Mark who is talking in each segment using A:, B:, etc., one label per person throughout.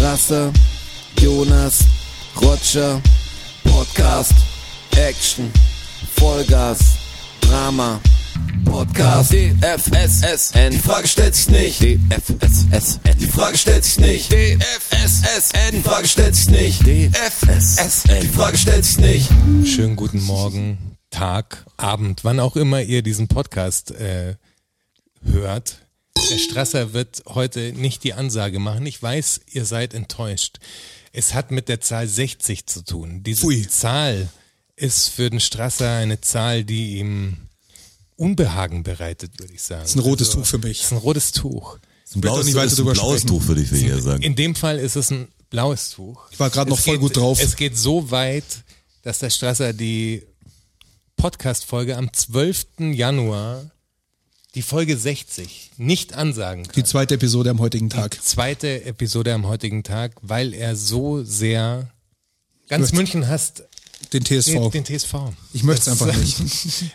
A: Rasse, Jonas, Roger, Podcast, Action, Vollgas, Drama, Podcast, DFSSN, die Frage stellt sich nicht, DFSSN, die Frage stellt sich nicht, DFSSN, die Frage stellt sich nicht, DFSSN, die Frage stellt sich nicht.
B: Schönen guten Morgen, Tag, Abend, wann auch immer ihr diesen Podcast äh, hört. Der Strasser wird heute nicht die Ansage machen. Ich weiß, ihr seid enttäuscht. Es hat mit der Zahl 60 zu tun. Diese Zahl ist für den Strasser eine Zahl, die ihm Unbehagen bereitet, würde ich sagen. Also
C: Ist ein rotes Tuch für mich.
B: Ist ein rotes Tuch.
D: Ein
C: Wird doch
D: blaues,
C: nicht weiter
D: ist ein
C: drüber
D: blaues
C: sprechen.
D: Tuch würde ich hier sagen.
B: In dem Fall ist es ein blaues Tuch.
C: Ich war gerade noch
B: Es
C: voll
B: geht-
C: gut drauf.
B: Es geht so weit, dass der Strasser die Podcast-Folge am 12. Januar, die Folge 60, nicht ansagen kann.
C: Die zweite Episode am heutigen Tag.
B: zweite Episode am heutigen Tag, weil er so sehr ganz
C: Möchte-
B: München hasst
C: Den
B: den,
C: TSV.
B: den TSV.
C: Ich möchte es
B: Das-
C: einfach nicht.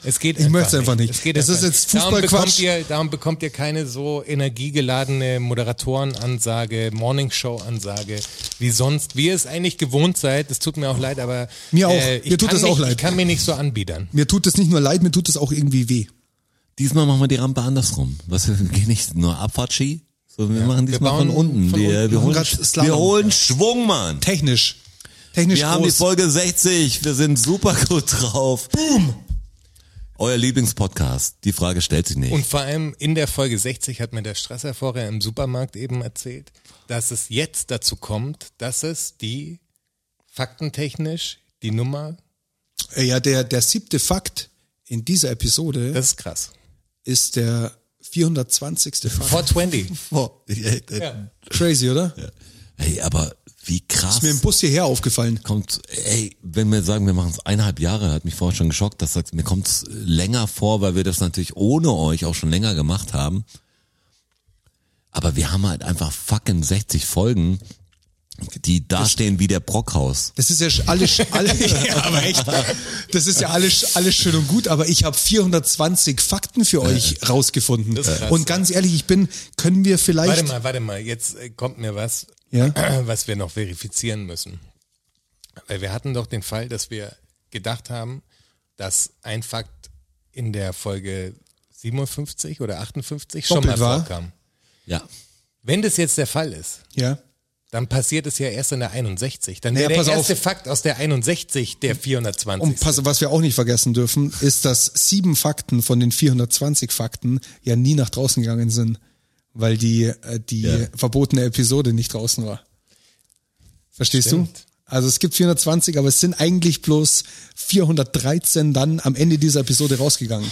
B: Es geht
C: Ich möchte es einfach nicht.
B: Es geht
C: Das
B: einfach
C: ist jetzt
B: nicht. Darum
C: Fußballquatsch.
B: bekommt, ihr, darum bekommt ihr keine so energiegeladene Moderatorenansage, Morningshow-Ansage wie sonst. Wie ihr es eigentlich gewohnt seid, es tut mir auch leid, aber äh,
C: Mir auch.
B: ich
C: Mir tut
B: kann
C: es auch
B: nicht,
C: leid.
B: Ich kann mir nicht so anbiedern.
C: Mir tut es nicht nur leid, mir tut es auch irgendwie weh.
D: Diesmal machen wir die Rampe andersrum. Was wir gehen nicht nur Abfahrtski, sondern wir machen diesmal
B: bauen
D: von unten.
B: von
D: wir,
B: unten.
D: wir,
C: Wir
D: holen,
C: machen grad Slalom.
D: wir holen Schwung, Mann.
C: Technisch. Technisch
D: Wir
C: groß.
D: haben die Folge 60. Wir sind super gut drauf. Boom. Euer Lieblingspodcast. Die Frage stellt sich nicht.
B: Und vor allem in der Folge 60 hat mir der Strasser vorher im Supermarkt eben erzählt, dass es jetzt dazu kommt, dass es die faktentechnisch die Nummer,
C: Äh, ja, der, der siebte Fakt in dieser Episode
B: das ist krass.
C: ist der 420. Fakt.
B: 420.
D: Boah, ey, ey,
C: Crazy, oder?
D: ey, aber wie krass.
C: Ist mir im Bus hierher aufgefallen.
D: kommt, ey, wenn wir sagen, wir machen es eineinhalb Jahre, hat mich vorher schon geschockt, dass sagt, mir kommt es länger vor, weil wir das natürlich ohne euch auch schon länger gemacht haben. Aber wir haben halt einfach fucking 60 Folgen, die dastehen wie der Brockhaus.
C: Das ist ja sch- alles, alles ja, aber echt. Das ist ja alles, alles schön und gut, aber ich habe 420 Fakten für euch rausgefunden.
B: Das ist krass,
C: und ganz ehrlich, ich bin, können wir vielleicht
B: Warte mal, warte mal, jetzt äh, kommt mir was,
C: Ja?
B: was wir noch verifizieren müssen. Weil wir hatten doch den Fall, dass wir gedacht haben, dass ein Fakt in der Folge 57 oder 58 schon
C: Doppelt
B: mal
C: war.
B: vorkam.
D: Ja.
B: Wenn das jetzt der Fall ist,
C: ja.
B: dann passiert es ja erst in der 61. Dann
C: Naja,
B: wäre
C: pass
B: der
C: auf.
B: erste Fakt aus der 61 der 420.
C: Und pass, was wir auch nicht vergessen dürfen, ist, dass sieben Fakten von den 420 Fakten ja nie nach draußen gegangen sind, weil die, äh, die
D: Ja.
C: verbotene Episode nicht draußen war. Verstehst du?
B: Stimmt.
C: Also es gibt 420, aber es sind eigentlich bloß 413 dann am Ende dieser Episode rausgegangen.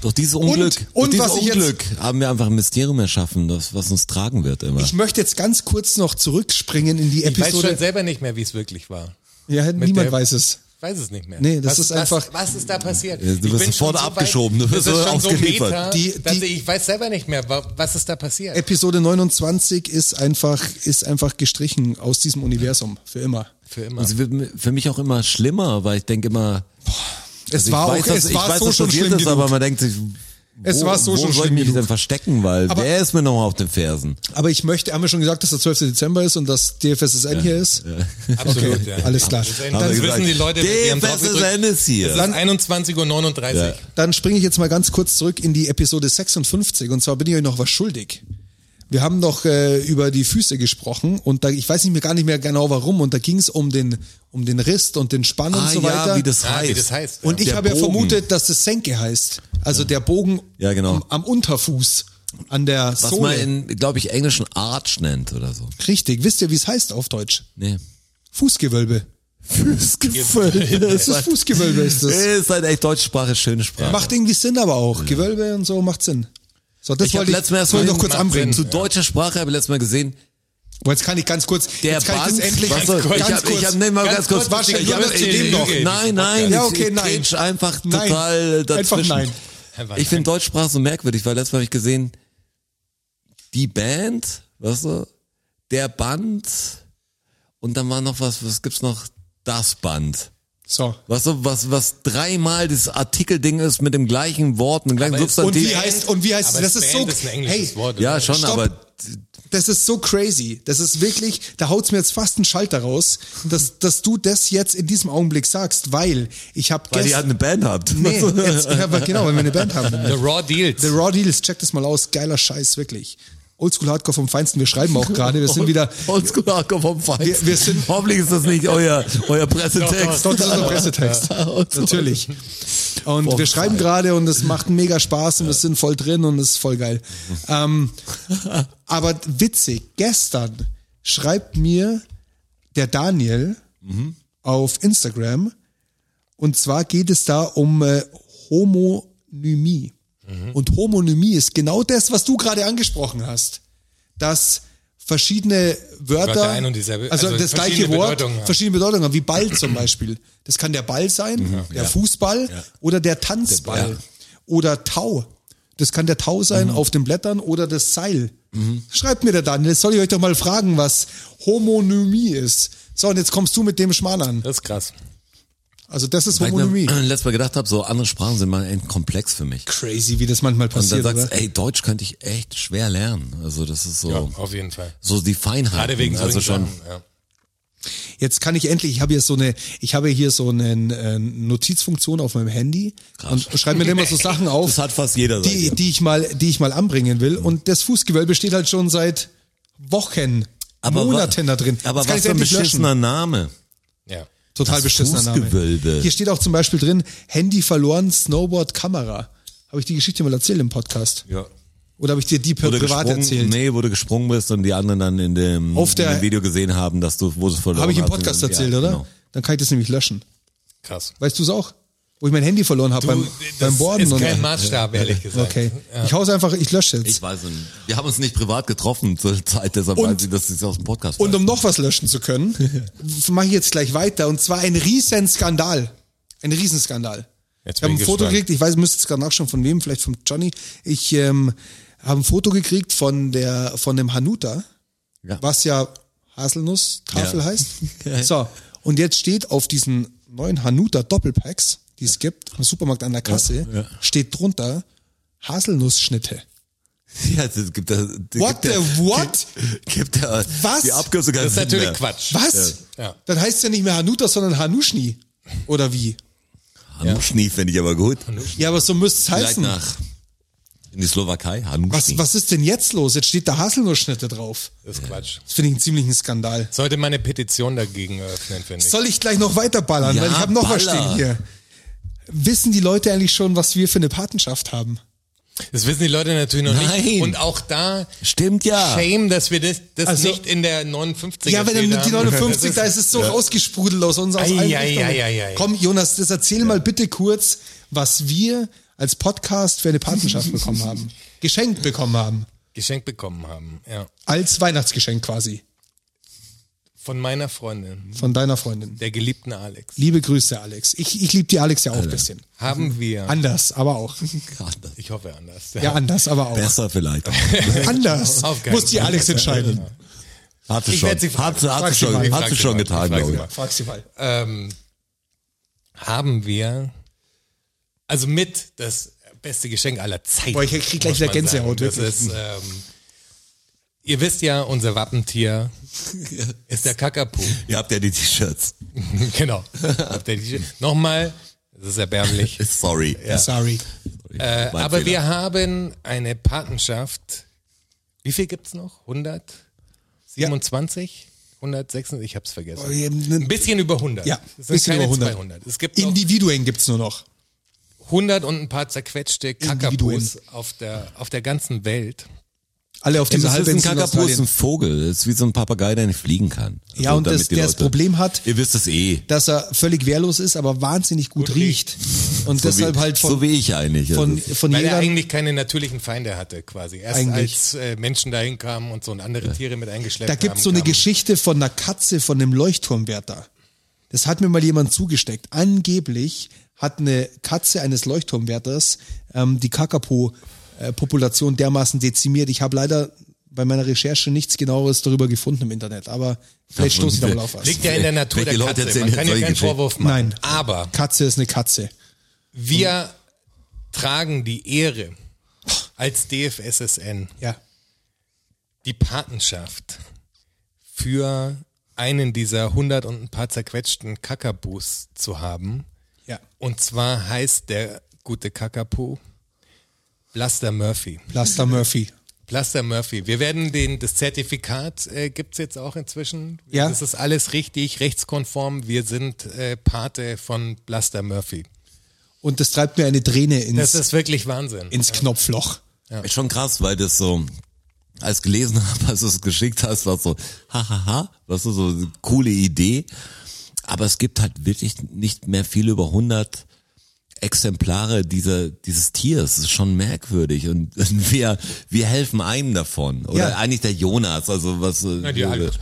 D: Durch dieses Unglück,
C: und
D: durch dieses
C: was ich jetzt-
D: Unglück haben wir einfach ein Mysterium erschaffen, das, was uns tragen wird immer.
C: Ich möchte jetzt ganz kurz noch zurückspringen in die
B: ich weiß schon
C: Episode.
B: selber nicht mehr, wie es wirklich war.
C: Ja,
B: mit
C: niemand
B: der-
C: weiß es.
B: Ich weiß es nicht mehr.
C: Nee, das
B: was,
C: ist
B: Was,
C: einfach-
B: was ist da passiert?
D: du
B: Ich
D: wirst
B: bin
D: sofort
B: schon so
D: abgeschoben, du
B: weit-
D: wirst
B: das ist schon so
D: ausgeliefert.
B: Meta,
C: Die-
B: dass
C: die-
B: ich weiß selber nicht mehr, wa- was ist da passiert.
C: Episode 29 ist einfach, ist einfach gestrichen aus diesem Universum. Für immer.
B: Für immer.
D: Und es wird mi- für mich auch immer schlimmer, weil ich denke immer,
C: Es
D: Also ich
C: war
D: weiß,
C: auch,
D: dass,
C: es
D: ich
C: war
D: weiß,
C: so
D: dass
C: schon
D: passiert
C: schlimm
D: ist,
C: genug.
D: aber man denkt sich,
C: Es
D: wo,
C: war so
D: wo
C: schon
D: soll ich
C: schlimm
D: mich
C: genug.
D: denn verstecken, weil
C: Aber-
D: der ist mir noch auf den Fersen.
C: Aber ich möchte, haben wir schon gesagt, dass der 12. Dezember ist und dass DFSSN hier ist? Ah,
B: Absolut,
C: okay,
B: ja.
C: alles klar.
B: Das,
C: Haben
B: das
C: wir
B: wissen die Leute, die haben
D: DFSSN ist hier.
B: Dann 21.39 Uhr.
C: Dann springe ich jetzt mal ganz kurz zurück in die Episode 56 und zwar bin ich euch noch was schuldig. Wir haben noch äh, über die Füße gesprochen und da, ich weiß nicht mehr gar nicht mehr genau warum und da ging es um den, um den Riss und den Spann und
D: Ah
C: so weiter.
D: ja, wie das
B: Ah,
D: heißt.
B: wie das heißt.
C: und ich
D: der
C: habe ja
D: Bogen.
C: vermutet, dass das Senke heißt. Also der Bogen
D: Ja, genau.
C: am, am Unterfuß, an der
D: Was
C: Sohle.
D: man in, glaube ich, englischen Arch nennt oder so.
C: Richtig, wisst ihr, wie es heißt auf Deutsch?
D: Nee.
C: Fußgewölbe.
D: Fußgewölbe.
C: Das ist Fußgewölbe, ist das.
D: ist halt echt deutschsprache, schöne Sprache.
C: Macht irgendwie Sinn aber auch. Gewölbe und so macht Sinn. So, das
D: ich habe
C: wollte ich,
D: letztes Mal
C: das
D: erst
C: wollte ich
D: mal-
C: noch kurz
D: macht
C: anbringen.
D: Sinn. Zu deutscher Sprache habe ich letztes Mal gesehen,
C: Aber jetzt kann ich ganz kurz,
D: der
C: jetzt kann
D: Band,
C: ich das endlich
D: was soll,
C: ganz
D: ich hab,
C: kurz.
D: ich hab, nee, mal ganz,
B: Ganz
D: kurz,
B: kurz,
C: warte,
D: ich
C: ich
D: hab,
C: hab das
D: ich,
C: eben noch.
D: nein, nein,
C: Ja, okay,
D: ich
C: nein.
D: grätsch einfach
C: Nein.
D: total äh, dazwischen.
C: Einfach nein.
B: Einfach
D: Ich finde Deutschsprache so merkwürdig, weil letztes Mal habe ich gesehen, die Band, weißt du, der Band und dann war noch was, was gibt's noch? Das Band.
C: So.
D: Weißt du, was, was dreimal das Artikelding ist mit dem gleichen Wort, mit dem gleichen
B: Aber es-
D: Substantiv.
C: Und wie heißt- und wie heißt-
B: aber
C: das
B: Band
C: ist so-
B: Ist ein englisches
C: hey.
B: Wort,
D: ja,
B: oder?
D: schon,
C: Stopp.
D: aber
C: das ist so crazy. Das ist wirklich, da haut's mir jetzt fast einen Schalter raus, dass, dass du das jetzt in diesem Augenblick sagst, weil ich habe
D: Weil ihr halt
C: gestern.
D: eine Band habt.
C: Nee, jetzt, ja, aber genau, weil wir eine Band
B: The
C: haben.
B: Raw Deals.
C: The Raw Deals, check das mal aus. Geiler Scheiß, wirklich. Oldschool Hardcore vom Feinsten, wir schreiben auch gerade, wir
D: Oh.
C: sind wieder.
D: Oldschool Hardcore vom Feind.
C: Wir- wir sind-
D: Hoffentlich ist das nicht euer, euer Pressetext.
C: Doch, das ist unser Pressetext. Natürlich. Und wir schreiben gerade und es macht mega Spaß und wir sind voll drin und es ist voll geil. Ähm, aber witzig, gestern schreibt mir der Daniel auf Instagram und zwar geht es da um äh, Homonymie.
B: Mhm.
C: Und Homonymie ist genau das, was du gerade angesprochen hast. Dass verschiedene Wörter,
B: Wörter ein und dieselbe-
C: also,
B: also
C: das gleiche
B: verschiedene
C: Wort,
B: Bedeutungen haben.
C: verschiedene Bedeutungen haben, wie Ball zum Beispiel. Das kann der Ball sein, der Fußball oder der Tanzball
D: Ja.
C: oder Tau. Das kann der Tau
B: Mhm.
C: sein auf den Blättern oder das Seil. Schreibt mir der Daniel, jetzt soll ich euch doch mal fragen, was Homonymie ist. So, und jetzt kommst du mit dem Schmarrn an.
B: Das ist krass.
C: Also das ist
D: Weil ich
C: Homonymie.
D: mir letztes Mal gedacht habe, so andere Sprachen sind mal ein Komplex für mich.
C: Crazy, wie das manchmal
D: Und dann
C: passiert,
D: sagst
C: oder?
D: du, ey, Deutsch könnte ich echt schwer lernen. Also das ist so,
B: Ja, auf jeden Fall.
D: so die Feinheit.
B: Gerade wegen solchen
D: also schon.
B: Sachen, ja.
C: Jetzt kann ich endlich, ich habe hier so eine, ich habe hier so eine äh, Notizfunktion auf meinem Handy und schreibe mir dann immer so Sachen auf.
D: Das hat Mhm. fast jeder, sagt
C: die,
D: ihr.
C: die ich mal, die ich mal anbringen will. Und das Fußgewölbe steht halt schon seit Wochen,
D: wa-
C: Monaten da drin.
D: Aber
C: Das kann
D: was
C: ich
D: für ein
C: endlich löschen.
D: beschissener Name.
B: Ja.
C: Total
D: Das
C: beschissener Name.
D: Fußgewölbe.
C: Hier steht auch zum Beispiel drin, Handy verloren, Snowboard, Kamera. Habe ich die Geschichte mal erzählt im Podcast?
D: Ja.
C: Oder habe ich dir die per
D: Wurde
C: privat
D: gesprungen,
C: erzählt?
D: Nee, wo du gesprungen bist und die anderen dann in dem,
C: Auf der-
D: in dem Video gesehen haben, dass du, wo du es verloren
C: Habe ich im
D: hast.
C: Podcast
D: Ja,
C: erzählt, oder?
D: Genau.
C: Dann kann ich das nämlich löschen.
B: Krass.
C: Weißt du es auch? Wo ich mein Handy verloren habe beim,
B: das
C: beim Borden.
B: ist kein
C: Und,
B: Maßstab, ehrlich gesagt.
C: okay. Ich hau's einfach, ich lösche jetzt.
D: Ich weiß nicht. Wir haben uns nicht privat getroffen zur Zeit, deshalb
C: Und-
D: weiß ich, dass ich es aus dem Podcast
C: Und
D: weiß.
C: um noch was löschen zu können, mache ich jetzt gleich weiter. Und zwar ein Riesenskandal. Ein Riesenskandal.
B: Jetzt
C: ich habe ein
B: bin ich
C: Foto
B: gespannt.
C: gekriegt, ich weiß, müsste es gerade nachschauen, von wem, vielleicht von Johnny. Ich ähm, habe ein Foto gekriegt von der von dem Hanuta,
D: Ja.
C: was ja Haselnuss-Tafel
D: Ja. Geil.
C: heißt. So, und jetzt steht auf diesen neuen Hanuta-Doppelpacks, die es gibt, im Supermarkt an der Kasse,
D: Ja, ja.
C: steht drunter Haselnussschnitte.
D: Ja, es gibt da, die
C: What
D: gibt
C: the-
D: da,
C: what?
D: Gibt, gibt da,
C: Was?
D: Die Abkürzung
B: Das ist natürlich Quatsch.
C: Was?
B: Ja.
C: Dann heißt es ja nicht mehr Hanuta, sondern Hanuschni. Oder wie?
D: Hanuschni finde ich aber gut.
C: Ja, aber so müsste es
D: Vielleicht
C: heißen.
D: nach in die Slowakei,
C: Was,
D: Hanuschni.
C: was ist denn jetzt los? Jetzt steht da Haselnussschnitte drauf.
B: Das ist Quatsch.
C: Das finde ich einen ziemlichen Skandal.
B: Sollte man eine Petition dagegen eröffnen, finde ich.
C: Soll ich gleich noch weiterballern?
D: Ja,
C: weil ich habe noch was
D: baller.
C: stehen hier. Wissen die Leute eigentlich schon, was wir für eine Patenschaft haben?
B: Das wissen die Leute natürlich noch
D: Nein.
B: nicht. Und auch da
D: Stimmt ja.
B: Shame, dass wir das, das
C: Ah. Also-
B: nicht in der 59
C: Ja, wenn dann die 59, da ist es so rausgesprudelt aus uns. Aus
B: Ei,
C: allen
B: ei,
C: Richtungen.
B: ei, ei, ei.
C: Komm, Jonas, das erzähl mal bitte kurz, was wir als Podcast für eine Patenschaft bekommen haben. Geschenkt bekommen haben.
B: Geschenk bekommen haben. Ja.
C: Als Weihnachtsgeschenk quasi.
B: Von meiner Freundin,
C: Von deiner Freundin.
B: der geliebten Alex,
C: Liebe Grüße, Alex. Ich, ich liebe die Alex ja auch ein bisschen.
B: haben wir,
C: Anders, aber auch.
B: ich hoffe anders,
C: Mhm. Ja, anders, aber auch.
D: Besser vielleicht.
C: Anders.
B: Auf keinen
C: Muss die
B: Fall. genau.
C: Alex entscheiden.
D: Hat sie
B: Ich
D: schon.
B: werd sie fragen.
D: Hat sie, hat
C: Frag
D: sie
C: sie mal. Ich
D: schon, hat
B: frag
D: sie
B: sie
D: schon
B: mal.
D: getan,
B: Ich frag
D: glaube
B: sie
D: ich.
B: mal.
C: Frag sie mal.
B: ähm, haben wir, also mit das beste Geschenk aller Zeiten.
C: Boah, ich krieg gleich
B: muss
C: wieder
B: man
C: Gänsehaut,
B: sagen. Das
C: wirklich.
B: ist, ähm, ihr wisst ja, unser Wappentier ist der Kakapo.
D: Ihr habt ja die T-Shirts.
B: genau. Habt ihr die- Nochmal, das ist erbärmlich.
D: Sorry.
C: Sorry.
B: Äh, aber wir haben eine Patenschaft. Wie viel gibt's noch? 127? 126? Ich hab's
C: Oh,
B: vergessen.
C: eben, ne-
B: Ein bisschen über 100.
C: Ja,
B: es Ähm, sind
C: bisschen
B: keine
C: über 100.
B: 200. Es gibt noch
C: Individuen gibt's nur noch.
B: 100 und ein paar zerquetschte
C: Individuen.
B: Kakapus auf der, auf der ganzen Welt.
C: Alle auf dieser
D: Das ist ein
C: Halbinsel in
D: Kakapus, ist ein
C: Australien.
D: Vogel. Das ist wie so ein Papagei, der nicht fliegen kann. Also
C: Ja, und
D: damit
C: das,
D: die
C: der das
D: Leute-
C: Problem hat,
D: Ihr wisst es eh.
C: dass er völlig wehrlos ist, aber wahnsinnig gut, riecht. Und
D: So
C: deshalb
D: wie,
C: halt von,
D: so wie ich eigentlich.
C: von,
D: Also,
C: von
B: Weil er
C: jeder...
B: eigentlich keine natürlichen Feinde hatte, quasi. Erst
C: Eigentlich.
B: als äh, Menschen dahin kamen und so und andere Tiere mit eingeschleppt
C: Da
B: haben.
C: gibt's so eine
B: kamen-
C: Geschichte von einer Katze, von einem Leuchtturmwärter. Das hat mir mal jemand zugesteckt. Angeblich hat eine Katze eines Leuchtturmwärters ähm, die Kakapo-Population dermaßen dezimiert. Ich habe leider bei meiner Recherche nichts genaueres darüber gefunden im Internet, aber vielleicht stoße ich da mal auf was.
B: Liegt ja in der Natur
D: Welche
B: der
D: Leute
B: Katze.
D: erzählen
B: Man kann
D: jetzt
B: ihr
D: solche
B: keinen Vorwurf machen.
C: Nein.
B: Aber
C: Katze ist eine Katze.
B: Wir tragen die Ehre als DFSSN
C: Ja.
B: die Patenschaft für einen dieser hundert und ein paar zerquetschten Kakabus zu haben.
C: Ja.
B: Und zwar heißt der gute Kakapo Blaster Murphy.
C: Plaster Murphy.
B: Plaster Murphy. Wir werden den, das Zertifikat äh, gibt's jetzt auch inzwischen.
C: Ja.
B: Das ist alles richtig, rechtskonform. Wir sind äh, Pate von Blaster Murphy.
C: Und das treibt mir eine Träne ins,
B: Das ist wirklich Wahnsinn.
C: ins Knopfloch.
D: Ist schon krass, weil das so, als ich gelesen habe, als du es geschickt hast, war es so, hahaha, was ist so eine coole Idee. Aber es gibt halt wirklich nicht mehr viel über 100 Exemplare dieser, dieses Tiers. Das ist schon merkwürdig und wir, wir helfen einem davon. Oder
C: Ja.
D: eigentlich der Jonas, also was, äh,
B: die Alex.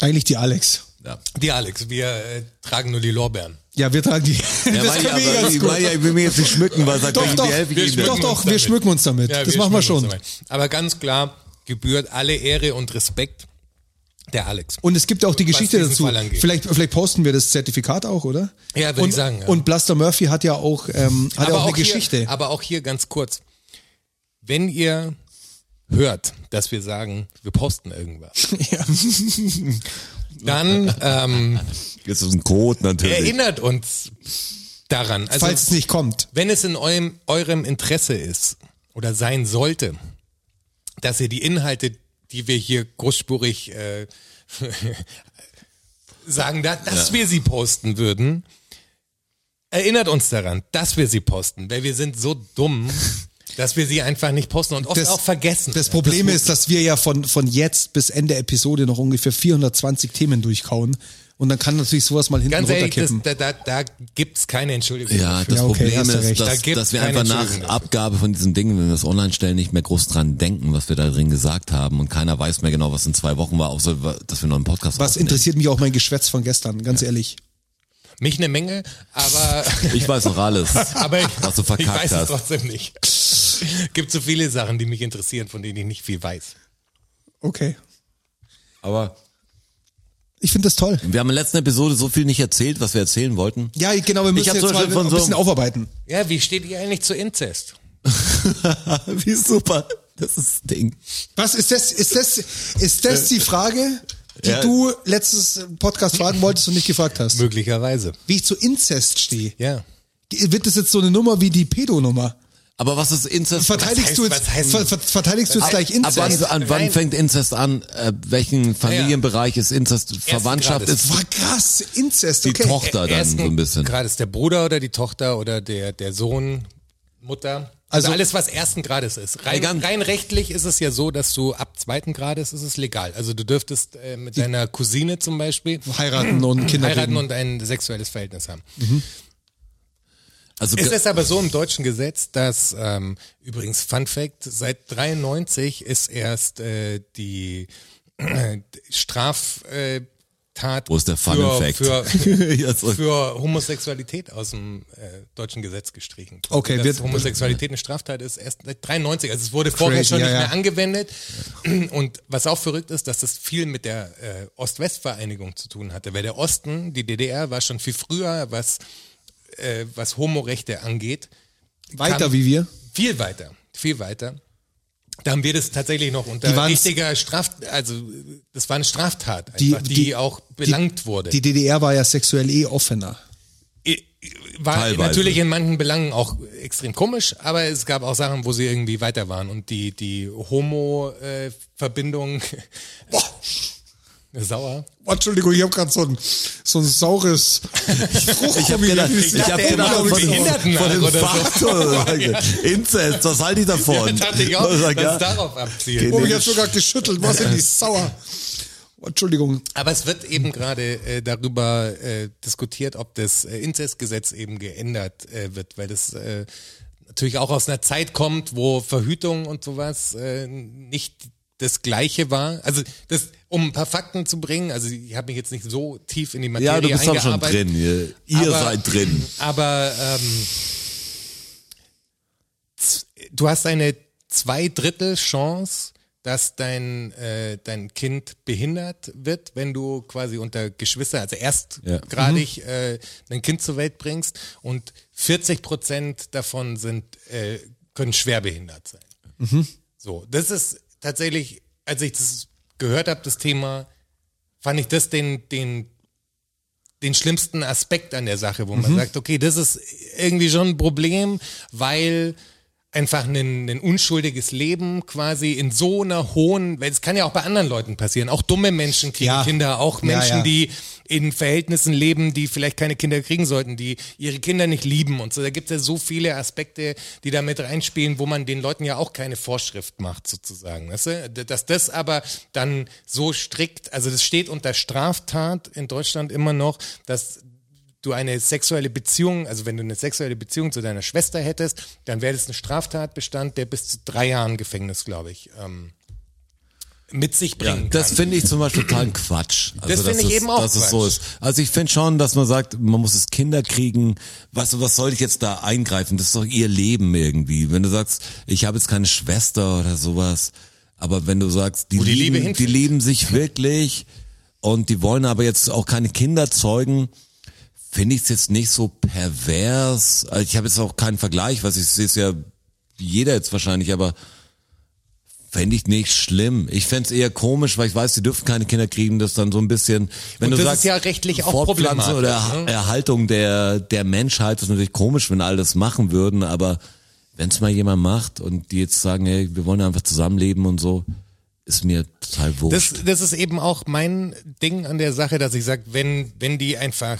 C: Eigentlich die Alex.
D: ja.
B: die Alex, wir äh, tragen nur die Lorbeeren.
C: Ja, wir tragen die.
D: Ja,
C: das
D: weil ich,
C: kann ich ganz
D: aber,
C: gut.
D: weil ich, ich will mir jetzt nicht schmücken, weil sagt,
C: Doch,
D: wir
C: doch,
D: helfen
C: wir
D: ihm.
C: schmücken- Doch, doch, wir schmücken uns damit. Das machen wir
B: schmücken uns
C: schon.
B: damit. Aber ganz klar gebührt alle Ehre und Respekt der Alex.
C: Und es gibt auch die
B: Was
C: Geschichte
B: diesen
C: dazu.
B: Fall angeht.
C: Vielleicht, vielleicht posten wir das Zertifikat auch, oder?
B: Ja, würde
C: und,
B: ich sagen, ja.
C: Und Blaster Murphy hat ja auch, ähm, hat ja auch, eine Geschichte.
B: Hier, aber auch hier ganz kurz. Wenn ihr hört, dass wir sagen, wir posten irgendwas,
C: Ja.
B: dann ähm,
D: Jetzt ist ein Code natürlich.
B: erinnert uns daran. Also,
C: Falls es nicht kommt.
B: wenn es in eurem, eurem Interesse ist oder sein sollte, dass ihr die Inhalte, die wir hier großspurig äh, sagen, da, dass wir sie posten würden, erinnert uns daran, dass wir sie posten, weil wir sind so dumm, dass wir sie einfach nicht posten und oft
C: Das-
B: auch vergessen.
C: Das Problem ist, dass wir ja von, von jetzt bis Ende Episode noch ungefähr 420 Themen durchkauen. Und dann kann natürlich sowas mal hinten
B: Ganz ehrlich, das,
C: runterkippen.
B: da, da, da gibt's keine Entschuldigung.
D: Ja,
B: dafür.
D: das
C: Ja, okay,
D: Problem
C: hast du
D: ist,
C: recht.
B: Da
D: dass,
B: gibt's
D: dass wir
B: keine
D: einfach
B: Entschuldigung
D: nach
B: dafür.
D: Abgabe von diesem Ding, wenn wir es online stellen, nicht mehr groß dran denken, was wir da drin gesagt haben. Und keiner weiß mehr genau, was in zwei Wochen war, außer dass wir noch einen Podcast
C: Was
D: aufnehmen.
C: interessiert mich auch mein Geschwätz von gestern, ganz ehrlich.
B: Mich eine Menge, aber.
D: Ich weiß noch alles.
B: Aber ich,
D: Was du verkackt
B: ich weiß es
D: hast.
B: trotzdem nicht. Gibt so viele Sachen, die mich interessieren, von denen ich nicht viel weiß.
C: Okay.
D: Aber
C: Ich finde das toll.
D: wir haben in der letzten Episode so viel nicht erzählt, was wir erzählen wollten.
C: Ja, genau, wir müssen
D: hab
C: jetzt
D: zum
C: mal
D: Beispiel von
C: ein
D: so-
C: bisschen aufarbeiten.
B: Ja, wie steht ihr eigentlich zu Inzest?
D: Wie super. Das ist das Ding.
C: Was ist das, ist das, ist das die Frage, die
D: Äh, Ja.
C: du letztes Podcast fragen wolltest und nicht gefragt hast?
B: Möglicherweise.
C: Wie ich zu Inzest stehe.
B: Ja.
C: Wird das jetzt so eine Nummer wie die Pedo-Nummer?
D: Aber was ist Inzest?
C: Verteidigst du
B: heißt-
C: jetzt,
B: was heißt-
C: ver, ver, verteidigst du jetzt gleich
D: Ab wann,
C: Inzest?
D: an wann
B: Nein.
D: fängt Inzest an? Äh, welchen Familienbereich ist Inzest? Verwandtschaft
B: Grades.
D: ist
C: War krass, Inzest,
D: die
C: okay.
D: Tochter dann so ein bisschen.
B: Gerade ist der Bruder oder die Tochter oder der, der Sohn, Mutter. Also,
C: Also-
B: alles, was ersten Grades ist. Rein,
D: Egal.
B: rein rechtlich ist es ja so, dass du ab zweiten Grades ist es legal. Also du dürftest äh, mit deiner Cousine zum Beispiel
C: Heiraten und Kinder
B: heiraten
C: kriegen.
B: und ein sexuelles Verhältnis haben.
D: Also
B: Es ist aber so im deutschen Gesetz, dass ähm, übrigens Fun Fact: Seit 93 ist erst äh, die äh, Straftat
D: Wo ist der Fun
B: für,
D: Fact?
B: für,
D: Ja, so.
B: für Homosexualität aus dem äh, deutschen Gesetz gestrichen.
C: Okay,
B: dass
C: wird-
B: Homosexualität eine Straftat ist erst seit 93. Also es wurde vorher
C: Crazy,
B: schon
C: ja,
B: nicht
C: ja.
B: mehr angewendet. Und was auch verrückt ist, dass das viel mit der äh, Ost-West-Vereinigung zu tun hatte, weil der Osten, die DDR, war schon viel früher, was äh, was Homorechte angeht,
C: Weiter
B: Kann-
C: wie wir.
B: viel weiter, viel weiter. Da haben wir das tatsächlich noch
C: Die
B: unter
C: waren's-
B: richtiger Straft, also das war eine Straftat,
C: Die-
B: einfach, die,
C: die-
B: auch belangt wurde.
C: Die DDR war ja sexuell eh offener.
B: I- war
D: Teilweise.
B: natürlich in manchen Belangen auch extrem komisch, aber es gab auch Sachen, wo sie irgendwie weiter waren und die die äh, Homo-Verbindung sauer.
C: Oh, Entschuldigung, ich habe gerade so ein, so ein saures Fruchtgummi.
D: Ich habe gedacht, ich
B: dachte,
D: hab
B: der
D: gedacht
B: macht
D: von,
C: Oh,
B: irgendwie
D: dem-
B: Behinderten
D: von dem
B: oder so.
D: Faktor. Inzest, was halte ich davon?
B: Ja, dachte ich auch,
D: Was sag,
B: was
D: ja.
B: darauf abzielt.
C: Oh, ich habe sogar geschüttelt. Was sind die sauer? Oh, Entschuldigung.
B: Aber es wird eben gerade äh, darüber äh, diskutiert, ob das äh, Inzestgesetz eben geändert äh, wird, weil das äh, natürlich auch aus einer Zeit kommt, wo Verhütung und sowas äh, nicht das Gleiche war. Also das, um ein paar Fakten zu bringen, also ich habe mich jetzt nicht so tief in die Materie
D: ja, du bist doch schon
B: eingearbeitet.
D: drin. Ihr, ihr
B: Aber-
D: seid drin.
B: Aber ähm, z- du hast eine Zweidrittel-Chance, dass dein, äh, dein Kind behindert wird, wenn du quasi unter Geschwister, also
D: Ja.
B: erstgradig äh, ein Kind zur Welt bringst und 40 Prozent davon sind, äh, können schwerbehindert sein. So, das ist tatsächlich, als ich das gehört habe, das Thema, fand ich das den, den, den schlimmsten Aspekt an der Sache, wo man sagt, okay, das ist irgendwie schon ein Problem, weil einfach ein, ein unschuldiges Leben quasi in so einer hohen, weil es kann ja auch bei anderen Leuten passieren, auch dumme Menschen kriegen
C: Ja.
B: Kinder, auch
C: Ja,
B: Menschen,
C: ja.
B: die in Verhältnissen leben, die vielleicht keine Kinder kriegen sollten, die ihre Kinder nicht lieben und so. Da gibt es ja so viele Aspekte, die da mit reinspielen, wo man den Leuten ja auch keine Vorschrift macht, sozusagen. Weißt du? D- Dass das aber dann so strikt, also das steht unter Straftat in Deutschland immer noch, dass du eine sexuelle Beziehung, also wenn du eine sexuelle Beziehung zu deiner Schwester hättest, dann wäre das ein Straftatbestand, der bis zu drei Jahren Gefängnis, glaube ich, ähm, mit sich bringen kann.
D: Das finde ich zum Beispiel totalen Quatsch. Also,
B: Das finde ich
D: dass
B: eben auch
D: dass es so
B: Quatsch.
D: ist. Also ich finde schon, dass man sagt, man muss es Kinder kriegen. Was, was soll ich jetzt da eingreifen? Das ist doch ihr Leben irgendwie. Wenn du sagst, ich habe jetzt keine Schwester oder sowas, aber wenn du sagst, die,
B: Wo die Liebe
D: lieben, die
B: hinführt.
D: lieben sich wirklich und die wollen aber jetzt auch keine Kinder zeugen, finde ich es jetzt nicht so pervers. Also ich habe jetzt auch keinen Vergleich, was ich sehe es ja jeder jetzt wahrscheinlich, aber fände ich nicht schlimm. Ich fände es eher komisch, weil ich weiß, die dürfen keine Kinder kriegen, das dann so ein bisschen, wenn
B: Und
D: du
B: das
D: sagst,
B: ist ja rechtlich auch
D: Fortpflanzung oder
B: problematisch,
D: Er-
B: ne?
D: Erhaltung der, der Menschheit ist natürlich komisch, wenn alle das machen würden, aber wenn es mal jemand macht und die jetzt sagen, hey, wir wollen einfach zusammenleben und so, ist mir total wurscht.
B: Das, das ist eben auch mein Ding an der Sache, dass ich sage, wenn, wenn die einfach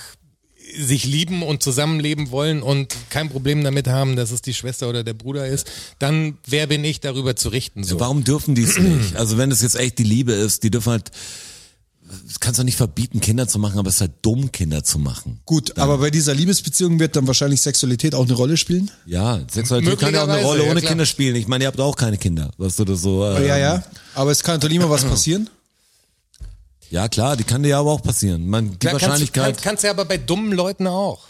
B: sich lieben und zusammenleben wollen und kein Problem damit haben, dass es die Schwester oder der Bruder ist, dann wer bin ich darüber zu richten? So.
D: Warum dürfen die es nicht? Also wenn es jetzt echt die Liebe ist, die dürfen halt, das kannst du nicht verbieten, Kinder zu machen, aber es ist halt dumm, Kinder zu machen.
C: Gut, aber bei dieser Liebesbeziehung wird dann wahrscheinlich Sexualität auch eine Rolle spielen.
D: Ja, Sexualität kann ja auch eine
B: Möglicherweise,
D: Rolle
B: ja,
D: ohne
B: klar.
D: Kinder spielen. Ich meine, ihr habt auch keine Kinder, weißt du das so. ähm,
C: Ja, ja. Aber es kann doch immer was passieren.
D: Ja, klar, die kann dir ja aber auch passieren. Man, die
B: Na,
D: Wahrscheinlichkeit.
B: Kannst, kannst, kannst du ja aber bei dummen Leuten auch.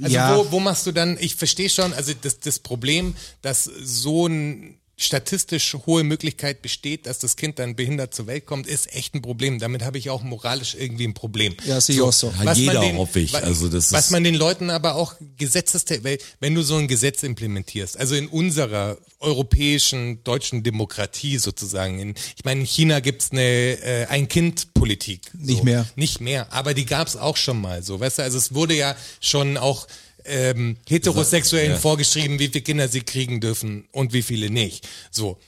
B: Also
C: Ja.
B: wo, wo machst du dann, ich verstehe schon, also das, das Problem, dass so ein statistisch hohe Möglichkeit besteht, dass das Kind dann behindert zur Welt kommt, ist echt ein Problem. Damit habe ich auch moralisch irgendwie ein Problem.
C: Ja, sehe ich auch so.
D: Hat jeder, hoffe ich.
B: wa-
D: Also das
B: was
D: ist-
B: man den Leuten aber auch Gesetzeste, weil wenn du so ein Gesetz implementierst, also in unserer europäischen, deutschen Demokratie sozusagen, in, ich meine, in China gibt's eine äh, Ein-Kind-Politik. So.
C: Nicht mehr.
B: Nicht mehr, aber die gab's auch schon mal so, weißt du, also es wurde ja schon auch ähm, Heterosexuellen
D: Ja.
B: vorgeschrieben, wie viele Kinder sie kriegen dürfen und wie viele nicht. So.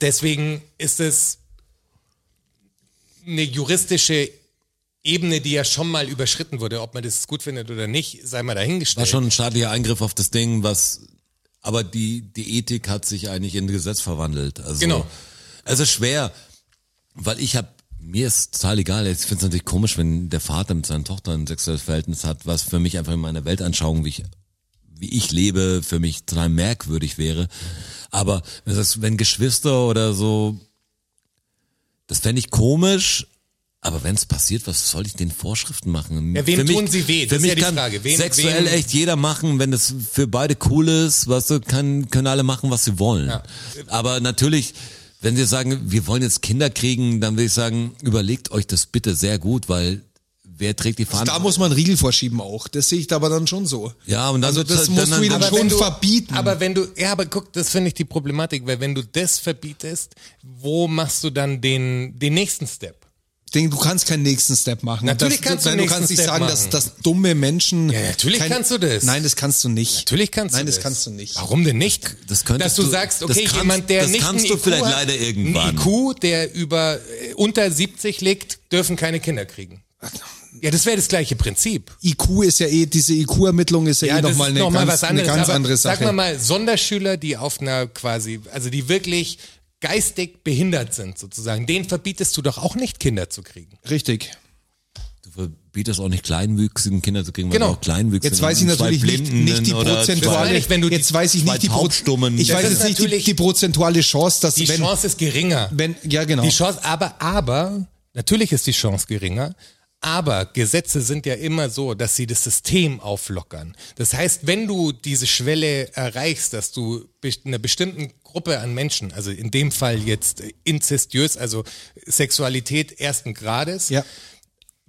B: Deswegen ist es eine juristische Ebene, die ja schon mal überschritten wurde. Ob man das gut findet oder nicht, sei mal
D: war
B: dahingestellt.
D: schon ein staatlicher Eingriff auf das Ding, was, aber die, die Ethik hat sich eigentlich in Gesetz verwandelt. Also,
B: Genau.
D: Es ist schwer, weil ich habe mir ist total egal. Ich finde es natürlich komisch, wenn der Vater mit seiner Tochter ein sexuelles Verhältnis hat, was für mich einfach in meiner Weltanschauung, wie ich, wie ich lebe, für mich total merkwürdig wäre. Aber wenn, du sagst, wenn Geschwister oder so, das fände ich komisch. Aber wenn es passiert, was soll ich den Vorschriften machen?
B: Ja, wem
D: für mich,
B: tun sie weh?
D: Für
B: Das ist
D: mich
B: ja die
D: kann
B: Frage. Wem-
D: sexuell
B: wem-
D: echt jeder machen, wenn das für beide cool ist, weißt du, kann, können alle machen, was sie wollen.
B: Ja.
D: Aber natürlich, wenn sie sagen, wir wollen jetzt Kinder kriegen, dann würde ich sagen, überlegt euch das bitte sehr gut, weil wer trägt die
C: Da
D: Verantwortung?
C: muss man Riegel vorschieben auch. Das sehe ich da aber dann schon so.
D: ja, und dann
C: Also das
B: halt
D: dann,
C: musst du
D: dann,
C: ihnen
D: dann,
C: aber schon verbieten.
B: Aber wenn du, ja, aber guck, das finde ich die Problematik, weil wenn du das verbietest, wo machst du dann den, den nächsten Step?
C: Ich denke, du kannst keinen nächsten Step machen.
B: Natürlich
C: das,
B: kannst du
C: nein,
B: einen
C: du kannst
B: nächsten
C: nicht
B: Step
C: sagen, dass,
B: machen.
C: dass dumme Menschen.
B: Ja, natürlich kannst du das.
C: Nein, das kannst du nicht.
B: Natürlich kannst
C: Nein,
B: du
C: das kannst du nicht.
B: Warum denn nicht?
D: Das könntest
B: Dass du
D: du-
B: sagst,
D: das
B: okay,
D: kannst-
B: jemand, der
D: das
B: nicht
D: kannst
B: einen
D: du
B: IQ
D: vielleicht
B: hat,
D: leider
B: einen
D: irgendwann.
B: IQ, der über äh, unter 70 liegt, dürfen keine Kinder kriegen. Ja, das wäre das gleiche Prinzip.
C: IQ ist ja eh, diese IQ-Ermittlung ist ja, eh
B: das
C: nochmal
B: ist
C: eine,
B: noch mal
C: ganz, eine ganz
B: aber
C: andere Sache.
B: Sagen wir mal, Sonderschüler, die auf einer quasi, also die wirklich geistig behindert sind sozusagen, denen verbietest du doch auch nicht, Kinder zu kriegen.
C: Richtig.
D: du verbietest auch nicht kleinwüchsigen Kinder zu kriegen, weil
B: Genau.
D: du auch kleinwüchsige
C: Jetzt weiß ich natürlich nicht, nicht die
B: zwei-
C: prozentuale.
B: Nicht, wenn du die
C: jetzt weiß ich
D: zwei
C: nicht die, Pro-
D: Taubstummen-
C: ich
D: Das
C: weiß
B: ist
C: jetzt nicht die,
B: natürlich-
C: die prozentuale Chance, dass
B: Die
C: wenn,
B: Chance ist geringer.
C: wenn ja genau.
B: Die Chance, aber, aber, natürlich ist die Chance geringer. Aber Gesetze sind ja immer so, dass sie das System auflockern. Das heißt, wenn du diese Schwelle erreichst, dass du be- einer bestimmten Gruppe an Menschen, also in dem Fall jetzt äh, inzestiös, also Sexualität ersten Grades,
C: ja.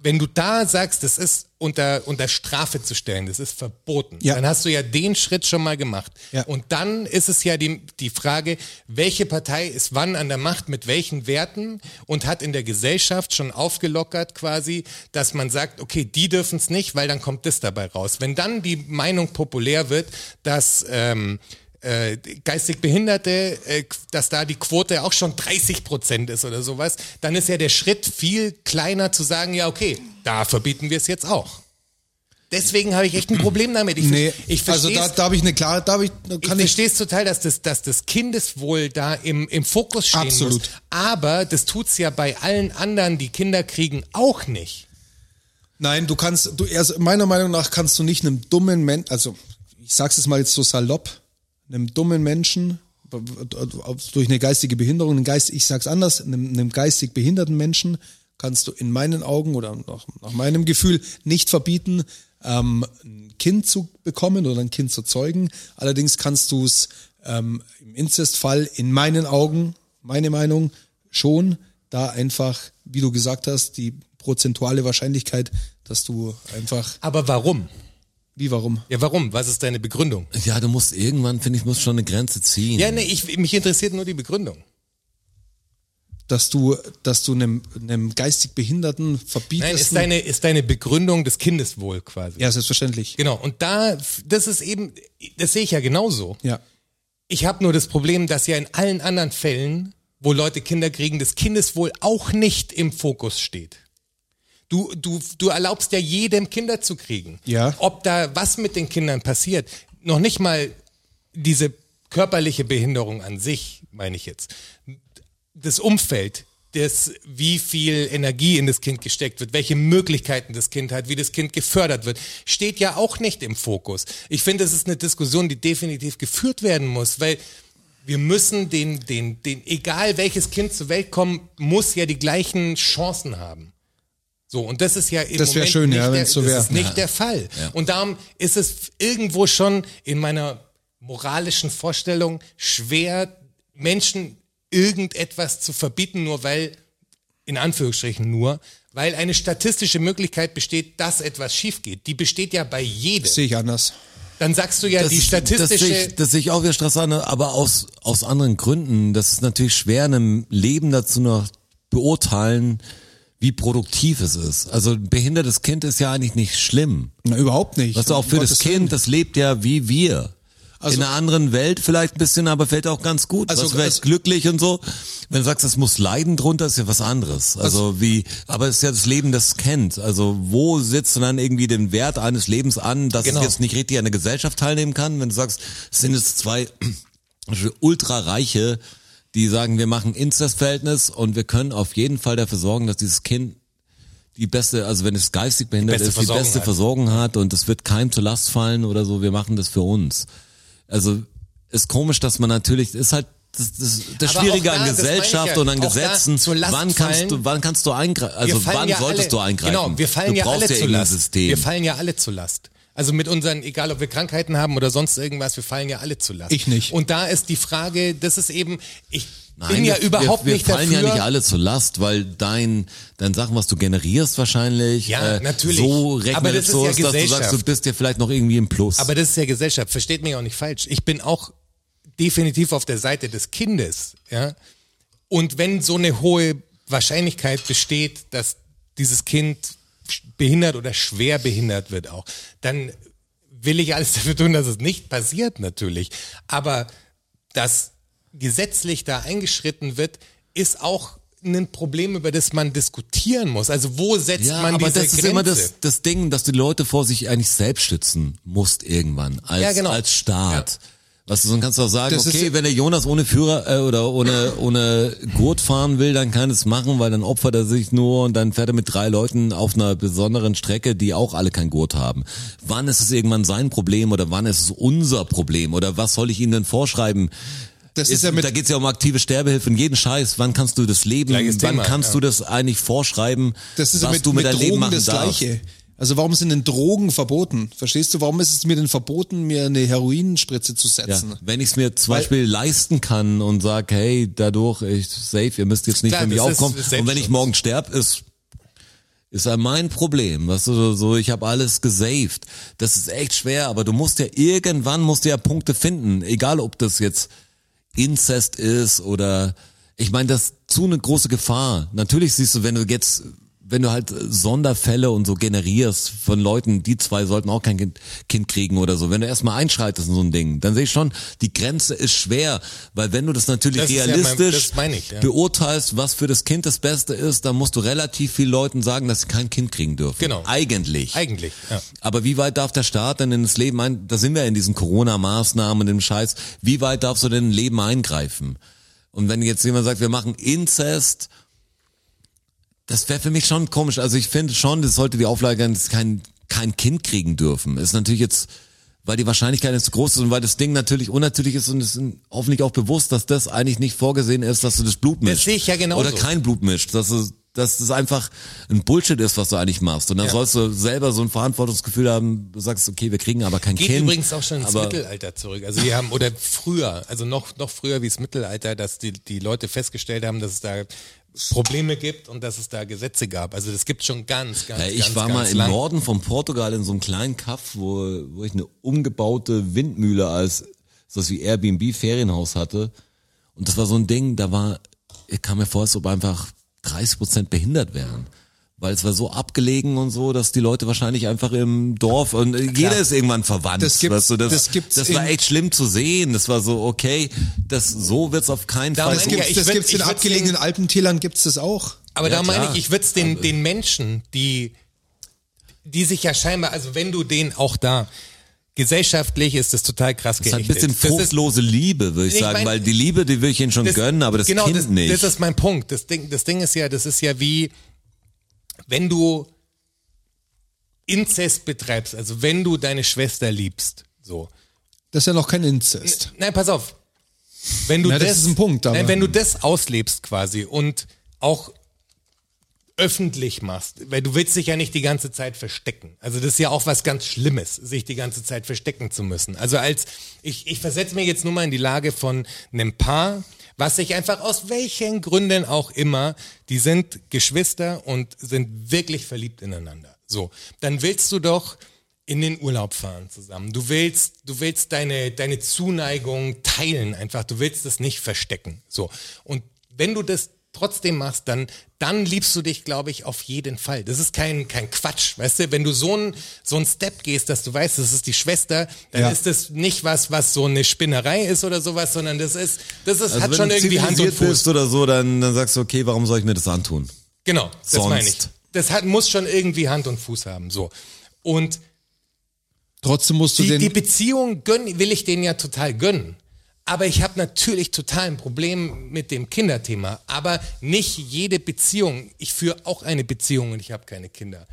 B: wenn du da sagst, das ist unter, unter Strafe zu stellen, das ist verboten,
C: Ja.
B: dann hast du ja den Schritt schon mal gemacht.
C: Ja.
B: Und dann ist es ja die, die Frage, welche Partei ist wann an der Macht mit welchen Werten und hat in der Gesellschaft schon aufgelockert quasi, dass man sagt, okay, die dürfen es nicht, weil dann kommt das dabei raus. Wenn dann die Meinung populär wird, dass... Ähm, äh, geistig Behinderte, äh, dass da die Quote auch schon 30 Prozent ist oder sowas, dann ist ja der Schritt viel kleiner zu sagen, ja okay, da verbieten wir es jetzt auch. Deswegen habe ich echt ein Problem damit. Ich,
C: Nee,
B: ich
C: also
B: verstehe
C: da, da habe ich eine klare, da habe ich,
B: ich
C: kann ich,
B: verstehe es total, dass das, dass das Kindeswohl da im, im Fokus stehen
C: Absolut.
B: muss. Aber das tut's ja bei allen anderen, die Kinder kriegen, auch nicht.
C: nein, du kannst, du, also meiner Meinung nach kannst du nicht einem dummen Menschen, also ich sag's jetzt mal jetzt so salopp, einem dummen Menschen b- b- durch eine geistige Behinderung, einen Geist, ich sag's anders, einem, einem geistig behinderten Menschen kannst du in meinen Augen oder nach, nach meinem Gefühl nicht verbieten, ähm, ein Kind zu bekommen oder ein Kind zu zeugen. Allerdings kannst du es ähm, im Inzestfall in meinen Augen, meine Meinung, schon da einfach, wie du gesagt hast, die prozentuale Wahrscheinlichkeit, dass du einfach,
B: Aber warum?
C: wie warum?
B: Ja, warum? Was ist deine Begründung?
D: Ja, du musst irgendwann, finde ich, musst schon eine Grenze ziehen.
B: Ja, nee, ich, mich interessiert nur die Begründung.
C: dass du, dass du einem, einem geistig Behinderten verbietest.
B: Nein, ist deine, ist deine Begründung des Kindeswohl quasi.
C: ja, selbstverständlich.
B: Genau, und da, das ist eben, das sehe ich ja genauso.
C: Ja.
B: Ich habe nur das Problem, dass ja in allen anderen Fällen, wo Leute Kinder kriegen, das Kindeswohl auch nicht im Fokus steht. Du, du, du erlaubst ja jedem Kinder zu kriegen.
C: Ja.
B: Ob da was mit den Kindern passiert, noch nicht mal diese körperliche Behinderung an sich, meine ich jetzt. Das Umfeld, das, wie viel Energie in das Kind gesteckt wird, welche Möglichkeiten das Kind hat, wie das Kind gefördert wird, steht ja auch nicht im Fokus. Ich finde, das ist eine Diskussion, die definitiv geführt werden muss, weil wir müssen den, den, den, egal welches Kind zur Welt kommt, muss ja die gleichen Chancen haben. So, und das ist ja im
C: Das wär
B: Moment
C: schön,
B: nicht,
C: ja,
B: der,
C: wenn's so
B: das
C: wär.
B: ist nicht der Fall. Und darum ist es irgendwo schon in meiner moralischen Vorstellung schwer, Menschen irgendetwas zu verbieten, nur weil, in Anführungsstrichen nur, weil eine statistische Möglichkeit besteht, dass etwas schief geht. Die besteht ja bei jedem.
C: Sehe ich anders.
B: Dann sagst du ja, die
D: ist- Das sehe
B: statistische...
D: ich, das sehe ich auch wieder Stress an, aber aus, aus anderen Gründen. Das ist natürlich schwer, einem Leben dazu noch beurteilen, wie produktiv es ist. Also ein behindertes Kind ist ja eigentlich nicht schlimm.
C: Na, überhaupt nicht.
D: Weißt du, auch für
C: Um
D: das
C: Gottes
D: Kind,
C: Willen.
D: das lebt ja wie wir.
C: Also-
D: In einer anderen Welt vielleicht ein bisschen, aber fällt auch ganz gut.
C: Also-
D: Also, weißt, du, vielleicht
C: also-
D: glücklich und so. Wenn du sagst, es muss leiden drunter, ist ja was anderes. Also, wie, aber es ist ja das Leben, das es kennt. Also wo sitzt du dann irgendwie den Wert eines Lebens an, dass
B: Genau.
D: es jetzt nicht richtig an der Gesellschaft teilnehmen kann? Wenn du sagst, es sind jetzt zwei ultrareiche, die sagen, wir machen Inzestverhältnis und wir können auf jeden Fall dafür sorgen, dass dieses Kind die beste, also wenn es geistig behindert
B: beste
D: ist, die
B: Versorgung
D: beste
B: hat.
D: Versorgung hat und es wird keinem zur Last fallen oder so, wir machen das für uns. Also ist komisch, dass man natürlich, ist halt das, das, das
B: Aber auch
D: Schwierige
B: da,
D: an
B: das meine ich
D: Gesellschaft
B: ja,
D: und an
B: auch da
D: Gesetzen,
B: zur Last
D: wann kannst
B: fallen.
D: du, wann kannst du eingreifen,
B: Wir
D: also
B: fallen
D: wann
B: ja
D: solltest
B: alle,
D: du eingreifen?
B: Genau, wir fallen
D: du
B: ja alle
D: brauchst
B: zu
D: irgendein
B: Last.
D: System.
B: Wir fallen ja alle zu Last. Also mit unseren, egal ob wir Krankheiten haben oder sonst irgendwas, wir fallen ja alle zu Last.
C: Ich nicht.
B: Und da ist die Frage, das ist eben, ich
D: Nein,
B: bin ja
D: wir-
B: überhaupt
D: wir, wir
B: nicht
D: fallen
B: dafür.
D: ja nicht alle zur Last, weil dein, dein Sachen, was du generierst wahrscheinlich,
B: Ja,
D: äh,
B: natürlich.
D: so
B: Aber das
D: rechnet
B: ist
D: es so,
B: ja
D: ist, dass du sagst, du
B: Gesellschaft.
D: bist ja vielleicht noch irgendwie im Plus.
B: Aber das ist ja Gesellschaft, versteht mich auch nicht falsch. Ich bin auch definitiv auf der Seite des Kindes, ja. Und wenn so eine hohe Wahrscheinlichkeit besteht, dass dieses Kind sch- behindert oder schwer behindert wird auch, dann will ich alles dafür tun, dass es nicht passiert natürlich. Aber dass gesetzlich da eingeschritten wird, ist auch ein Problem, über das man diskutieren muss. Also wo setzt
D: Ja,
B: man
D: aber
B: diese
D: das
B: Grenze?
D: ist immer das, das Ding, dass du die Leute vor sich eigentlich selbst schützen musst irgendwann als,
B: Ja, genau.
D: als Staat. Weißt du, sonst kannst du auch sagen,
C: Das ist
D: okay,
C: ja-
D: wenn der Jonas ohne Führer äh, oder ohne ohne Gurt fahren will, dann kann es machen, weil dann opfert er sich nur und dann fährt er mit drei Leuten auf einer besonderen Strecke, die auch alle kein Gurt haben. Wann ist es irgendwann sein Problem oder wann ist es unser Problem oder was soll ich ihm denn vorschreiben?
C: Das ist ja mit-
D: da geht's ja um aktive Sterbehilfe und jeden Scheiß. Wann kannst du das Leben,
B: Gleiches
D: wann
B: Thema,
D: kannst
B: ja.
D: du das eigentlich vorschreiben,
C: Das ist ja
D: was
C: mit,
D: du mit,
C: mit
D: deinem
C: Drogen
D: Leben machen
C: das
D: darfst?
C: Gleiche. Also warum sind denn Drogen verboten? Verstehst du, warum ist es mir denn verboten, mir eine Heroinspritze zu
D: Ja,
C: setzen?
D: wenn ich es mir zum Beispiel leisten kann und sage, hey, dadurch, ich safe, ihr müsst jetzt nicht
B: Klar,
D: für mich
B: das ist
D: aufkommen. Und wenn
B: Selbstschutz.
D: ich morgen sterb, ist Ist ja mein Problem, weißt du, so, so ich habe alles gesaved. Das ist echt schwer, aber du musst ja irgendwann musst du ja Punkte finden, egal ob das jetzt Inzest ist oder ich meine, das ist zu eine große Gefahr. Natürlich siehst du, wenn du jetzt wenn du halt Sonderfälle und so generierst von Leuten, die zwei sollten auch kein Kind, kind kriegen oder so. Wenn du erstmal einschreitest in so ein Ding, dann sehe ich schon, die Grenze ist schwer, weil wenn du das natürlich
B: Das ist ja mein-
D: realistisch
B: das meine ich, ja.
D: beurteilst, was für das Kind das Beste ist, dann musst du relativ viel Leuten sagen, dass sie kein Kind kriegen dürfen.
B: Genau.
D: Eigentlich.
B: Eigentlich, ja.
D: Aber wie weit darf der Staat denn ins Leben ein, da sind wir in diesen Corona-Maßnahmen und dem Scheiß, wie weit darfst du denn in Leben eingreifen? Und wenn jetzt jemand sagt, wir machen Inzest, das wäre für mich schon komisch. Also ich finde schon, das sollte die Auflage sein, dass kein, kein Kind kriegen dürfen. Ist natürlich jetzt, weil die Wahrscheinlichkeit jetzt zu groß ist und weil das Ding natürlich unnatürlich ist und es ist hoffentlich auch bewusst, dass das eigentlich nicht vorgesehen ist, dass du das Blut mischst.
B: sehe ich ja genauso.
D: Oder kein Blut mischt. Dass es, dass das einfach ein Bullshit ist, was du eigentlich machst. Und dann
B: Ja.
D: sollst du selber so ein Verantwortungsgefühl haben, du sagst, okay, wir kriegen aber kein
B: Geht
D: Kind.
B: übrigens auch schon ins
D: aber
B: Mittelalter zurück. Also die haben, oder früher, also noch, noch früher wie das Mittelalter, dass die, die Leute festgestellt haben, dass es da Probleme gibt und dass es da Gesetze gab. Also das gibt schon ganz, ganz,
D: Ja,
B: ganz,
D: Äh, ich war
B: ganz
D: mal im
B: lang.
D: Norden von Portugal in so einem kleinen Kaff, wo, wo ich eine umgebaute Windmühle als so was wie Airbnb Ferienhaus hatte. Und das war so ein Ding, da war, ich kam mir vor, als ob einfach 30 Prozent behindert wären. Weil es war so abgelegen und so, dass die Leute wahrscheinlich einfach im Dorf und äh, jeder ist irgendwann verwandt.
C: Das gibt's-
D: weißt du, das,
C: das gibt's
D: das war
C: in-
D: echt schlimm zu sehen. Das war so, okay, das so wird's auf keinen Fall.
B: Das
C: Das
B: Ja,
C: gibt's,
B: ich
C: das
B: würd-
C: gibt's
B: ich
C: in
B: würd's
C: abgelegenen Alpentälern gibt's das auch.
B: Aber
D: Ja,
B: da meine
D: klar. Also
B: ich, ich würde es den, den Menschen, die, die sich ja scheinbar, also wenn du den auch da, gesellschaftlich ist das total krass
D: das ist halt ein
B: gehechtet.
D: bisschen
B: Das ist-
D: fruchtlose Liebe, würde ich,
B: Ich
D: sagen,
B: mein-
D: weil die Liebe, die würde ich ihnen schon gönnen, aber das
B: genau,
D: Kind
B: das,
D: nicht.
B: Das ist mein Punkt. Das Ding, das Ding ist ja, das ist ja wie, wenn du Inzest betreibst, also wenn du deine Schwester liebst, so.
C: Das ist ja noch kein Inzest.
B: Nein, pass auf. Wenn du
C: Na,
B: das,
C: das ist ein Punkt, aber-
B: nein, wenn du das auslebst quasi und auch öffentlich machst, weil du willst dich ja nicht die ganze Zeit verstecken. Also das ist ja auch was ganz Schlimmes, sich die ganze Zeit verstecken zu müssen. Also als ich, ich versetze mir jetzt nur mal in die Lage von einem Paar, was sich einfach aus welchen Gründen auch immer, die sind Geschwister und sind wirklich verliebt ineinander. So, dann willst du doch in den Urlaub fahren zusammen. Du willst, du willst deine, deine Zuneigung teilen einfach. Du willst es nicht verstecken. So. Und wenn du das trotzdem machst, dann, dann liebst du dich, glaube ich, auf jeden Fall. Das ist kein, kein Quatsch. Weißt du, wenn du so einen so einen Step gehst, dass du weißt, das ist die Schwester, dann
C: Ja.
B: ist das nicht was, was so eine Spinnerei ist oder sowas, sondern das ist, das ist,
D: Also
B: hat
D: wenn
B: schon
D: du
B: irgendwie Hand und
D: zivilisiert
B: Fuß.
D: bist oder so, dann, dann sagst du, okay, warum soll ich mir das antun?
B: Genau, das
D: Sonst.
B: meine ich. Das hat, muss schon irgendwie Hand und Fuß haben, so. Und
C: Trotzdem musst du
B: die,
C: den.
B: die Beziehung gönn, will ich denen ja total gönnen. Aber ich habe natürlich total ein Problem mit dem Kinderthema. Aber nicht jede Beziehung. Ich führe auch eine Beziehung und ich habe keine Kinder.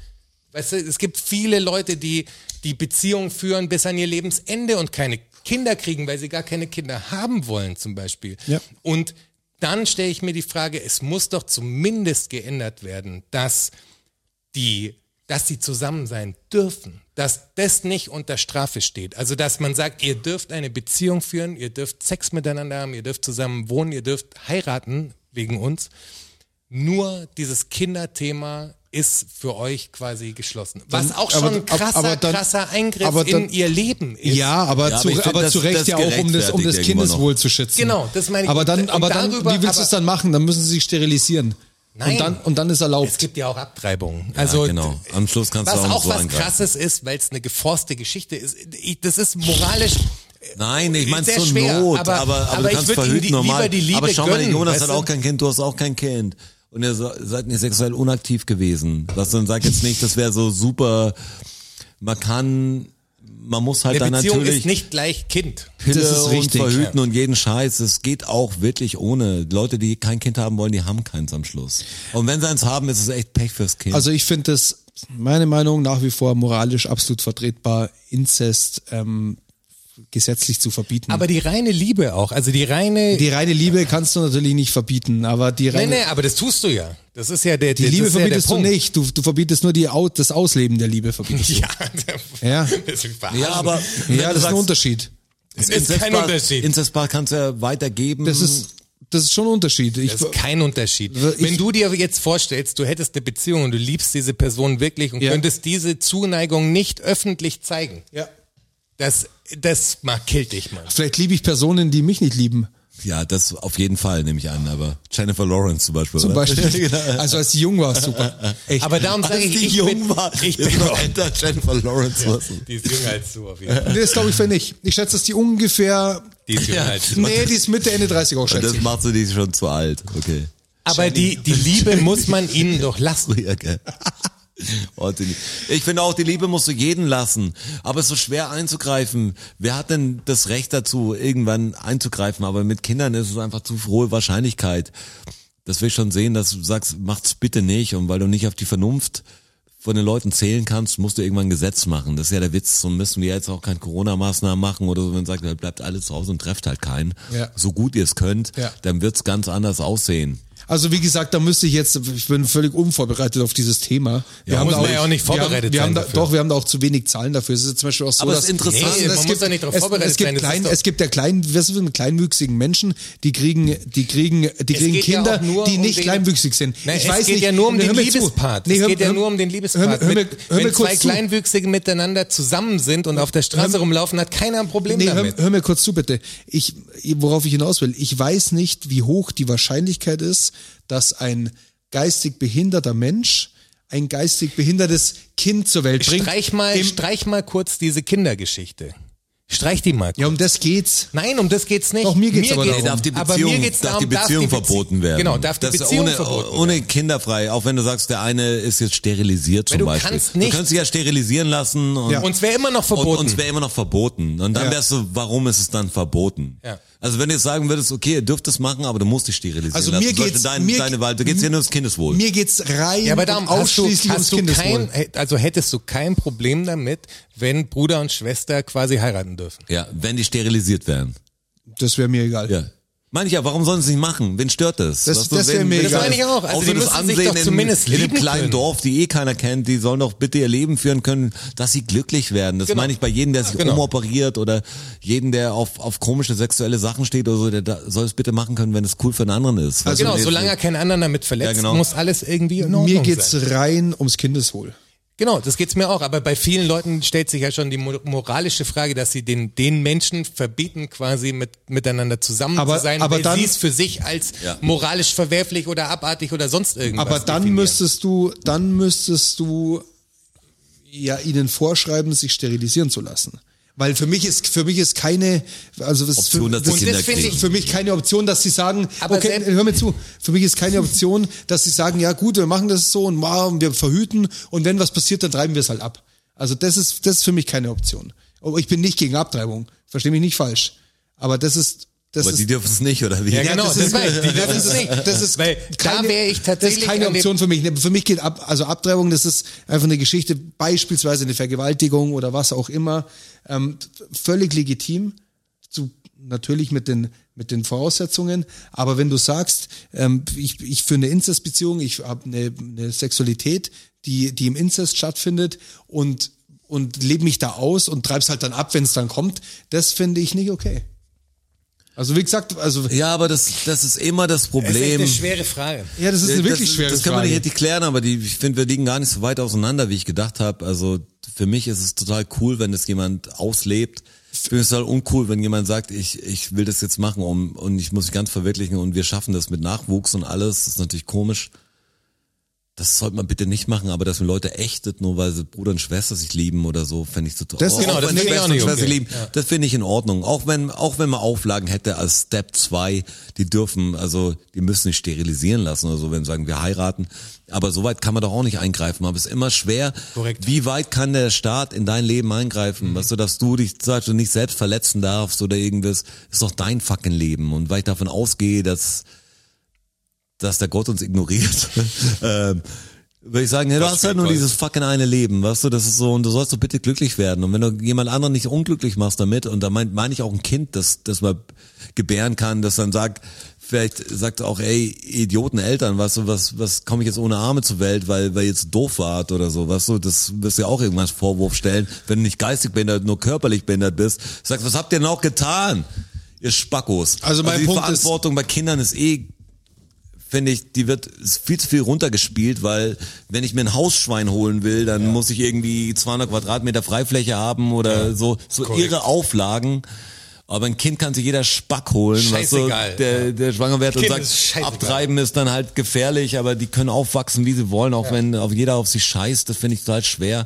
B: Weißt du, es gibt viele Leute, die die Beziehung führen bis an ihr Lebensende und keine Kinder kriegen, weil sie gar keine Kinder haben wollen, zum Beispiel.
C: Ja.
B: Und dann stelle ich mir die Frage, es muss doch zumindest geändert werden, dass die, dass sie zusammen sein dürfen, dass das nicht unter Strafe steht. Also, dass man sagt, ihr dürft eine Beziehung führen, ihr dürft Sex miteinander haben, ihr dürft zusammen wohnen, ihr dürft heiraten wegen uns. Nur dieses Kinderthema ist für euch quasi geschlossen. Was
C: Dann-
B: auch schon
C: aber-
B: ein krasser,
C: aber dann-
B: krasser Eingriff
C: aber dann-
B: in ihr Leben ist.
C: ja, aber,
D: Ja, aber
C: zu,
D: ich find,
C: aber
D: das-
C: zu Recht
D: das
C: ja auch, um das, um das
D: gerechtfertigt
C: Kindeswohl zu schützen.
B: Genau, das meine ich.
C: Aber dann,
B: Und
C: aber dann
B: darüber-
C: wie willst du
B: aber-
C: es dann machen? Dann müssen sie sich sterilisieren.
B: Nein.
C: Und dann, und dann ist erlaubt.
B: Es gibt ja auch Abtreibungen. also
D: Also, ja, genau. Am Schluss kannst
B: Was
D: du auch, noch
B: auch
D: so
B: was
D: angreifen.
B: krasses ist, weil es eine geforste Geschichte ist. Ich- Das ist moralisch
D: Nein, ich meine
B: Sehr
D: zur
B: schwer,
D: Not, aber,
B: aber-
D: aber,
B: aber
D: du
B: ich
D: kannst
B: würd ihm
D: verhüten
B: die-
D: normal.
B: lieber die Liebe
D: aber schau mal, der
B: gönnen,
D: Jonas
B: weißt
D: hat
B: du?
D: auch kein Kind, du hast auch kein Kind. Und ihr so- seid nicht sexuell unaktiv gewesen. Was dann sag jetzt nicht, das wäre so super, man kann, man muss halt
B: Eine
D: dann
B: Beziehung
D: natürlich
B: ist nicht gleich Kind.
D: Pille
C: Das ist
D: und
C: richtig,
D: verhüten und jeden Scheiß. Es geht auch wirklich ohne. Leute, die kein Kind haben wollen, die haben keins am Schluss. Und wenn sie eins haben, ist es echt Pech fürs Kind.
C: Also ich finde das, meine Meinung nach wie vor moralisch absolut vertretbar, Inzest ähm, gesetzlich zu verbieten.
B: Aber die reine Liebe auch, also die reine
C: Hm. die reine Liebe kannst du natürlich nicht verbieten, aber die
B: Nee,
C: reine
B: nee, aber das tust du ja. Das ist ja der
C: die
B: das
C: Liebe
B: ist ja
C: verbietest
B: der
C: du
B: Punkt.
C: nicht. Du, du verbietest nur die Au das Ausleben der Liebe verbietest.
B: Ja,
C: Ja.
B: das ist
D: ja, aber
C: du.
D: wenn
C: ja,
D: du
C: das ist ein
D: sagst,
C: Unterschied.
B: ist kein
D: Inzestpaar-
B: Unterschied.
D: Inzestpaar kannst du ja weitergeben.
C: Das ist das ist schon ein Unterschied. Ich,
B: mhm. Das ist kein Unterschied.
C: Ich-
B: Wenn du dir jetzt vorstellst, du hättest eine Beziehung und du liebst diese Person wirklich und
C: Ja.
B: könntest diese Zuneigung nicht öffentlich zeigen,
C: ja.
B: das, das mag killt dich, Mann.
C: Vielleicht liebe ich Personen, die mich nicht lieben.
D: Ja, das auf jeden Fall nehme ich an, aber Jennifer Lawrence zum Beispiel.
C: Zum
D: oder?
C: Beispiel.
D: Genau.
C: Also als sie jung war, super. Echt.
B: Aber darum sage
D: Als
B: ich,
D: die
B: ich
D: jung
B: bin,
D: war,
B: ich
D: ist
B: bin
D: noch älter Jennifer Lawrence. was-
B: die ist jünger als du auf jeden Fall.
C: Nee, das glaube ich für nicht. Ich schätze, dass die ungefähr.
B: Die ist jünger
D: Ja.
B: als du.
C: Nee, die ist Mitte, Ende 30 auch, schätze
D: Das
C: ich.
D: macht sie dich schon zu alt. Okay.
B: Aber die, die Liebe muss man ihnen doch lassen.
D: Ja, gell. Heute nicht. Ich finde auch, die Liebe musst du jeden lassen. Aber es ist so schwer einzugreifen. Wer hat denn das Recht dazu, irgendwann einzugreifen? Aber mit Kindern ist es einfach zu hohe Wahrscheinlichkeit. Das will ich schon sehen, dass du sagst, macht's bitte nicht. Und weil du nicht auf die Vernunft von den Leuten zählen kannst, musst du irgendwann ein Gesetz machen. Das ist ja der Witz. So müssen wir jetzt auch keine Corona-Maßnahmen machen oder so. Wenn man sagt, bleibt alles draußen und trefft halt keinen.
C: Ja.
D: So gut ihr es könnt,
C: Ja.
D: dann wird's ganz anders aussehen.
C: Also wie gesagt, da müsste ich jetzt, ich bin völlig unvorbereitet auf dieses Thema. Wir
B: muss
C: da
B: man ja auch nicht vorbereitet
C: wir
B: sein
C: haben, wir haben da,
B: dafür.
C: Doch, wir haben da auch zu wenig Zahlen dafür. Es ist zum Beispiel auch so,
D: Aber es
C: dass,
D: ist interessant.
B: Nee, man
C: es
B: muss
C: gibt,
B: da nicht drauf
C: es,
B: vorbereitet
C: es gibt
B: sein, es ist
C: Klein,
B: doch-
C: es gibt ja klein, was für einen kleinwüchsigen Menschen, die kriegen, die kriegen, die
B: Es
C: kriegen
B: geht ja auch
C: Kinder,
B: nur
C: die
B: um
C: nicht
B: den-
C: kleinwüchsig sind.
B: Nein,
C: ich
B: es
C: weiß
B: geht
C: nicht,
B: ja nur um
C: Hör
B: den
C: mir zu.
B: Liebespart.
C: Nee,
B: es
C: hör-
B: geht ja
C: hör-
B: nur um den Liebespart.
C: Hör, mir- hör, mir-
B: Mit-
C: hör mir
B: Wenn zwei
C: kurz zu.
B: Kleinwüchsige miteinander zusammen sind und auf der Straße rumlaufen, hat keiner ein Problem
C: Nee, hör,
B: damit.
C: hör mir kurz zu, bitte. Ich, worauf ich hinaus will, ich weiß nicht, wie hoch die Wahrscheinlichkeit ist, dass ein geistig behinderter Mensch ein geistig behindertes Kind zur Welt bringt.
B: Streich mal,
C: Im-
B: streich mal kurz diese Kindergeschichte. Streich die mal kurz.
C: ja, um das geht's.
B: Nein, um das geht's nicht.
C: Doch, mir geht's aber darum.
D: darf die Beziehung,
B: mir geht's
D: darf die
B: darum, darf
D: Beziehung
B: Bezie-
D: verboten werden.
B: Genau, darf die
D: Das ist
B: Beziehung
D: ohne,
B: verboten werden.
D: Ohne kinderfrei, auch wenn du sagst, der eine ist jetzt sterilisiert zum
B: du
D: Beispiel.
B: kannst nicht-
D: Du kannst dich ja sterilisieren lassen und,
C: Ja.
B: Uns wäre immer noch
D: und
B: verboten.
D: uns wäre immer noch verboten. Und dann
C: Ja.
D: wärst du, warum ist es dann verboten?
B: Ja.
D: Also wenn du jetzt sagen würdest, okay, ihr dürft es machen, aber du musst dich sterilisieren
C: Also
D: lassen.
C: mir
D: Sollte
C: geht's-
D: dein,
C: mir-
D: deine Wahl, du geht's ja nur ums Kindeswohl.
C: Mir geht's rein
B: ja, aber darum
C: und
B: hast du,
C: ausschließlich
B: hast du
C: ums
B: kein,
C: Kindeswohl.
B: also hättest du kein Problem damit, wenn Bruder und Schwester quasi heiraten dürfen.
D: ja, wenn die sterilisiert werden.
C: Das wäre mir egal.
D: Ja. Meine ich ja, warum sollen sie es nicht machen? Wen stört das?
C: Das-
D: Weißt du,
C: das wär
D: wen-
C: mir
D: wen-
C: egal. Das meine
B: ich auch. Also
D: Außer
B: die
D: das
B: müssen sich
D: Ansehen
B: doch zumindest
D: in, in einem
B: lieben
D: kleinen
B: können.
D: Dorf, die eh keiner kennt, die sollen doch bitte ihr Leben führen können, dass sie glücklich werden. Das
B: Genau.
D: meine ich bei jedem, der sich
B: genau.
D: umoperiert oder jeden, der auf, auf komische sexuelle Sachen steht oder so, der da, soll es bitte machen können, wenn es cool für einen anderen ist.
C: Also
D: Also, Weißt du,
B: genau,
D: wenn jetzt-
B: solange er keinen anderen damit verletzt,
D: Ja, genau.
B: muss alles irgendwie in Ordnung
C: Mir geht's
B: sein.
C: rein ums Kindeswohl.
B: Genau, das geht's mir auch. Aber bei vielen Leuten stellt sich ja schon die mo- moralische Frage, dass sie den, den Menschen verbieten, quasi mit, miteinander zusammen
C: Aber-
B: zu sein,
C: aber
B: weil
C: dann-
B: sie es für sich als
D: Ja.
B: moralisch verwerflich oder abartig oder sonst irgendwas
C: Aber dann
B: definieren.
C: müsstest du, dann müsstest du ja ihnen vorschreiben, sich sterilisieren zu lassen. Weil für mich ist, für mich ist keine, also das ist
D: Option,
C: für,
D: dass sie
B: Und
D: Kinder
B: das finde
D: kriegen.
B: ich-
C: für mich keine Option, dass sie sagen,
B: Aber
C: okay,
B: selbst-
C: hör mir zu, für mich ist keine Option, dass sie sagen, ja gut, wir machen das so und wow, wir verhüten und wenn was passiert, dann treiben wir es halt ab. Also das ist, das ist für mich keine Option. Aber ich bin nicht gegen Abtreibung, verstehe mich nicht falsch. Aber das ist, das
D: Aber
C: ist
D: die dürfen es nicht, oder wie?
B: Ja, genau,
C: das
B: das
C: ist-
B: meine ich. Die dürfen es
C: das ist-
B: nicht.
C: das ist
B: Weil da
C: keine-
B: wäre ich
C: Das
B: tatsächlich
C: ist keine
B: an dem-
C: Option für mich. Ne, Für mich geht ab, also Abtreibung, das ist einfach eine Geschichte, beispielsweise eine Vergewaltigung oder was auch immer, ähm, völlig legitim. Zu, natürlich mit den, mit den Voraussetzungen. Aber wenn du sagst, ähm, ich, ich für eine Inzestbeziehung, ich habe eine, eine Sexualität, die, die im Inzest stattfindet und, und lebe mich da aus und treib's halt dann ab, wenn es dann kommt, das finde ich nicht okay. Also wie gesagt, also
D: Ja, aber das, das ist immer
B: Das ist echt
D: das Problem.
B: eine schwere Frage.
C: Ja, Äh, das ist eine wirklich
D: das,
C: schwere
D: Das kann man
C: Frage.
D: nicht richtig klären, aber die, ich finde, wir liegen gar nicht so weit auseinander, wie ich gedacht habe. Also für mich ist es total cool, wenn das jemand auslebt. Ich finde es total uncool, wenn jemand sagt, ich, ich will das jetzt machen um, und ich muss mich ganz verwirklichen und wir schaffen das mit Nachwuchs und alles. Das ist natürlich komisch. Das sollte man bitte nicht machen, aber dass man Leute ächtet, nur weil sie Bruder und Schwester sich lieben oder so, fände ich total.
C: Das-
D: auch
C: genau,
D: wenn
B: das finde ich
D: Schwester
B: auch
D: und
B: nicht
D: Schwester
B: okay.
D: lieben, das finde ich in Ordnung. Auch wenn, auch wenn man Auflagen hätte als Step 2, die dürfen, also die müssen nicht sterilisieren lassen oder so, wenn sie sagen, wir heiraten. Aber so weit kann man doch auch nicht eingreifen. Aber es ist immer schwer,
B: Korrekt.
D: wie weit kann der Staat in dein Leben eingreifen? Weißt du, dass du dich zum Beispiel nicht selbst verletzen darfst oder irgendwas, ist doch dein fucking Leben. Und weil ich davon ausgehe, dass, dass der Gott uns ignoriert, ähm, würde ich sagen, ja, du
B: Das
D: hast halt
B: geht
D: nur
B: voll.
D: dieses fucking eine Leben, weißt du, das ist so, und du sollst doch bitte glücklich werden. Und wenn du jemand anderen nicht unglücklich machst damit, und da meine mein ich auch ein Kind, das, das man gebären kann, das dann sagt, vielleicht sagt auch, ey, Idioten Eltern, weißt du, was, was komme ich jetzt ohne Arme zur Welt, weil, weil ihr jetzt doof wart oder so, weißt du, das wirst du ja auch irgendwann als Vorwurf stellen, wenn du nicht geistig behindert, nur körperlich behindert bist, sagst, was habt ihr denn auch getan? ihr Spackos.
C: Also mein
D: die
C: Punkt ist-
D: Verantwortung bei Kindern ist eh, finde ich, die wird ist viel zu viel runtergespielt, weil wenn ich mir ein Hausschwein holen will, dann muss ich irgendwie 200 Quadratmeter Freifläche haben oder so, so
B: korrekt.
D: ihre Auflagen. Aber ein Kind kann sich jeder Spack holen,
B: Scheißegal,
D: was so der,
B: ja.
D: der schwanger wird und
B: Kind
D: sagt,
B: ist scheißegal.
D: abtreiben ist dann halt gefährlich, aber die können aufwachsen, wie sie wollen, auch wenn auf jeder auf sie scheißt, das finde ich total schwer.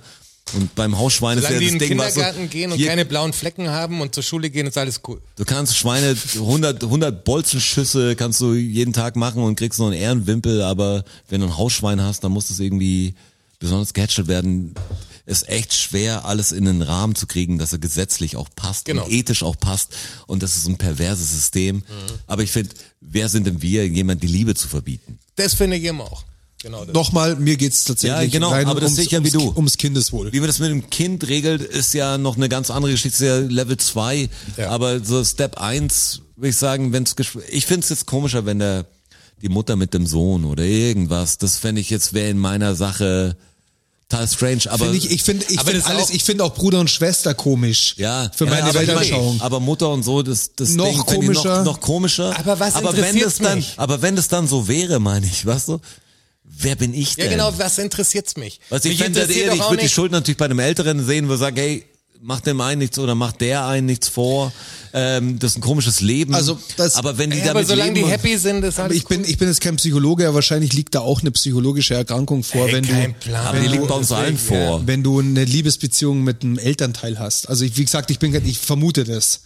D: Und beim Hausschwein ist ja
B: Solange
D: das
B: die in den
D: Ding, was so,
B: Kindergarten gehen und
D: hier
B: keine blauen Flecken haben und zur Schule gehen, ist alles cool.
D: Du kannst Schweine 100, 100 Bolzenschüsse kannst du jeden Tag machen und kriegst noch einen Ehrenwimpel, aber wenn du ein Hausschwein hast, dann muss das irgendwie besonders gehätschelt werden. Ist echt schwer, alles in den Rahmen zu kriegen, dass er gesetzlich auch passt
B: Genau.
D: und ethisch auch passt. Und das ist ein perverses System. Aber ich finde, wer sind denn wir, jemand die Liebe zu verbieten?
B: Das finde ich immer auch. Genau das.
C: Nochmal, mir geht's tatsächlich
D: Ja, genau,
C: rein
D: aber das
C: ums,
D: sehe ich ja wie
C: ums,
D: du.
C: ums Kindeswohl.
D: Wie man das mit dem Kind regelt, ist ja noch eine ganz andere Geschichte, ist ja Level 2.
B: Ja.
D: Aber so Step 1, würde ich sagen, wenn's gesch- ich finde es jetzt komischer, wenn der die Mutter mit dem Sohn oder irgendwas, das fände ich jetzt wäre in meiner Sache total strange, aber
C: Find ich ich finde ich
B: Aber
C: find
B: das
C: alles,
B: auch-
C: ich finde auch Bruder und Schwester komisch.
D: ja,
C: Für
D: ja,
C: meine
D: aber ich mein,
C: Weltanschauung.
D: aber Mutter und so, das, das
C: Noch
D: Ding find ich
C: komischer.
D: noch, noch komischer.
B: Aber was
D: aber wenn
B: interessiert's
D: das dann,
B: mich?
D: aber wenn das dann so wäre, meine ich, weißt du? Wer bin ich denn?
B: Ja genau, was interessiert's mich?
D: Was ich
B: mich
D: fände,
B: interessiert
D: ehrlich,
B: doch
D: ich
B: auch
D: würde die
B: nicht-
D: Schuld natürlich bei einem Älteren sehen, wo ich sage, hey, macht dem einen nichts oder macht der einen nichts vor. Ähm, das ist ein komisches Leben.
C: Also, das-
D: aber wenn die
B: Ja, aber
D: damit
B: solange
D: leben
B: die
D: und-
B: happy sind, ist
C: Aber
B: alles
C: ich bin, ich bin jetzt kein Psychologe, aber wahrscheinlich liegt da auch eine psychologische Erkrankung vor,
B: Ey,
C: wenn
B: kein
C: du,
B: Plan.
D: aber die liegt bei uns allen
B: Deswegen,
D: vor.
C: wenn du eine Liebesbeziehung mit einem Elternteil hast. Also ich, wie gesagt, ich bin, kein- ich vermute das.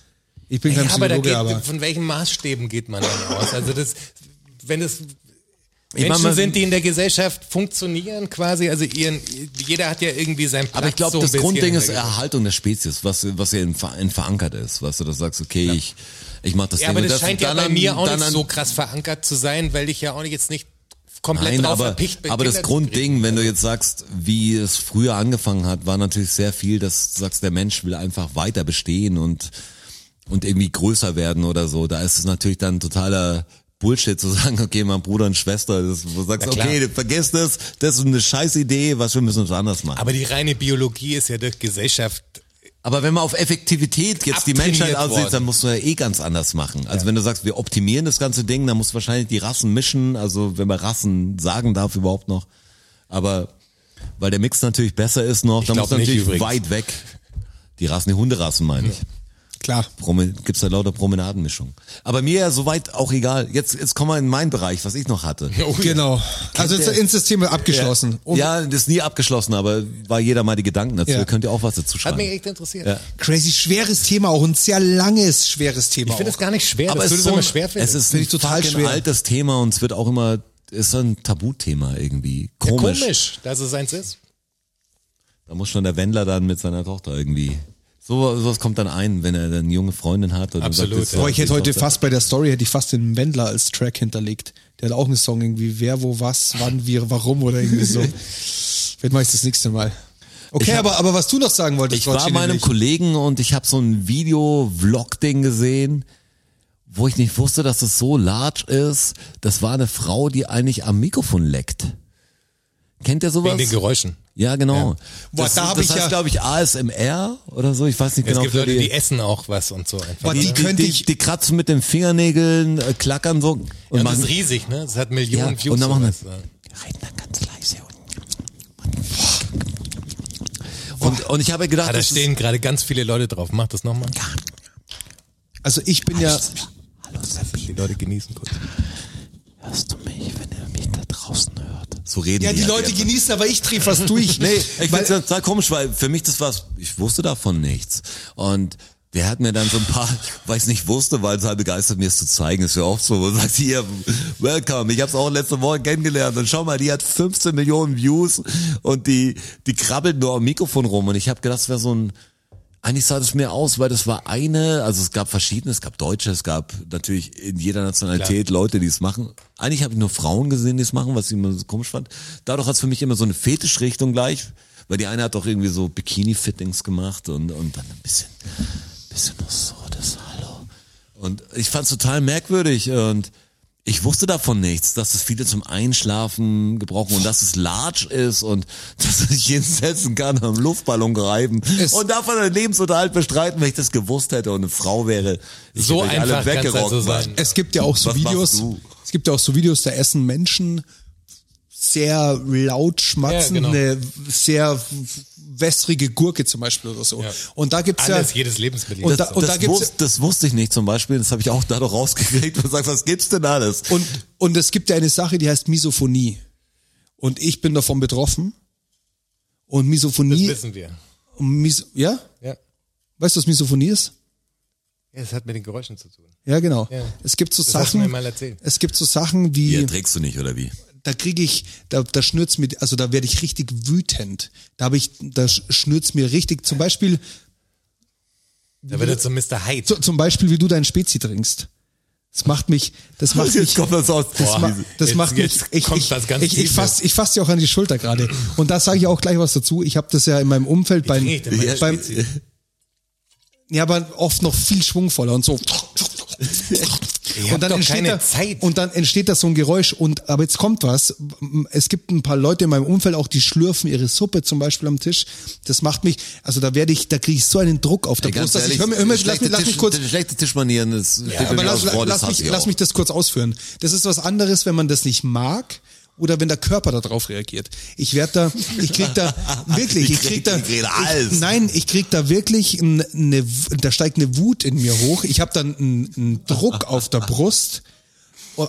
C: Ich bin kein
B: Ja, aber, da
C: Psychologe,
B: geht,
C: aber,
B: von welchen Maßstäben geht man dann aus? Also das, wenn es
D: mach
B: Menschen
D: mal-
B: sind, die in der Gesellschaft funktionieren quasi, also ihren, jeder hat ja irgendwie seinen Platz.
D: Aber ich glaube,
B: so ein
D: das
B: bisschen
D: Grundding
B: in
D: ist
B: der
D: Erhaltung der Spezies, was, was ja in, ver- in verankert ist. Weißt du, dass du sagst, okay, ich, ich mach das
B: Ja,
D: Ding.
B: aber
D: Und
B: das, scheint ja
D: dann
B: bei
D: an-
B: mir auch
D: dann
B: nicht
D: an-
B: so krass verankert zu sein, weil ich ja auch jetzt nicht komplett
D: Nein,
B: drauf
D: aber,
B: verpicht bin.
D: aber das
B: Kinder zu
D: Grundding, wenn du jetzt sagst, wie es früher angefangen hat, war natürlich sehr viel, dass du sagst, der Mensch will einfach weiter bestehen und, und irgendwie größer werden oder so. Da ist es natürlich dann totaler Bullshit zu sagen, okay, mein Bruder und Schwester, das, wo du sagst,
B: Na klar.
D: okay, vergiss das, das ist eine scheiß Idee, was wir müssen uns anders machen.
B: Aber die reine Biologie ist ja durch Gesellschaft.
D: Aber wenn man auf Effektivität jetzt die
B: Abtrainiert
D: Menschheit aussieht,
B: worden.
D: dann musst du ja eh ganz anders machen. Also wenn du sagst, wir optimieren das ganze Ding, dann musst du wahrscheinlich die Rassen mischen, also wenn man Rassen sagen darf überhaupt noch. Aber weil der Mix natürlich besser ist noch, dann
B: glaub
D: musst du
B: nicht
D: natürlich
B: übrigens.
D: weit weg. Die Rassen, die Hunderassen meine ich.
C: klar.
D: Promi gibt's da lauter Promenadenmischung. Aber mir ja soweit auch egal. Jetzt, jetzt kommen wir in meinen Bereich, was ich noch hatte.
B: Oh
C: Genau. Also jetzt
D: der-
C: ins System abgeschlossen. Und
D: ja, das ist nie abgeschlossen, aber war jeder mal die Gedanken dazu.
C: Ja.
D: Könnt ihr auch was dazu
B: Hat mich
D: schreiben.
B: echt interessiert.
D: Ja.
C: Crazy, schweres Thema auch, ein sehr langes, schweres Thema
B: Ich finde es
C: auch.
B: gar nicht schwer,
D: aber
B: dass
D: es
B: du
D: ist
B: das
D: so
B: immer
D: ein,
B: schwer findest.
D: es ist
C: Finde
D: ein
C: ich total
D: total
C: schwer.
D: altes Thema und es wird auch immer ist so ein Tabuthema irgendwie.
B: Ja,
D: Komisch.
B: komisch, dass es eins ist.
D: Da muss schon der Wendler dann mit seiner Tochter irgendwie. So was kommt dann ein, wenn er dann eine junge Freundin hat oder
B: Absolut,
D: sagt, das
B: ja.
D: war-
C: Boah, ich hätte heute
D: das-
C: fast bei der Story, hätte ich fast den Wendler als Track hinterlegt. Der hat auch einen Song irgendwie, wer, wo, was, wann, wie, warum oder irgendwie so. Vielleicht mache ich das nächste Mal. Okay,
D: hab-
C: aber, aber was du noch sagen wolltest,
D: Ich war
C: Rotschi,
D: meinem
C: nämlich-
D: Kollegen und ich habe so ein Video-Vlog-Ding gesehen, wo ich nicht wusste, dass es so large ist. Das war eine Frau, die eigentlich am Mikrofon leckt. Kennt ihr sowas?
B: Wegen den Geräuschen.
D: Ja, genau.
C: Boah,
D: das
C: da hab
D: das
C: ich
D: heißt,
C: ja-
D: glaube ich, ASMR oder so. Ich weiß nicht
B: Es
D: genau.
B: gibt
D: für
B: Leute, die essen auch was und so einfach.
C: Boah, die
D: Die, die,
C: könnte
D: die,
C: ich-
D: die kratzen mit den Fingernägeln, äh, klackern so und
B: Ja, und das
D: machen
B: ist riesig, ne? Das hat
D: ja,
B: Millionen Views.
D: und dann machen
B: sowas,
D: das.
B: ja.
D: Reden dann ganz leise und und, und ich habe gedacht,
B: Ah, da
D: das ist-
B: stehen gerade ganz viele Leute drauf. Mach das nochmal.
C: Also ich bin ja,
D: Hallo Seppi,
B: Die Leute genießen kurz.
D: hörst du mich, wenn ihr mich da draußen hört? So reden
C: ja, die
D: halt
C: Leute
D: jetzt.
C: genießen, aber ich drehe fast durch.
D: Nee, ich
C: weil,
D: find's total komisch, weil für mich das war's, ich wusste davon nichts. Und der hat mir dann so ein paar, weil ich's nicht wusste, weil es halt begeistert, mir es zu zeigen, ist ja oft so, wo man sagt, hier, welcome, ich hab's auch letzte Woche kennengelernt und schau mal, die hat 15 Millionen Views und die, die krabbelt nur am Mikrofon rum und ich habe gedacht, das wäre so ein, eigentlich sah das mehr aus, weil das war eine, also es gab verschiedene, es gab Deutsche, es gab natürlich in jeder Nationalität Leute, die es machen. Eigentlich habe ich nur Frauen gesehen, die es machen, was ich immer so komisch fand. Dadurch hat es für mich immer so eine Fetischrichtung gleich, weil die eine hat doch irgendwie so Bikini-Fittings gemacht und, und dann ein bisschen, bisschen noch so, das Hallo. Und ich fand es total merkwürdig und Ich wusste davon nichts, dass es viele zum Einschlafen gebrauchen und dass es large ist und dass du dich hinsetzen kann am Luftballon reiben
C: Es-
D: und davon deinen Lebensunterhalt bestreiten, wenn ich das gewusst hätte und eine Frau wäre. Ich
B: So
D: hätte euch
B: einfach kann's
C: halt
B: also sein.
C: Es gibt ja auch so
D: Was machst
C: Videos.
D: du?
C: Es gibt ja auch so Videos, da essen Menschen sehr laut schmatzende,
D: genau.
C: sehr wässrige Gurke zum Beispiel oder so.
B: Ja.
C: Und da gibt's
B: Alles,
C: ja
B: jedes Lebensmittel.
C: Und
D: Das,
C: da- und
D: das,
C: gibt's-
D: wusste, das wusste ich nicht zum Beispiel, das habe ich auch dadurch rausgekriegt und sagst, was gibt's denn alles?
C: und, und es gibt ja eine Sache, die heißt Misophonie. Und ich bin davon betroffen. Und
B: das
C: Misophonie,
B: wissen wir.
C: Mis ja?
B: Ja.
C: Weißt du, was Misophonie ist?
B: Ja, Das hat mit den Geräuschen zu tun.
C: Ja, genau.
B: Ja.
C: Es gibt so
B: Das hast du
C: Sachen.
B: mir mal erzählt.
C: Es gibt so Sachen wie.
D: Hier trägst du nicht, oder wie?
C: da kriege ich, da, da schnürt's mir, also da werde ich richtig wütend. Da habe ich, da sch- schnürt's mir richtig, zum Beispiel,
B: Da wird er zu Mr. Hyde.
C: zu, zum Beispiel, wie du deinen Spezi trinkst. Das macht mich, das
B: Oh
C: macht mich,
D: Jetzt kommt das aus.
C: das, ma, das
B: jetzt-
C: macht
B: jetzt
C: mich, ich,
B: kommt
C: ich,
B: was ganz
C: ich, ich
B: Tiefes.
C: fass, ich fass dir auch an die Schulter gerade. Und da sage ich auch gleich was dazu. Ich habe das ja in meinem Umfeld beim,
B: trinke ich denn meine
C: beim,
B: Spezi?
C: ja, aber oft noch viel schwungvoller und so.
B: Ihr habt doch keine
C: da,
B: Zeit.
C: und dann entsteht da so ein Geräusch und aber jetzt kommt was. Es gibt ein paar Leute in meinem Umfeld auch, die schlürfen ihre Suppe zum Beispiel am Tisch. Das macht mich, also da werde ich, da kriege ich so einen Druck auf der
D: Ganz
C: Brust, dass
D: ehrlich, äh,
C: ich hör mir, hör mir, lass
D: schlechte
C: mich, lass mich
D: Tisch-
C: kurz,
D: Schlechte Tischmanieren, das steht bei
C: aber
D: mir
C: lass,
D: aufs Wort, Also, das
C: lass,
D: hab
C: mich,
D: ich
C: lass
D: auch.
C: mich das kurz ausführen. Das ist was anderes, wenn man das nicht mag oder wenn der Körper darauf reagiert. Ich werde da, ich krieg da wirklich, ich krieg da,
D: Ich krieg alles.
C: ich, nein, ich krieg da wirklich ein- eine, W- da steigt eine Wut in mir hoch. Ich habe dann einen, einen Druck auf der Brust.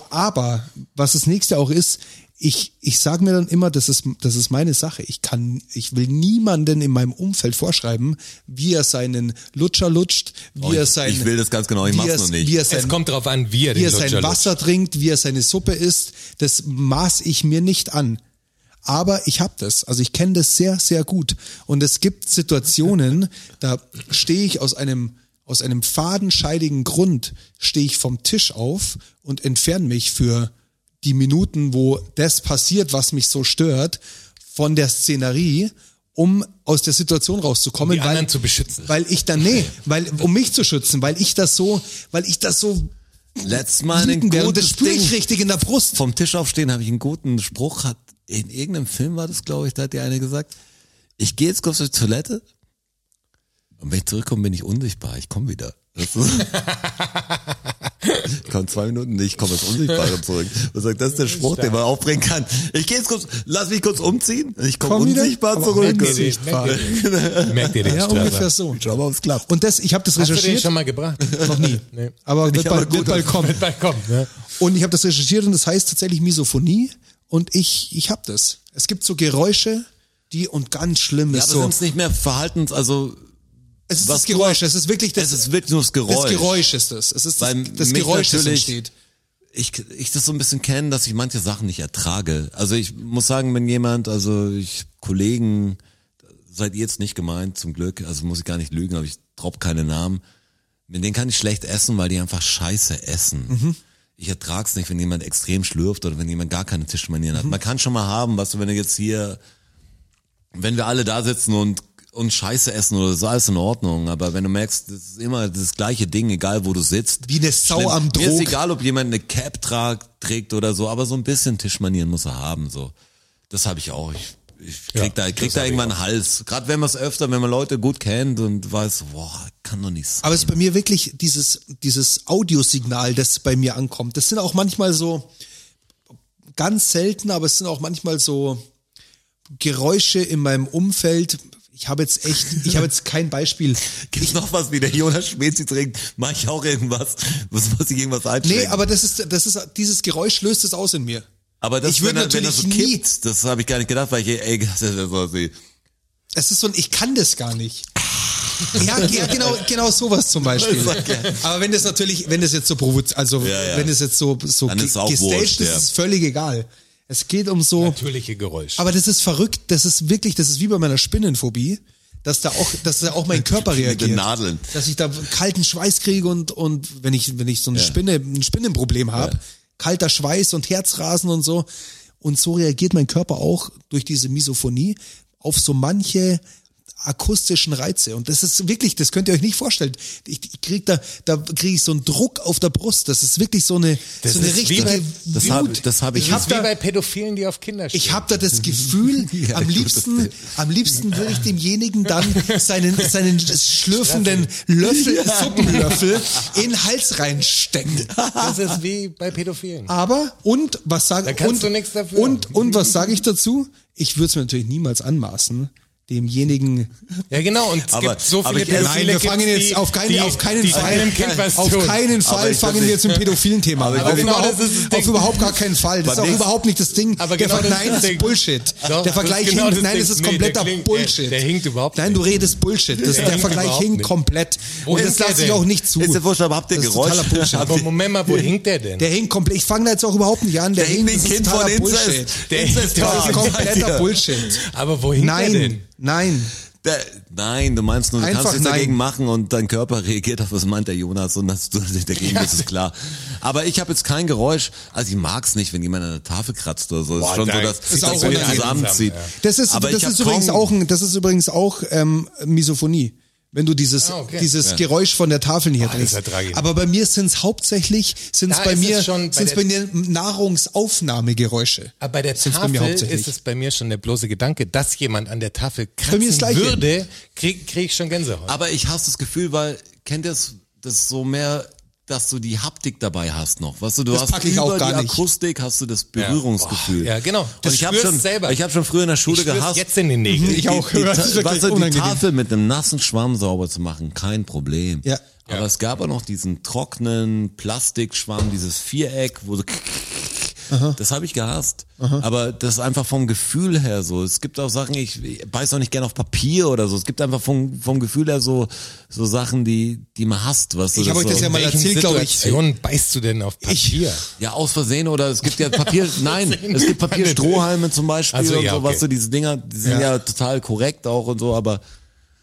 C: Aber was das nächste auch ist, ich, ich sage mir dann immer, das ist, das ist meine Sache. Ich kann, ich will niemanden in meinem Umfeld vorschreiben, wie er seinen Lutscher lutscht, wie
D: Oh,
C: er
D: ich-
C: sein,
D: ich will das ganz genau, ich
C: wie
D: mach's
C: er-
D: noch nicht.
C: Wie er sein,
B: Es kommt drauf an, wie er
C: wie
B: den
C: er sein
B: Lutscher
C: Wasser trinkt, wie er seine Suppe isst, das maß ich mir nicht an. Aber ich hab das. Also ich kenne das sehr, sehr gut. Und es gibt Situationen, da stehe ich aus einem, aus einem fadenscheidigen Grund, stehe ich vom Tisch auf und entferne mich für die Minuten, wo das passiert, was mich so stört, von der Szenerie, um aus der Situation rauszukommen.
B: Um Die anderen
C: weil,
B: zu beschützen.
C: Weil ich dann, nee, weil, um mich zu schützen, weil ich das so, weil ich das so
D: Letztes Mal ein
C: liegen während das
D: gutes
C: spüre ich
D: Ding.
C: richtig in der Brust.
D: Vom Tisch aufstehen habe ich einen guten Spruch. Hat, in irgendeinem Film war das, glaube ich, da hat die eine gesagt, ich gehe jetzt kurz zur Toilette und wenn ich zurückkomme, bin ich unsichtbar. Ich komme wieder. Das ist- ich komme zwei Minuten nicht, ich komme als Unsichtbarer zurück. Was sagt, das ist der Spruch, den man aufbringen kann. Ich gehe jetzt kurz, lass mich kurz umziehen. Ich komme
C: Komm wieder,
D: unsichtbar
C: aber
D: zurück.
C: unsichtbar.
B: lutscht. Merkt ihr den
C: Ja,
B: Strasser?
C: ungefähr so.
D: Schau mal, ob's klappt.
C: Und das, ich habe das
B: Hast du den
C: recherchiert,
B: schon mal gebracht?
C: noch nie.
B: Nee.
C: Aber wird
D: aber
C: bald,
D: gut,
C: wird bald
D: das-
C: kommen.
B: Mit Balkon, ne?
C: Und ich habe das recherchiert und das heißt tatsächlich Misophonie. Und ich, ich habe das. Es gibt so Geräusche, die und ganz schlimm
D: Ja,
C: ist
D: aber
C: so.
D: sind's nicht mehr Verhaltens, also
C: Es ist
D: was
C: das
D: du
C: Geräusch. Es ist wirklich
D: es
C: das,
D: ist wirklich nur das Geräusch.
C: das Geräusch ist das. Es ist das,
D: Weil
C: das
D: mich
C: Geräusch, das
D: natürlich-
C: entsteht.
D: ich, ich das so ein bisschen kenne, dass ich manche Sachen nicht ertrage. Also ich muss sagen, wenn jemand, also ich, Kollegen, seid ihr jetzt nicht gemeint, zum Glück, also muss ich gar nicht lügen, aber ich dropp keine Namen. Mit denen kann ich schlecht essen, weil die einfach scheiße essen.
C: Mhm.
D: Ich ertrag's nicht, wenn jemand extrem schlürft oder wenn jemand gar keine Tischmanieren hat.
C: Mhm.
D: Man kann schon mal haben, weißt du, wenn du jetzt hier, wenn wir alle da sitzen und und Scheiße essen oder so, alles in Ordnung. Aber wenn du merkst, das ist immer das gleiche Ding, egal wo du sitzt.
C: Wie eine Sau
D: Schlimm.
C: am
D: Mir ist
C: Drog.
D: egal, ob jemand eine Cap tra- trägt oder so, aber so ein bisschen Tischmanieren muss er haben. So, das habe ich auch. Ich, ich krieg da, krieg da irgendwann einen Hals. Gerade wenn man es öfter, wenn man Leute gut kennt und weiß, boah, kann doch nicht sein.
C: Aber es ist bei mir wirklich dieses, dieses Audiosignal, das bei mir ankommt. Das sind auch manchmal so, ganz selten, aber es sind auch manchmal so Geräusche in meinem Umfeld. Ich habe jetzt echt, ich habe jetzt kein Beispiel.
D: Gibt's noch was wie der Jonas Spezi trinkt? Mach ich auch irgendwas? Was muss ich irgendwas einschränken?
C: Nee, aber das ist, das ist, dieses Geräusch löst es aus in mir.
D: aber das,
C: ich
D: wenn,
C: würde
D: er- wenn das so
C: natürlich nie-
D: kippt, das habe ich gar nicht gedacht, weil ich, ey, das ist ja so, sie-
C: Es ist so ein, ich kann das gar nicht. Ja, ja genau, genau sowas zum Beispiel. Aber wenn das natürlich, wenn das jetzt so provoz, also
D: Ja, ja.
C: wenn das jetzt so, so
D: Dann
C: ge-
D: ist es auch
C: gestaged
D: wurscht,
C: ist,
D: ja.
C: ist es völlig egal. Es geht um so,
B: Natürliche Geräusche.
C: aber das ist verrückt, das ist wirklich, das ist wie bei meiner Spinnenphobie, dass da auch, dass da auch mein Körper
D: mit den
C: reagiert.
D: Nadeln.
C: dass ich da kalten Schweiß kriege und, und wenn ich, wenn ich so eine
D: Ja.
C: Spinne, ein Spinnenproblem habe, kalter Schweiß und Herzrasen und so. Und so reagiert mein Körper auch durch diese Misophonie auf so manche akustischen Reize. Und das ist wirklich, das könnt ihr euch nicht vorstellen. Ich, ich krieg da, da kriege ich so einen Druck auf der Brust. Das ist wirklich so eine, so eine
B: ist wie
C: richtige
B: bei-
D: das hab- das hab ich-
C: Ich habe
B: Wie
C: da,
B: bei Pädophilen, die auf Kinder stehen.
C: ich hab da das Gefühl, am liebsten, am liebsten würde ich demjenigen dann seinen, seinen schlürfenden Löffel, Suppenlöffel in den Hals reinstecken.
B: das ist wie bei Pädophilen.
C: Aber und was sage
B: Da kannst
C: und,
B: du nichts dafür.
C: und und was sage ich dazu? Ich würde es mir natürlich niemals anmaßen, demjenigen
B: Ja, genau. Und es
D: Aber-
B: gibt so
D: aber
B: viele
D: ich- nein,
B: Pädophile.
C: wir fangen
B: gibt's,
C: jetzt
B: die,
C: auf keinen-
B: die,
C: auf keinen
B: die
C: Fall-
B: einem Kind was
C: auf
B: tun.
C: keinen
D: Aber
C: Fall
D: ich
C: fangen
D: weiß
C: wir
D: nicht.
C: zum pädophilen Thema an.
D: Aber
C: Auf,
B: genau,
C: überhaupt,
B: das ist das Ding.
C: auf überhaupt gar keinen Fall. Das
D: Beim
C: ist auch
D: nächsten-
C: überhaupt nicht das Ding.
B: Aber
C: der
B: genau das
C: Vergleich
B: ist das
C: ist,
B: Ding.
C: Bullshit.
B: Doch,
C: der
B: das
C: Vergleich
B: ist genau
C: hinkt.
B: das
C: Nein,
B: Ding.
C: es ist
B: Nee, der
C: kompletter
B: klingt- der-
C: Bullshit.
B: der hinkt überhaupt
C: Nein, du redest Bullshit. Das, der
B: hinkt
C: Vergleich
B: überhaupt
C: hinkt
B: nicht.
C: komplett. Und das
B: ist der
C: lasse ich
B: denn?
C: auch nicht zu.
D: Ist ja wurscht, aber habt ihr
C: Uh, Das ist
D: Geräusch?
C: totaler Bullshit.
B: Aber Moment mal, wo hinkt der denn?
C: Der hinkt komplett. Ich fange da jetzt auch überhaupt nicht an. Der, hinkt das ist totaler Bullshit.
D: Der
B: Inzest-
C: Das
B: Ja,
C: ist kompletter Bullshit.
B: Aber wo hinkt der denn?
C: Nein, nein.
D: Der, Äh, nein, du meinst nur, du
C: Einfach
D: kannst nichts
C: nein.
D: dagegen machen und dein Körper reagiert auf, was meint der Jonas und das, dagegen ist es klar. Aber ich habe jetzt kein Geräusch, also ich mag's nicht, wenn jemand an der Tafel kratzt oder so. Es ist
B: Boah,
D: schon so,
B: nein.
D: dass
B: Ist
D: sich
C: auch
D: das wieder
C: unangenehm.
D: zusammenzieht.
B: Ja.
C: Das ist,
D: Aber
C: das
D: ich hab
C: ist übrigens
D: kaum-
C: auch, ein- das ist übrigens auch ähm, Misophonie. Wenn du dieses,
B: Ah, okay.
C: dieses
D: Ja.
C: Geräusch von der Tafel
B: Ah,
C: hier
B: das
C: trinkst.
B: ist ja tragisch.
C: Aber bei mir sind es hauptsächlich, sind es
B: Da
C: bei
B: ist es
C: mir,
B: schon bei
C: sind's bei
B: der-
C: mir Nahrungsaufnahmegeräusche.
B: Aber Ah, bei der
C: Sind's bei
B: Tafel
C: mir hauptsächlich.
B: ist es bei mir schon der bloße Gedanke, dass jemand an der Tafel kratzen
C: mir das Gleiche.
B: würde, kriege krieg ich schon Gänsehaut.
D: Aber ich hasse das Gefühl, weil, kennt ihr das, das so mehr, dass du die Haptik dabei hast noch. Weißt du, du
C: Das
D: hast
C: pack ich
D: über
C: auch gar
D: die
C: nicht.
D: Akustik hast du das Berührungsgefühl.
B: Ja, genau. Das
D: und ich habe
B: spürst
D: schon,
B: selber.
D: ich habe schon früher in der
B: ich
D: Schule
B: spür's
D: gehasst.
B: jetzt in den Nägeln.
C: Mhm. Ich auch.
D: Die,
C: Das ist
D: Ta-
C: wirklich
D: weißt du, die
C: unangenehm.
D: Tafel mit einem nassen Schwamm sauber zu machen, kein Problem.
C: Ja.
D: Aber es gab auch noch diesen trockenen Plastikschwamm, dieses Viereck, wo so das habe ich gehasst. Aber das ist einfach vom Gefühl her so. Es gibt auch Sachen, ich beiß auch nicht gern auf Papier oder so. Es gibt einfach vom, vom Gefühl her so, so Sachen, die, die man hasst. Weißt du,
C: Ich hab euch
D: so-
C: das ja mal
B: In welchen
C: erzählt, glaub ich.
B: Situationen beißt du denn auf Papier?
D: ja, aus Versehen oder es gibt ja Papier, nein, es gibt Papierstrohhalme zum Beispiel
B: Also, ja,
D: und so,
B: okay.
D: weißt du, diese Dinger, die sind
C: Ja.
D: ja. total korrekt auch und so, aber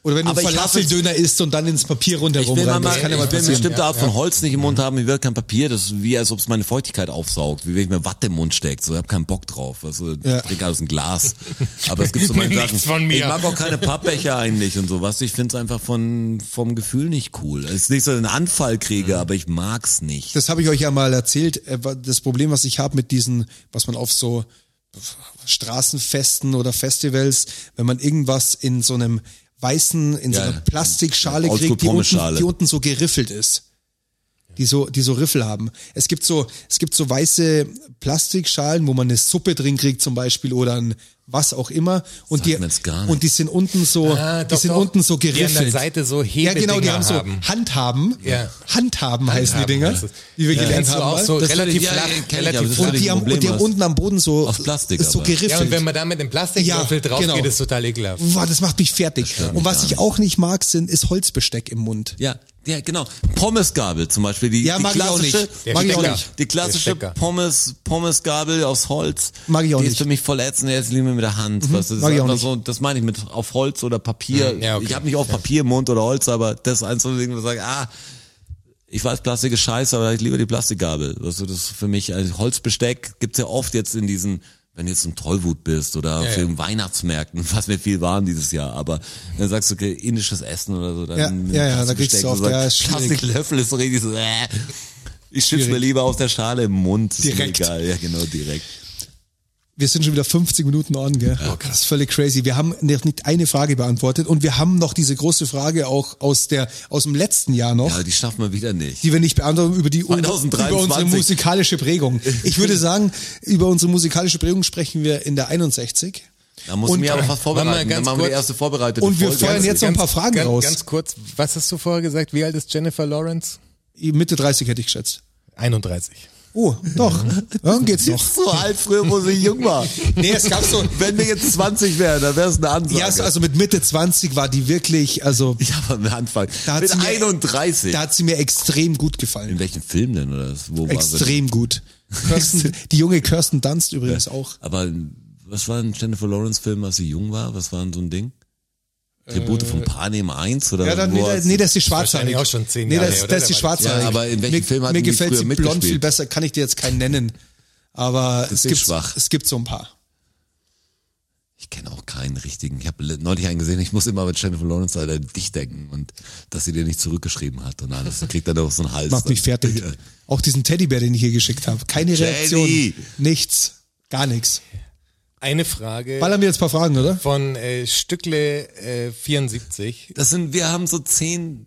C: Oder wenn du
D: Aber ich hasse es-
C: Falafeldöner isst und dann ins Papier
D: ich
C: rundherum
D: will,
C: rein.
D: mal,
C: Das kann ja mal
D: ich will eine
C: passieren.
D: bestimmte Art von Holz nicht im Mund haben, mir wirkt kein Papier, das ist wie als ob es meine Feuchtigkeit aufsaugt, wie wenn ich mir Watte im Mund steckt, so, ich hab keinen Bock drauf, also ich
C: Ja.
D: trinke aus dem Glas, aber es gibt so meine
B: Nichts
D: Sachen,
B: von mir.
D: ich mag auch keine Pappbecher eigentlich und so, weißt du, ich find's einfach von, vom Gefühl nicht cool, es ist nicht so ein Anfall kriege, aber ich mag's nicht.
C: Mhm. Das habe ich euch ja mal erzählt. äh, wa- Das Problem, was ich habe mit diesen, was man auf so Straßenfesten oder Festivals, wenn man irgendwas in so einem weißen, in so
D: Ja,
C: einer
D: ja.
C: Plastikschale
D: Oldschool
C: kriegt, die unten,
D: Pommeschale.
C: die unten so geriffelt ist. Die so, die so Riffel haben. Es gibt so, es gibt so weiße Plastikschalen, wo man eine Suppe drin kriegt zum Beispiel oder ein was auch immer. Und
D: Sagt
C: die,
D: mir's gar nicht.
C: und die sind unten so,
B: Ah,
C: die
B: doch,
C: sind
B: doch.
C: unten so
B: Die an der
C: geriffelt.
B: Seite so
C: Ja, genau, die
B: Hebedinger
C: haben so
B: haben.
C: Handhaben.
B: Ja.
C: Handhaben heißen die
B: Handhaben
C: Dinger,
B: heißt es.
C: die wir
B: Ja.
C: gelernt
B: Kennst du
C: haben.
B: auch
C: mal.
B: so
C: Das-
B: relativ
D: ja,
B: flach,
D: ja, kenn ich,
B: relativ
D: aber das
B: flach.
D: hatte
C: und die,
D: ein
C: haben,
D: Problem
C: und die haben
D: hast.
C: unten am Boden so,
D: Aus Plastik
C: ist so
D: aber.
C: geriffelt.
B: Ja, und wenn man da mit dem Plastikwürfel
C: Ja,
B: drauf
C: genau.
B: geht, ist total ekelhaft.
C: Boah, das macht mich fertig.
D: stört mich
C: Und was
D: gar
C: ich
D: nicht.
C: auch nicht mag, sind, ist Holzbesteck im Mund.
D: Ja, ja, genau. Pommesgabel zum Beispiel. Die,
C: Ja,
D: die
C: mag ich auch
D: klassische,
C: nicht.
B: Der
C: Mag ich auch
B: Stecker.
C: nicht.
D: Die
B: Der
D: klassische
B: Stecker.
D: Pommes, Pommesgabel aus Holz.
C: Mag ich auch
D: die
C: nicht. Mhm.
D: ist für mich voll ätzend. Jetzt liegen wir mit der Hand. weißt du, das
C: mag
D: ist
C: ich auch
D: einfach
C: nicht.
D: so, das meine ich mit auf Holz oder Papier.
B: Mhm, ja, okay.
D: Ich habe nicht auf Papier im Mund oder Holz, aber das ist eins von den Dingen, wo ich sage, ah, ich weiß, Plastik ist scheiße, aber ich liebe die Plastikgabel. Weißt du, das ist für mich, also Holzbesteck gibt's ja oft jetzt in diesen, wenn du jetzt im Tollwut bist oder auf
B: ja.
D: den Weihnachtsmärkten, was mir viel waren dieses Jahr, aber dann sagst du, okay, indisches Essen oder so, dann
C: Ja, ja, ja, da kriegst du
D: Plastikbesteck,
C: oft,
D: so sagt,
C: ja, ist schwierig.
D: Plastiklöffel ist so richtig so, äh, ich schütze mir lieber aus der Schale im Mund. Ist mir
C: Direkt.
D: Egal. Ja, genau, direkt.
C: Wir sind schon wieder 50 Minuten on, gell? Das ist völlig crazy. Wir haben noch nicht eine Frage beantwortet und wir haben noch diese große Frage auch aus der, aus dem letzten Jahr noch.
D: Ja, die schaffen wir wieder nicht.
C: die wir nicht beantworten, über die über
D: 2023.
C: unsere musikalische Prägung. Ich würde sagen, über unsere musikalische Prägung sprechen wir in der 61.
D: Da muss ich
C: Und-
D: mir aber was
B: Warte mal,
D: vorbereiten.
B: ganz
D: Dann machen wir die
B: kurz.
D: erste vorbereitete
C: Und wir
D: Folge.
C: feuern jetzt noch ein paar Fragen
B: ganz,
C: raus.
B: Ganz kurz, was hast du vorher gesagt? Wie alt ist Jennifer Lawrence?
C: Mitte 30 hätte ich geschätzt.
B: 31.
C: Oh, doch. Dann geht's noch.
D: so alt halt früher, wo sie jung war.
C: Nee, es gab so.
D: Wenn wir jetzt 20 wären, dann wäre es eine Ansage.
C: Ja, also mit Mitte 20 war die wirklich, also
D: ja, aber am Anfang.
C: Da hat
D: Mit
C: sie mir-
D: 31.
C: da hat sie mir extrem gut gefallen.
D: In welchem Film denn? Oder das- wo war sie?
C: Extrem gut. Kirsten, die junge Kirsten Dunst übrigens auch.
D: Aber was war ein Jennifer Lawrence Film, als sie jung war? Was war denn so ein Ding? Tribute von Panem 1 oder
C: Äh, Ja, dann,
D: wo
C: nee,
D: hat
C: da-
D: sie-
C: nee, das ist die
B: wahrscheinlich
C: Schwarzhaarige.
B: auch schon zehn
C: Nee,
B: Jahre
C: das,
B: her,
C: das
B: oder?
C: ist die
B: Da war die-
C: Schwarzhaarige.
D: Ja, aber in welchem
C: mir,
D: Film hat
C: Mir
D: die
C: gefällt
D: früher
C: sie blond
D: mitgespielt?
C: viel besser, kann ich dir jetzt keinen nennen. Aber es
D: ist
C: gibt,
D: schwach.
C: es gibt so ein paar.
D: Ich kenne auch keinen. keinen richtigen. Ich habe neulich einen gesehen, ich muss immer mit Jennifer Lawrence leider dich denken und dass sie dir nicht zurückgeschrieben hat und alles. Dann kriegt er doch so einen Hals.
C: Macht mich fertig.
D: Ja.
C: Auch diesen Teddybär, den ich hier geschickt habe. Keine
D: Jenny!
C: Reaktion. Nichts. Gar nichts.
B: Eine Frage
C: Ballern wir jetzt ein paar Fragen, oder?
B: von äh, Stückle äh, 74.
D: Das sind, wir haben so zehn,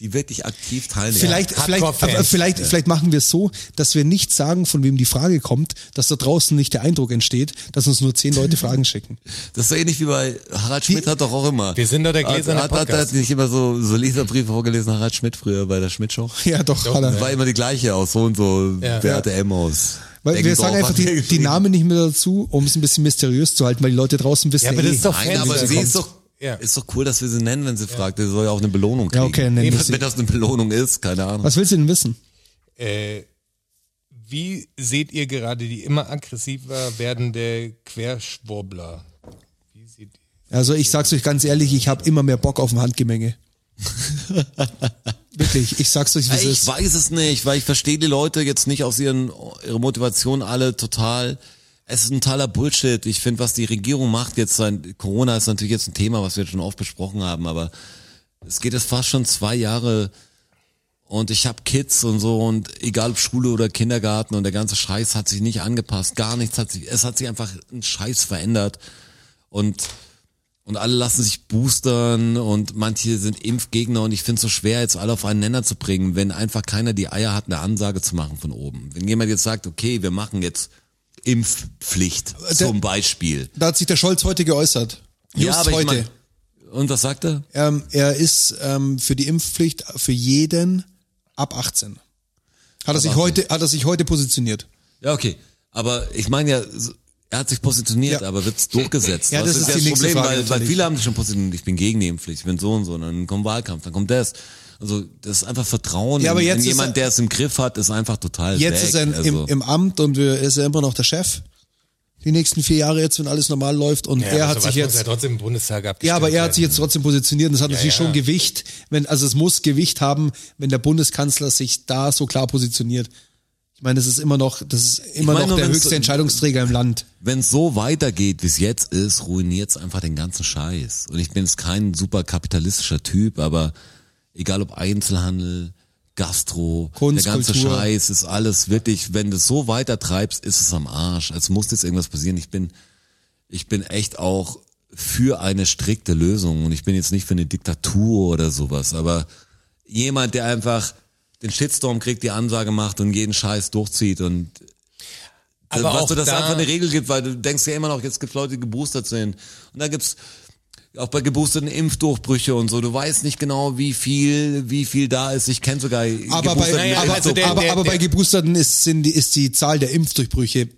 D: die wirklich aktiv teilnehmen.
C: Vielleicht, vielleicht,
B: Hardcore-Fans.
C: aber vielleicht, vielleicht machen wir es so, dass wir nicht sagen, von wem die Frage kommt, dass da draußen nicht der Eindruck entsteht, dass uns nur zehn Leute Fragen schicken.
D: Das ist so ähnlich wie bei Harald Schmidt hat doch auch immer.
B: Wir sind doch der gläserne
D: hat, hat, hat,
B: Podcast.
D: hat nicht immer so, so Leserbriefe vorgelesen, Harald Schmidt früher bei der Schmidt-Show.
C: Ja, doch,
B: Doch,
C: Haller.
D: Das war immer die gleiche aus so und so,
B: Ja.
D: wer hatte M aus.
C: Weil wir
D: Deggendorf
C: sagen einfach
D: hat der
C: die, die
D: geschrieben.
C: Namen nicht mehr dazu, um es ein bisschen mysteriös zu halten, weil die Leute draußen wissen
B: Ja, aber das
C: eh.
B: ist doch
D: Nein,
B: Fan,
D: aber
C: die da
D: sie ist
C: kommt.
D: doch,
B: Ja.
D: ist doch cool, dass wir sie nennen, wenn sie fragt. Sie soll ja auch eine Belohnung kriegen.
C: Ja, okay, nennen wir
D: Wenn-
C: sie.
D: Wenn das eine Belohnung ist, keine Ahnung.
C: Was willst du denn wissen?
B: Äh, wie seht ihr gerade die immer aggressiver werdende Querschwurbler? Wie seht ihr?
C: Also ich sag's euch ganz ehrlich, ich habe immer mehr Bock auf ein Handgemenge. Wirklich, ich sag's euch, wie es
D: Ich
C: ist.
D: weiß es nicht, weil ich verstehe die Leute jetzt nicht aus ihren ihre Motivation alle total. Es ist ein totaler Bullshit. Ich finde, was die Regierung macht jetzt, sein Corona ist natürlich jetzt ein Thema, was wir schon oft besprochen haben, aber es geht jetzt fast schon zwei Jahre und ich habe Kids und so und egal ob Schule oder Kindergarten und der ganze Scheiß hat sich nicht angepasst, gar nichts hat sich, es hat sich einfach ein Scheiß verändert und und alle lassen sich boostern und manche sind Impfgegner und ich finde es so schwer, jetzt alle auf einen Nenner zu bringen, wenn einfach keiner die Eier hat, eine Ansage zu machen von oben. Wenn jemand jetzt sagt, okay, wir machen jetzt Impfpflicht zum Beispiel.
C: Da hat sich der Scholz heute geäußert. Äh, Just heute.
D: ich mein- und was sagt er?
C: ähm, er ist ähm, für die Impfpflicht für jeden ab 18. Hat er sich heute, hat er sich heute positioniert.
D: Ja, okay. Aber ich meine ja, so- er hat sich positioniert,
C: Ja.
D: aber wird es durchgesetzt?
C: Ja, das ist die
D: ja
C: nächste Frage
D: weil, weil
C: natürlich.
D: viele haben sich schon positioniert, ich bin gegen die Impfpflicht, ich bin so und so, und dann kommt Wahlkampf, dann kommt das. Also das ist einfach Vertrauen
C: Ja, aber
D: in,
C: jetzt ist
D: in jemand,
C: er-
D: der es im Griff hat, ist einfach total
C: Jetzt
D: weg.
C: ist er im-
D: also.
C: im, im Amt und wir, ist er immer noch der Chef. Die nächsten vier Jahre jetzt, wenn alles normal läuft und
B: Ja,
C: er
B: aber
C: hat
B: sowas
C: sich
B: muss ja
C: jetzt.
B: trotzdem im Bundestag abgestimmt
C: Ja, aber er hat
B: werden.
C: sich jetzt trotzdem positioniert und es hat natürlich
B: ja.
C: schon Gewicht, wenn, also es muss Gewicht haben, wenn der Bundeskanzler sich da so klar positioniert. Ich meine, das ist immer noch, das ist immer
D: meine
C: noch
D: nur,
C: der
D: wenn's-
C: höchste Entscheidungsträger im Land.
D: wenn es so weitergeht, wie es jetzt ist, ruiniert's einfach den ganzen Scheiß. Und ich bin jetzt kein super kapitalistischer Typ, aber egal ob Einzelhandel, Gastro,
C: Kunst,
D: der ganze
C: Kultur.
D: Scheiß ist alles wirklich, wenn du es so weiter treibst, ist es am Arsch. Es muss jetzt irgendwas passieren. Ich bin, ich bin echt auch für eine strikte Lösung und ich bin jetzt nicht für eine Diktatur oder sowas, aber jemand, der einfach den Shitstorm kriegt, die Ansage macht und jeden Scheiß durchzieht und
B: Aber
D: was
B: auch
D: du, dass
B: da-
D: es einfach eine Regel gibt, weil du denkst ja immer noch, jetzt gibt Leute, die geboostert sind. Und da gibt's auch bei geboosterten Impfdurchbrüche und so. Du weißt nicht genau, wie viel, wie viel da ist. Ich kenne sogar
C: Aber bei,
D: geboosterte
B: Naja,
C: aber,
B: also der-
C: aber,
B: der-
C: aber bei
B: der-
C: Geboosterten ist, sind, die- ist die Zahl der Impfdurchbrüche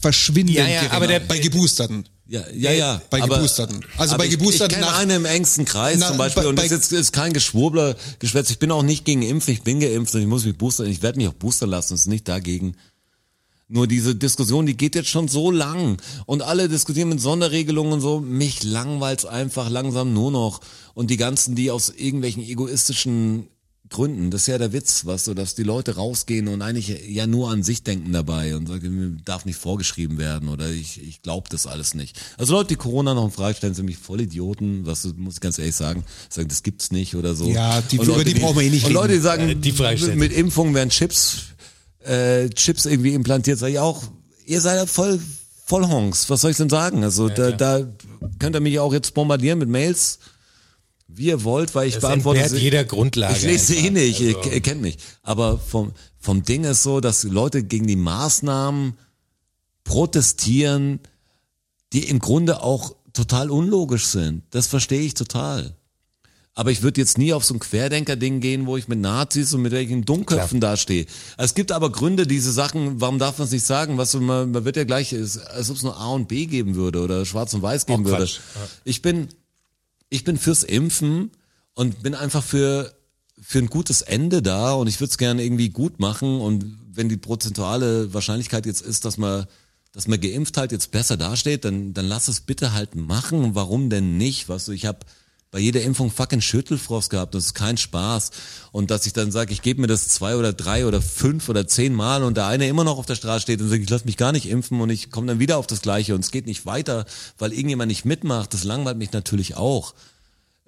C: verschwindend
B: Ja, ja,
C: geringer.
B: aber der-
C: bei Geboosterten.
D: Ja, ja, ja.
C: Bei
D: aber-
C: Geboosterten. Also bei
D: aber ich-
C: Geboosterten
D: Ich kenne
C: nach-
D: einen im engsten Kreis
C: Na,
D: zum Beispiel
C: bei-
D: und das
C: bei-
D: ist, jetzt- ist kein Geschwurbler, Geschwätz. Ich bin auch nicht gegen Impfen, ich bin geimpft und ich muss mich boostern. Ich werde mich auch boostern lassen, es ist nicht dagegen. Nur diese Diskussion, die geht jetzt schon so lang und alle diskutieren mit Sonderregelungen und so. Mich langweilt's einfach langsam nur noch und die ganzen, die aus irgendwelchen egoistischen Gründen, das ist ja der Witz, weißt du, dass die Leute rausgehen und eigentlich ja nur an sich denken dabei und sagen, mir darf nicht vorgeschrieben werden oder ich, ich glaube das alles nicht. Also Leute, die Corona noch in Frage stellen, sind mich voll Idioten, was du- muss ich ganz ehrlich sagen, sagen, das gibt's nicht oder so.
C: Ja, die-
D: Und
C: über die brauchen wir eh nicht
D: Und
C: reden.
D: Leute, die sagen,
B: Äh, die freistellen.
D: mit Impfungen werden Chips äh, Chips irgendwie implantiert, sag ich auch, ihr seid ja voll, voll Honks. Was soll ich denn sagen? Also da, da könnt ihr mich auch jetzt bombardieren mit Mails, wie ihr wollt, weil ich
B: Das
D: beantworte
B: entbehrt
D: sie.
B: jeder Grundlage.
D: Ich lese
B: einfach.
D: eh nicht, ihr-
B: Also-
D: ihr kennt mich. Aber vom, vom Ding ist so, dass die Leute gegen die Maßnahmen protestieren, die im Grunde auch total unlogisch sind. Das verstehe ich total. Aber ich würde jetzt nie auf so ein Querdenker-Ding gehen, wo ich mit Nazis und mit welchen Dummköpfen dastehe. Es gibt aber Gründe, diese Sachen, warum darf man es nicht sagen? Was, man, man wird ja gleich, es- als ob es nur A und B geben würde oder Schwarz und Weiß geben würde.
B: Quatsch.
D: Ich bin, ich bin fürs Impfen und bin einfach für, für ein gutes Ende da und ich würde es gerne irgendwie gut machen und wenn die prozentuale Wahrscheinlichkeit jetzt ist, dass man, dass man geimpft halt jetzt besser dasteht, dann, dann lass es bitte halt machen. Warum denn nicht? Weißt du, ich habe bei jeder Impfung fucking Schüttelfrost gehabt. Das ist kein Spaß. Und dass ich dann sage, ich gebe mir das zwei oder drei oder fünf oder zehn Mal und der eine immer noch auf der Straße steht und sagt, ich lass mich gar nicht impfen und ich komme dann wieder auf das Gleiche und es geht nicht weiter, weil irgendjemand nicht mitmacht. Das langweilt mich natürlich auch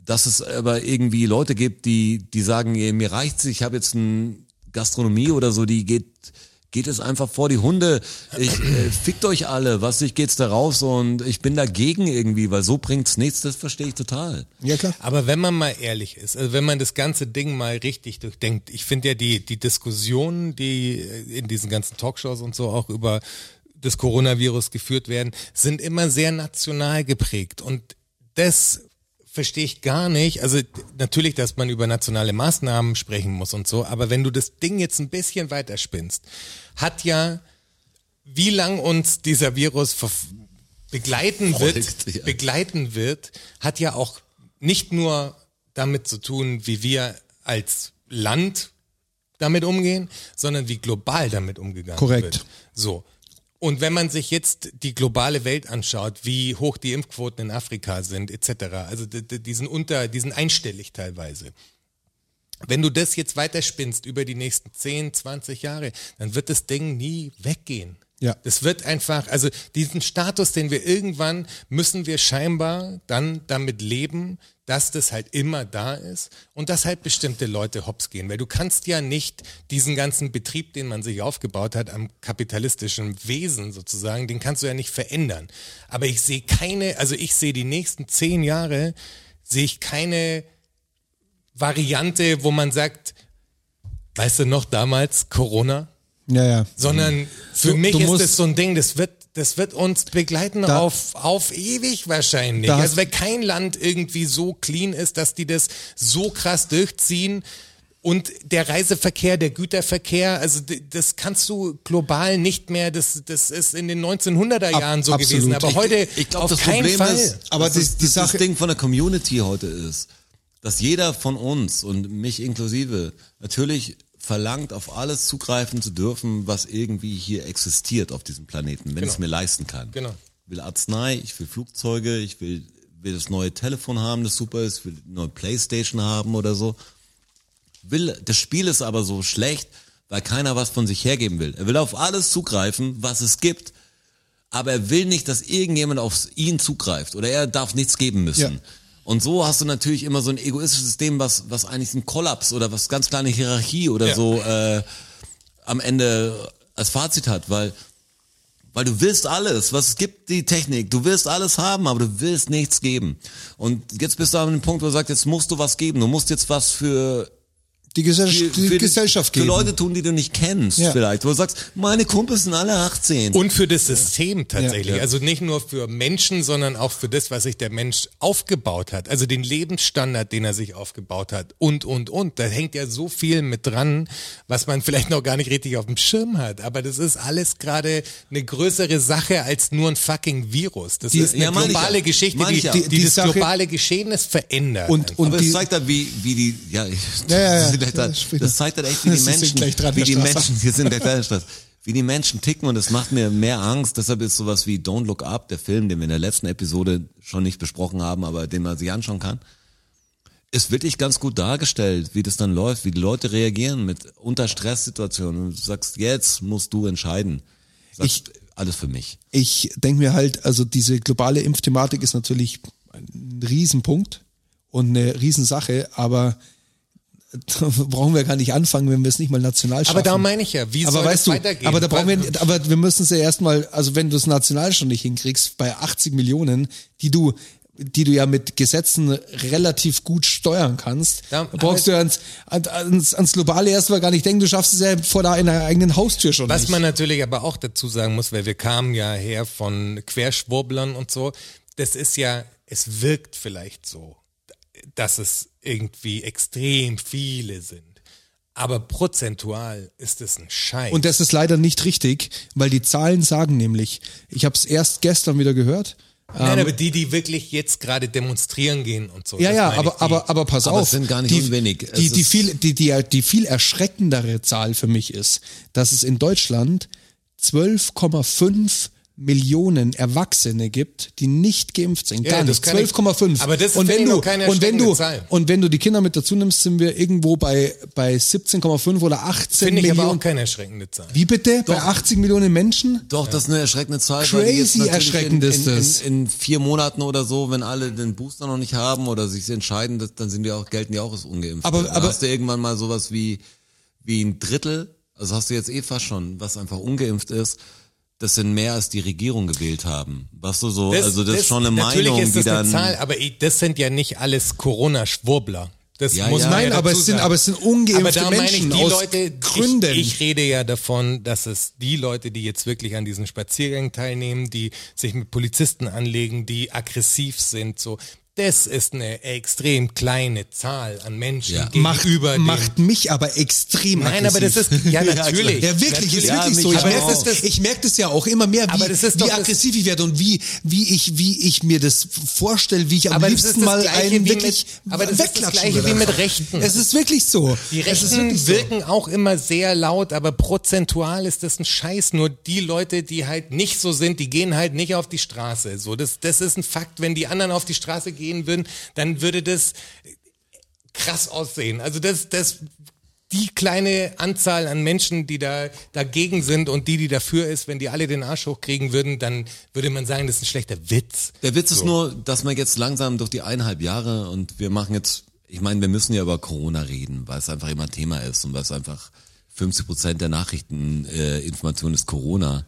D: dass es aber irgendwie Leute gibt, die, die sagen, eh, mir reicht's, ich habe jetzt ein Gastronomie oder so, die geht, geht es einfach vor die Hunde, ich äh, fickt euch alle, was ich geht's da raus und ich bin dagegen irgendwie, weil so bringt's nichts, das verstehe ich total.
C: Ja, klar.
B: Aber wenn man mal ehrlich ist, also wenn man das ganze Ding mal richtig durchdenkt, ich finde ja die, die Diskussionen, die äh, in diesen ganzen Talkshows und so auch über das Coronavirus geführt werden, sind immer sehr national geprägt. Und das verstehe ich gar nicht. Also d- natürlich, dass man über nationale Maßnahmen sprechen muss und so, aber wenn du das Ding jetzt ein bisschen weiterspinnst, hat ja, wie lang uns dieser Virus verf- begleiten
D: Folgt,
B: wird,
D: ja.
B: begleiten wird, hat ja auch nicht nur damit zu tun, wie wir als Land damit umgehen, sondern wie global damit umgegangen
C: Korrekt.
B: wird. So. Und wenn man sich jetzt die globale Welt anschaut, wie hoch die Impfquoten in Afrika sind, etc., also d- d- die sind unter, die sind einstellig teilweise. Wenn du das jetzt weiterspinnst über die nächsten 10, 20 Jahre, dann wird das Ding nie weggehen.
C: Ja.
B: Das wird einfach, also diesen Status, den wir irgendwann, müssen wir scheinbar dann damit leben, dass das halt immer da ist und dass halt bestimmte Leute hops gehen. Weil du kannst ja nicht diesen ganzen Betrieb, den man sich aufgebaut hat, am kapitalistischen Wesen sozusagen, den kannst du ja nicht verändern. Aber ich sehe keine, also ich sehe die nächsten zehn Jahre, sehe ich keine Variante, wo man sagt, weißt du noch damals Corona?
C: Ja, ja.
B: Sondern für
C: Mhm. Du-
B: mich
C: du
B: ist
C: musst-
B: das so ein Ding, das wird, das wird uns begleiten
C: Da-
B: auf, auf ewig wahrscheinlich.
C: Da-
B: also weil kein Land irgendwie so clean ist, dass die das so krass durchziehen. Und der Reiseverkehr, der Güterverkehr, also d- das kannst du global nicht mehr, das, das ist in den 1900er Jahren so
C: absolut.
B: gewesen. Aber
C: Ich-
B: heute
D: glaub,
B: auf keinen Fall.
C: aber
D: dass
C: die-
D: das,
C: die
D: dass
C: Sache-
D: das Ding von der Community heute ist, dass jeder von uns und mich inklusive natürlich verlangt, auf alles zugreifen zu dürfen, was irgendwie hier existiert auf diesem Planeten, wenn ich es mir leisten kann.
B: Genau.
D: Ich will Arznei, ich will Flugzeuge, ich will, will das neue Telefon haben, das super ist, ich will eine neue Playstation haben oder so. Will, das Spiel ist aber so schlecht, weil keiner was von sich hergeben will. Er will auf alles zugreifen, was es gibt aber er will nicht, dass irgendjemand auf ihn zugreift oder er darf nichts geben müssen.
C: Ja.
D: Und so hast du natürlich immer so ein egoistisches System, was, was eigentlich einen Kollaps oder was ganz kleine Hierarchie oder
B: Ja.
D: so äh, am Ende als Fazit hat, weil, weil du willst alles, was es gibt, die Technik, du willst alles haben, aber du willst nichts geben. Und jetzt bist du an dem Punkt, wo du sagst, jetzt musst du was geben, du musst jetzt was für
C: Die, Gesell die Gesellschaft
D: für
C: geben.
D: Leute tun, die du nicht kennst
C: Ja.
D: vielleicht, wo du sagst, meine Kumpels sind alle 18.
B: Und für das System tatsächlich.
C: Ja, ja.
B: Also nicht nur für Menschen, sondern auch für das, was sich der Mensch aufgebaut hat. Also den Lebensstandard, den er sich aufgebaut hat. Und, und, und. Da hängt ja so viel mit dran, was man vielleicht noch gar nicht richtig auf dem Schirm hat. Aber das ist alles gerade eine größere Sache als nur ein fucking Virus. Das ist eine
D: ja, meine ich
B: globale
D: ja.
B: Geschichte,
D: Meine
B: die,
D: ich ja.
B: die,
C: Die
B: das
C: Sache-
B: globale Geschehnis verändert.
C: und,
D: aber
C: und
D: es
C: die,
D: zeigt halt, wie, wie die, ja,
C: Ja, ja, ja.
D: das, sind
C: Ja,
D: echt halt-
C: sprich
D: das
C: mal.
D: zeigt halt echt, wie die
C: Sie sind
D: Menschen,
C: gleich dran,
D: wie
C: Herr
D: die
C: Strasser.
D: Menschen, wir sind der Kleinstraße, wie die Menschen ticken und das macht mir mehr Angst. Deshalb ist sowas wie Don't Look Up, der Film, den wir in der letzten Episode schon nicht besprochen haben, aber den man sich anschauen kann, ist wirklich ganz gut dargestellt, wie das dann läuft, wie die Leute reagieren mit unter Stresssituationen. Und du sagst, jetzt musst du entscheiden. Sagst, alles für mich.
C: ich denke mir halt, also diese globale Impfthematik ist natürlich ein Riesenpunkt und eine Riesensache, aber da brauchen wir gar nicht anfangen, wenn wir es nicht mal national schaffen.
B: aber da meine ich ja, wie
C: aber
B: soll
C: weißt
B: das
C: du,
B: weitergehen?
C: aber da brauchen wir, aber wir müssen es ja erstmal, also wenn du es national schon nicht hinkriegst, bei 80 Millionen, die du, die du ja mit Gesetzen relativ gut steuern kannst,
B: Da-
C: brauchst du ja ans, ans, ans globale erstmal gar nicht denken, du schaffst es ja vor deiner eigenen Haustür schon
B: Was
C: nicht.
B: man natürlich aber auch dazu sagen muss, weil wir kamen ja her von Querschwurblern und so, das ist ja, es wirkt vielleicht so, dass es irgendwie extrem viele sind. Aber prozentual ist es ein Scheiß.
C: Und das ist leider nicht richtig, weil die Zahlen sagen nämlich, ich habe es erst gestern wieder gehört.
B: Nein, aber die, die wirklich jetzt gerade demonstrieren gehen und so.
C: ähm, Ja,
B: das
C: ja,
B: meine
C: aber,
B: ich, die-
C: aber, aber pass
D: Aber
C: auf.
D: es sind gar nicht
C: die,
D: unwenig. Es
C: Die, die,
D: ist-
C: viel, die, die, die viel erschreckendere Zahl für mich ist, dass es in Deutschland 12,5 Millionen Erwachsene gibt, die nicht geimpft sind.
B: Ja,
C: Gar
B: das
C: nicht.
B: kann ich-
C: 12,5.
B: Aber das ist,
C: und
B: finde
C: wenn
B: ich,
C: du
B: noch keine
C: und wenn
B: erschreckende
C: du
B: Zahl.
C: und wenn du die Kinder mit dazu nimmst, sind wir irgendwo bei bei 17,5 oder 18
B: Finde ich
C: Millionen.
B: aber auch keine erschreckende Zahl.
C: Wie bitte? Bei 80 Millionen Menschen?
D: Doch, das ist eine erschreckende Zahl. weil die jetzt
C: Crazy
D: natürlich
C: erschreckend
D: in,
C: ist
D: in,
C: das.
D: In, in vier Monaten oder so, wenn alle den Booster noch nicht haben oder sich entscheiden, das- dann sind die auch, gelten die auch als ungeimpft.
C: Aber-
D: dann
C: aber-
D: hast du irgendwann mal sowas wie, wie ein Drittel, also hast du jetzt eh fast schon, was einfach ungeimpft ist. Das sind mehr, als die Regierung gewählt haben. Was du so, also das, ist schon eine
B: natürlich
D: Meinung,
B: ist das
D: die dann.
B: eine Zahl, aber ich, das sind ja nicht alles Corona-Schwurbler. Das
D: Ja,
B: muss
D: ja.
B: man
C: Nein,
B: ja
C: aber
B: dazu
C: es sind
B: sagen.
C: aber es sind ungeimpfte
B: aber da meine ich
C: Menschen
B: die
C: aus
B: Leute,
C: Gründen.
B: Ich, ich rede ja davon, dass es die Leute, die jetzt wirklich an diesen Spaziergängen teilnehmen, die sich mit Polizisten anlegen, die aggressiv sind, so. Das ist eine extrem kleine Zahl an Menschen
D: Ja.
C: macht,
B: gegenüber den-
C: macht mich aber extrem
B: Nein, aber das
C: aggressiv.
B: ist ja natürlich.
C: Ja, wirklich,
B: natürlich.
C: ist
D: Ja,
C: wirklich
D: mich
C: so. Ich
D: aber
C: merke,
D: auch.
C: das, ich merke das ja auch immer mehr, wie,
B: Aber das ist
C: wie
B: doch das-
C: aggressiv ich werde und wie, wie, ich, wie ich mir das vorstelle, wie ich am
B: Aber das
C: liebsten
B: ist das
C: mal
B: Gleiche
C: einen
B: wie
C: wirklich
B: mit- aber das ist das
C: wegklatschen
B: Gleiche
C: würde.
B: wie mit Rechten.
C: Es ist wirklich so.
B: Die
C: es ist
B: Rechten
C: wirklich so.
B: wirken auch immer sehr laut, aber prozentual ist das ein Scheiß. Nur die Leute, die halt nicht so sind, die gehen halt nicht auf die Straße. So, das, das ist ein Fakt. Wenn die anderen auf die Straße gehen würden, dann würde das krass aussehen. Also das, das, die kleine Anzahl an Menschen, die da dagegen sind und die, die dafür ist, wenn die alle den Arsch hochkriegen würden, dann würde man sagen, das ist ein schlechter Witz.
D: Der Witz ist nur, dass man jetzt langsam durch die eineinhalb Jahre und wir machen jetzt, ich meine, wir müssen ja über Corona reden, weil es einfach immer Thema ist und weil es einfach 50 Prozent der Nachrichteninformation äh, Information ist Corona.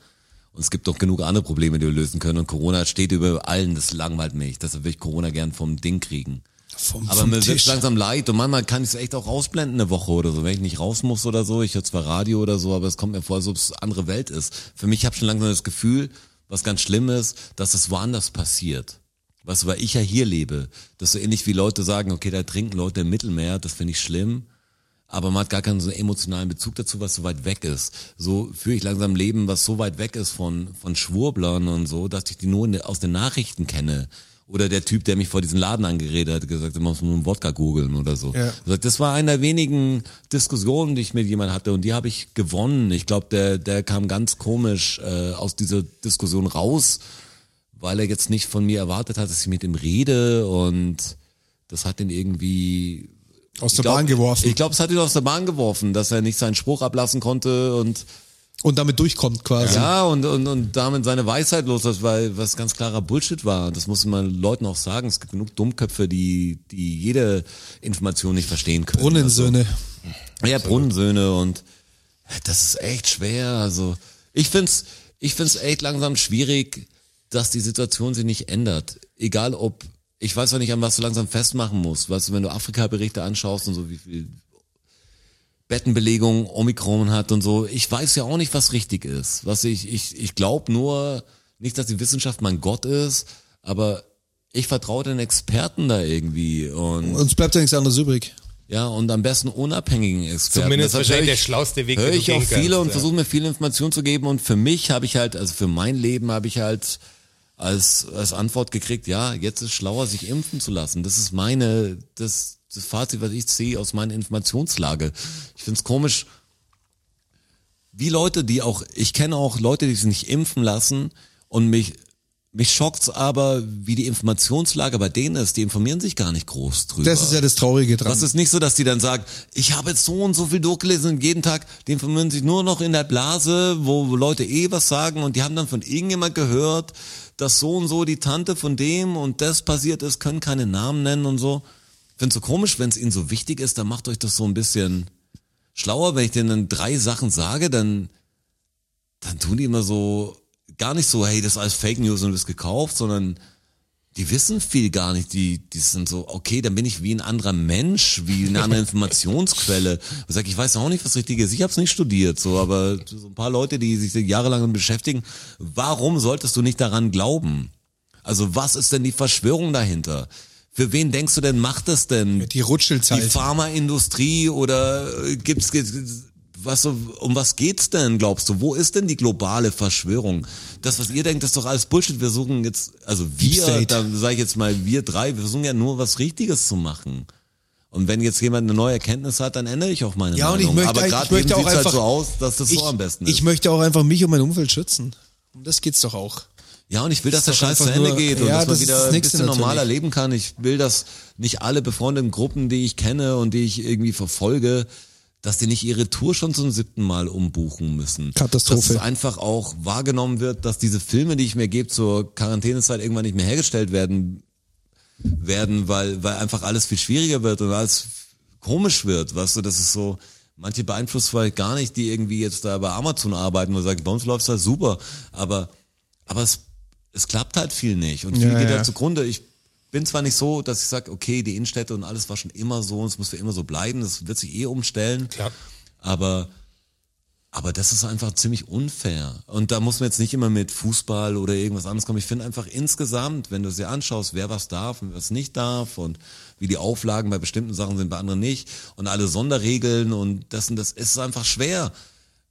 D: Und es gibt doch genug andere Probleme, die wir lösen können. Und Corona steht über allen, das langweilt mich. Deshalb will ich Corona gern vom Ding kriegen.
C: Vom,
D: Aber
C: vom
D: mir wird's
C: Tisch.
D: langsam leid und manchmal kann ich es echt auch ausblenden eine Woche oder so, wenn ich nicht raus muss oder so. Ich höre zwar Radio oder so, aber es kommt mir vor, als ob es andere Welt ist. Für mich habe ich schon langsam das Gefühl, was ganz schlimm ist, dass es woanders passiert. Weißt du, weil ich ja hier lebe. Das ist so ähnlich wie Leute sagen, okay, da trinken Leute im Mittelmeer, das finde ich schlimm aber man hat gar keinen so einen emotionalen Bezug dazu, was so weit weg ist. So führe ich langsam ein Leben, was so weit weg ist von, von Schwurblern und so, dass ich die nur ne- aus den Nachrichten kenne. Oder der Typ, der mich vor diesen Laden angeredet hat, gesagt, du musst nur einen Wodka googeln oder so.
C: Ja.
D: Sagt, Das war eine der wenigen Diskussionen, die ich mit jemand hatte und die habe ich gewonnen. Ich glaube, der, der kam ganz komisch äh, aus dieser Diskussion raus, weil er jetzt nicht von mir erwartet hat, dass ich mit ihm rede und das hat ihn irgendwie
C: Aus
D: ich
C: der
D: glaub-
C: Bahn geworfen
D: Ich glaube, es hat ihn aus der Bahn geworfen, dass er nicht seinen Spruch ablassen konnte und
C: und damit durchkommt quasi.
D: ja, und, und, und damit seine Weisheit los ist, weil was ganz klarer Bullshit war. Das muss man Leuten auch sagen. Es gibt genug Dummköpfe, die, die jede Information nicht verstehen können. Also,
C: Brunnensöhne.
D: Ja, Brunnensöhne und das ist echt schwer. Also ich find's, ich find's echt langsam schwierig, dass die Situation sich nicht ändert. Egal ob, ich weiß auch nicht, an was du langsam festmachen musst. Weißt du, wenn du Afrika-Berichte anschaust und so, wie viel Bettenbelegung Omikron hat und so, ich weiß ja auch nicht, was richtig ist. Was ich, ich, ich glaube nur, nicht, dass die Wissenschaft mein Gott ist, aber ich vertraue den Experten da irgendwie und
C: Uns bleibt ja nichts anderes übrig.
D: ja, und am besten unabhängigen Experten.
B: Zumindest
D: Deshalb
B: wahrscheinlich
D: höre
B: der schlauste Weg,
D: höre
B: den du
D: ich auch
B: gehen kannst,
D: viele und
B: ja.
D: versuche mir viele Informationen zu geben. Und für mich habe ich halt, also für mein Leben habe ich halt als, als Antwort gekriegt, ja, jetzt ist schlauer, sich impfen zu lassen. Das ist meine, das, das Fazit, was ich sehe aus meiner Informationslage. Ich find's komisch, wie Leute, die auch, ich kenne auch Leute, die sich nicht impfen lassen und mich, mich schockt's aber, wie die Informationslage bei denen ist. Die informieren sich gar nicht groß drüber.
C: Das ist ja das Traurige dran.
D: Das ist nicht so, dass die dann sagt, ich habe jetzt so und so viel durchgelesen und jeden Tag, die informieren sich nur noch in der Blase, wo Leute eh was sagen und die haben dann von irgendjemand gehört, dass so und so die Tante von dem und das passiert ist, können keine Namen nennen und so. Ich find's so komisch, wenn es ihnen so wichtig ist, dann macht euch das so ein bisschen schlauer. Wenn ich denen dann drei Sachen sage, dann, dann tun die immer so, gar nicht so, hey, das ist alles Fake News und du bist gekauft, sondern die wissen viel gar nicht. Die, die sind so, okay, dann bin ich wie ein anderer Mensch, wie eine andere Informationsquelle. Ich sag, ich weiß auch nicht, was richtig ist. Ich habe es nicht studiert, so, aber so ein paar Leute, die sich jahrelang damit beschäftigen, warum solltest du nicht daran glauben? Also was ist denn die Verschwörung dahinter? Für wen denkst du denn, macht das denn?
C: die rutschelt
D: Die
C: halt.
D: Pharmaindustrie oder äh, gibt's, gibt's was so- um was geht's denn, glaubst du? Wo ist denn die globale Verschwörung? Das, was ihr denkt, das ist doch alles Bullshit. Wir suchen jetzt, also wir,
C: State.
D: da sage ich jetzt mal, wir drei, wir versuchen ja nur was Richtiges zu machen. Und wenn jetzt jemand eine neue Erkenntnis hat, dann ändere ich auch meine
C: Ja, und
D: Meinung.
C: ich möchte
D: Aber
C: eigentlich-
D: gerade
C: ich möchte
D: eben
C: auch
D: sieht's halt
C: einfach-
D: so aus, dass das
C: ich,
D: so am besten ist.
C: ich möchte auch einfach mich und mein Umfeld schützen. Um das geht's doch auch.
D: Ja, und ich will, dass der
C: Ist doch
D: Scheiß zu
C: einfach
D: Ende
C: nur-
D: geht und
C: ja,
D: dass man
C: das ist
D: wieder
C: das
D: ein
C: Nächste
D: bisschen normaler
C: natürlich.
D: leben kann. Ich will, dass nicht alle befreundeten Gruppen, die ich kenne und die ich irgendwie verfolge, dass die nicht ihre Tour schon zum siebten Mal umbuchen müssen.
C: Katastrophe.
D: Dass es einfach auch wahrgenommen wird, dass diese Filme, die ich mir gebe, zur Quarantänezeit irgendwann nicht mehr hergestellt werden, werden, weil, weil einfach alles viel schwieriger wird und alles komisch wird, weißt du, das ist so, manche beeinflusst vielleicht gar nicht, die irgendwie jetzt da bei Amazon arbeiten und sagen, bei uns läuft's halt super, aber, aber es, es klappt halt viel nicht und viel
C: Ja,
D: geht
C: ja.
D: da zugrunde. Ich bin zwar nicht so, dass ich sage, okay, die Innenstädte und alles war schon immer so und es muss für immer so bleiben, das wird sich eh umstellen,
B: Klar.
D: aber aber das ist einfach ziemlich unfair. Und da muss man jetzt nicht immer mit Fußball oder irgendwas anderes kommen. Ich finde einfach insgesamt, wenn du es dir anschaust, wer was darf und was nicht darf und wie die Auflagen bei bestimmten Sachen sind, bei anderen nicht und alle Sonderregeln und das und das es ist einfach schwer.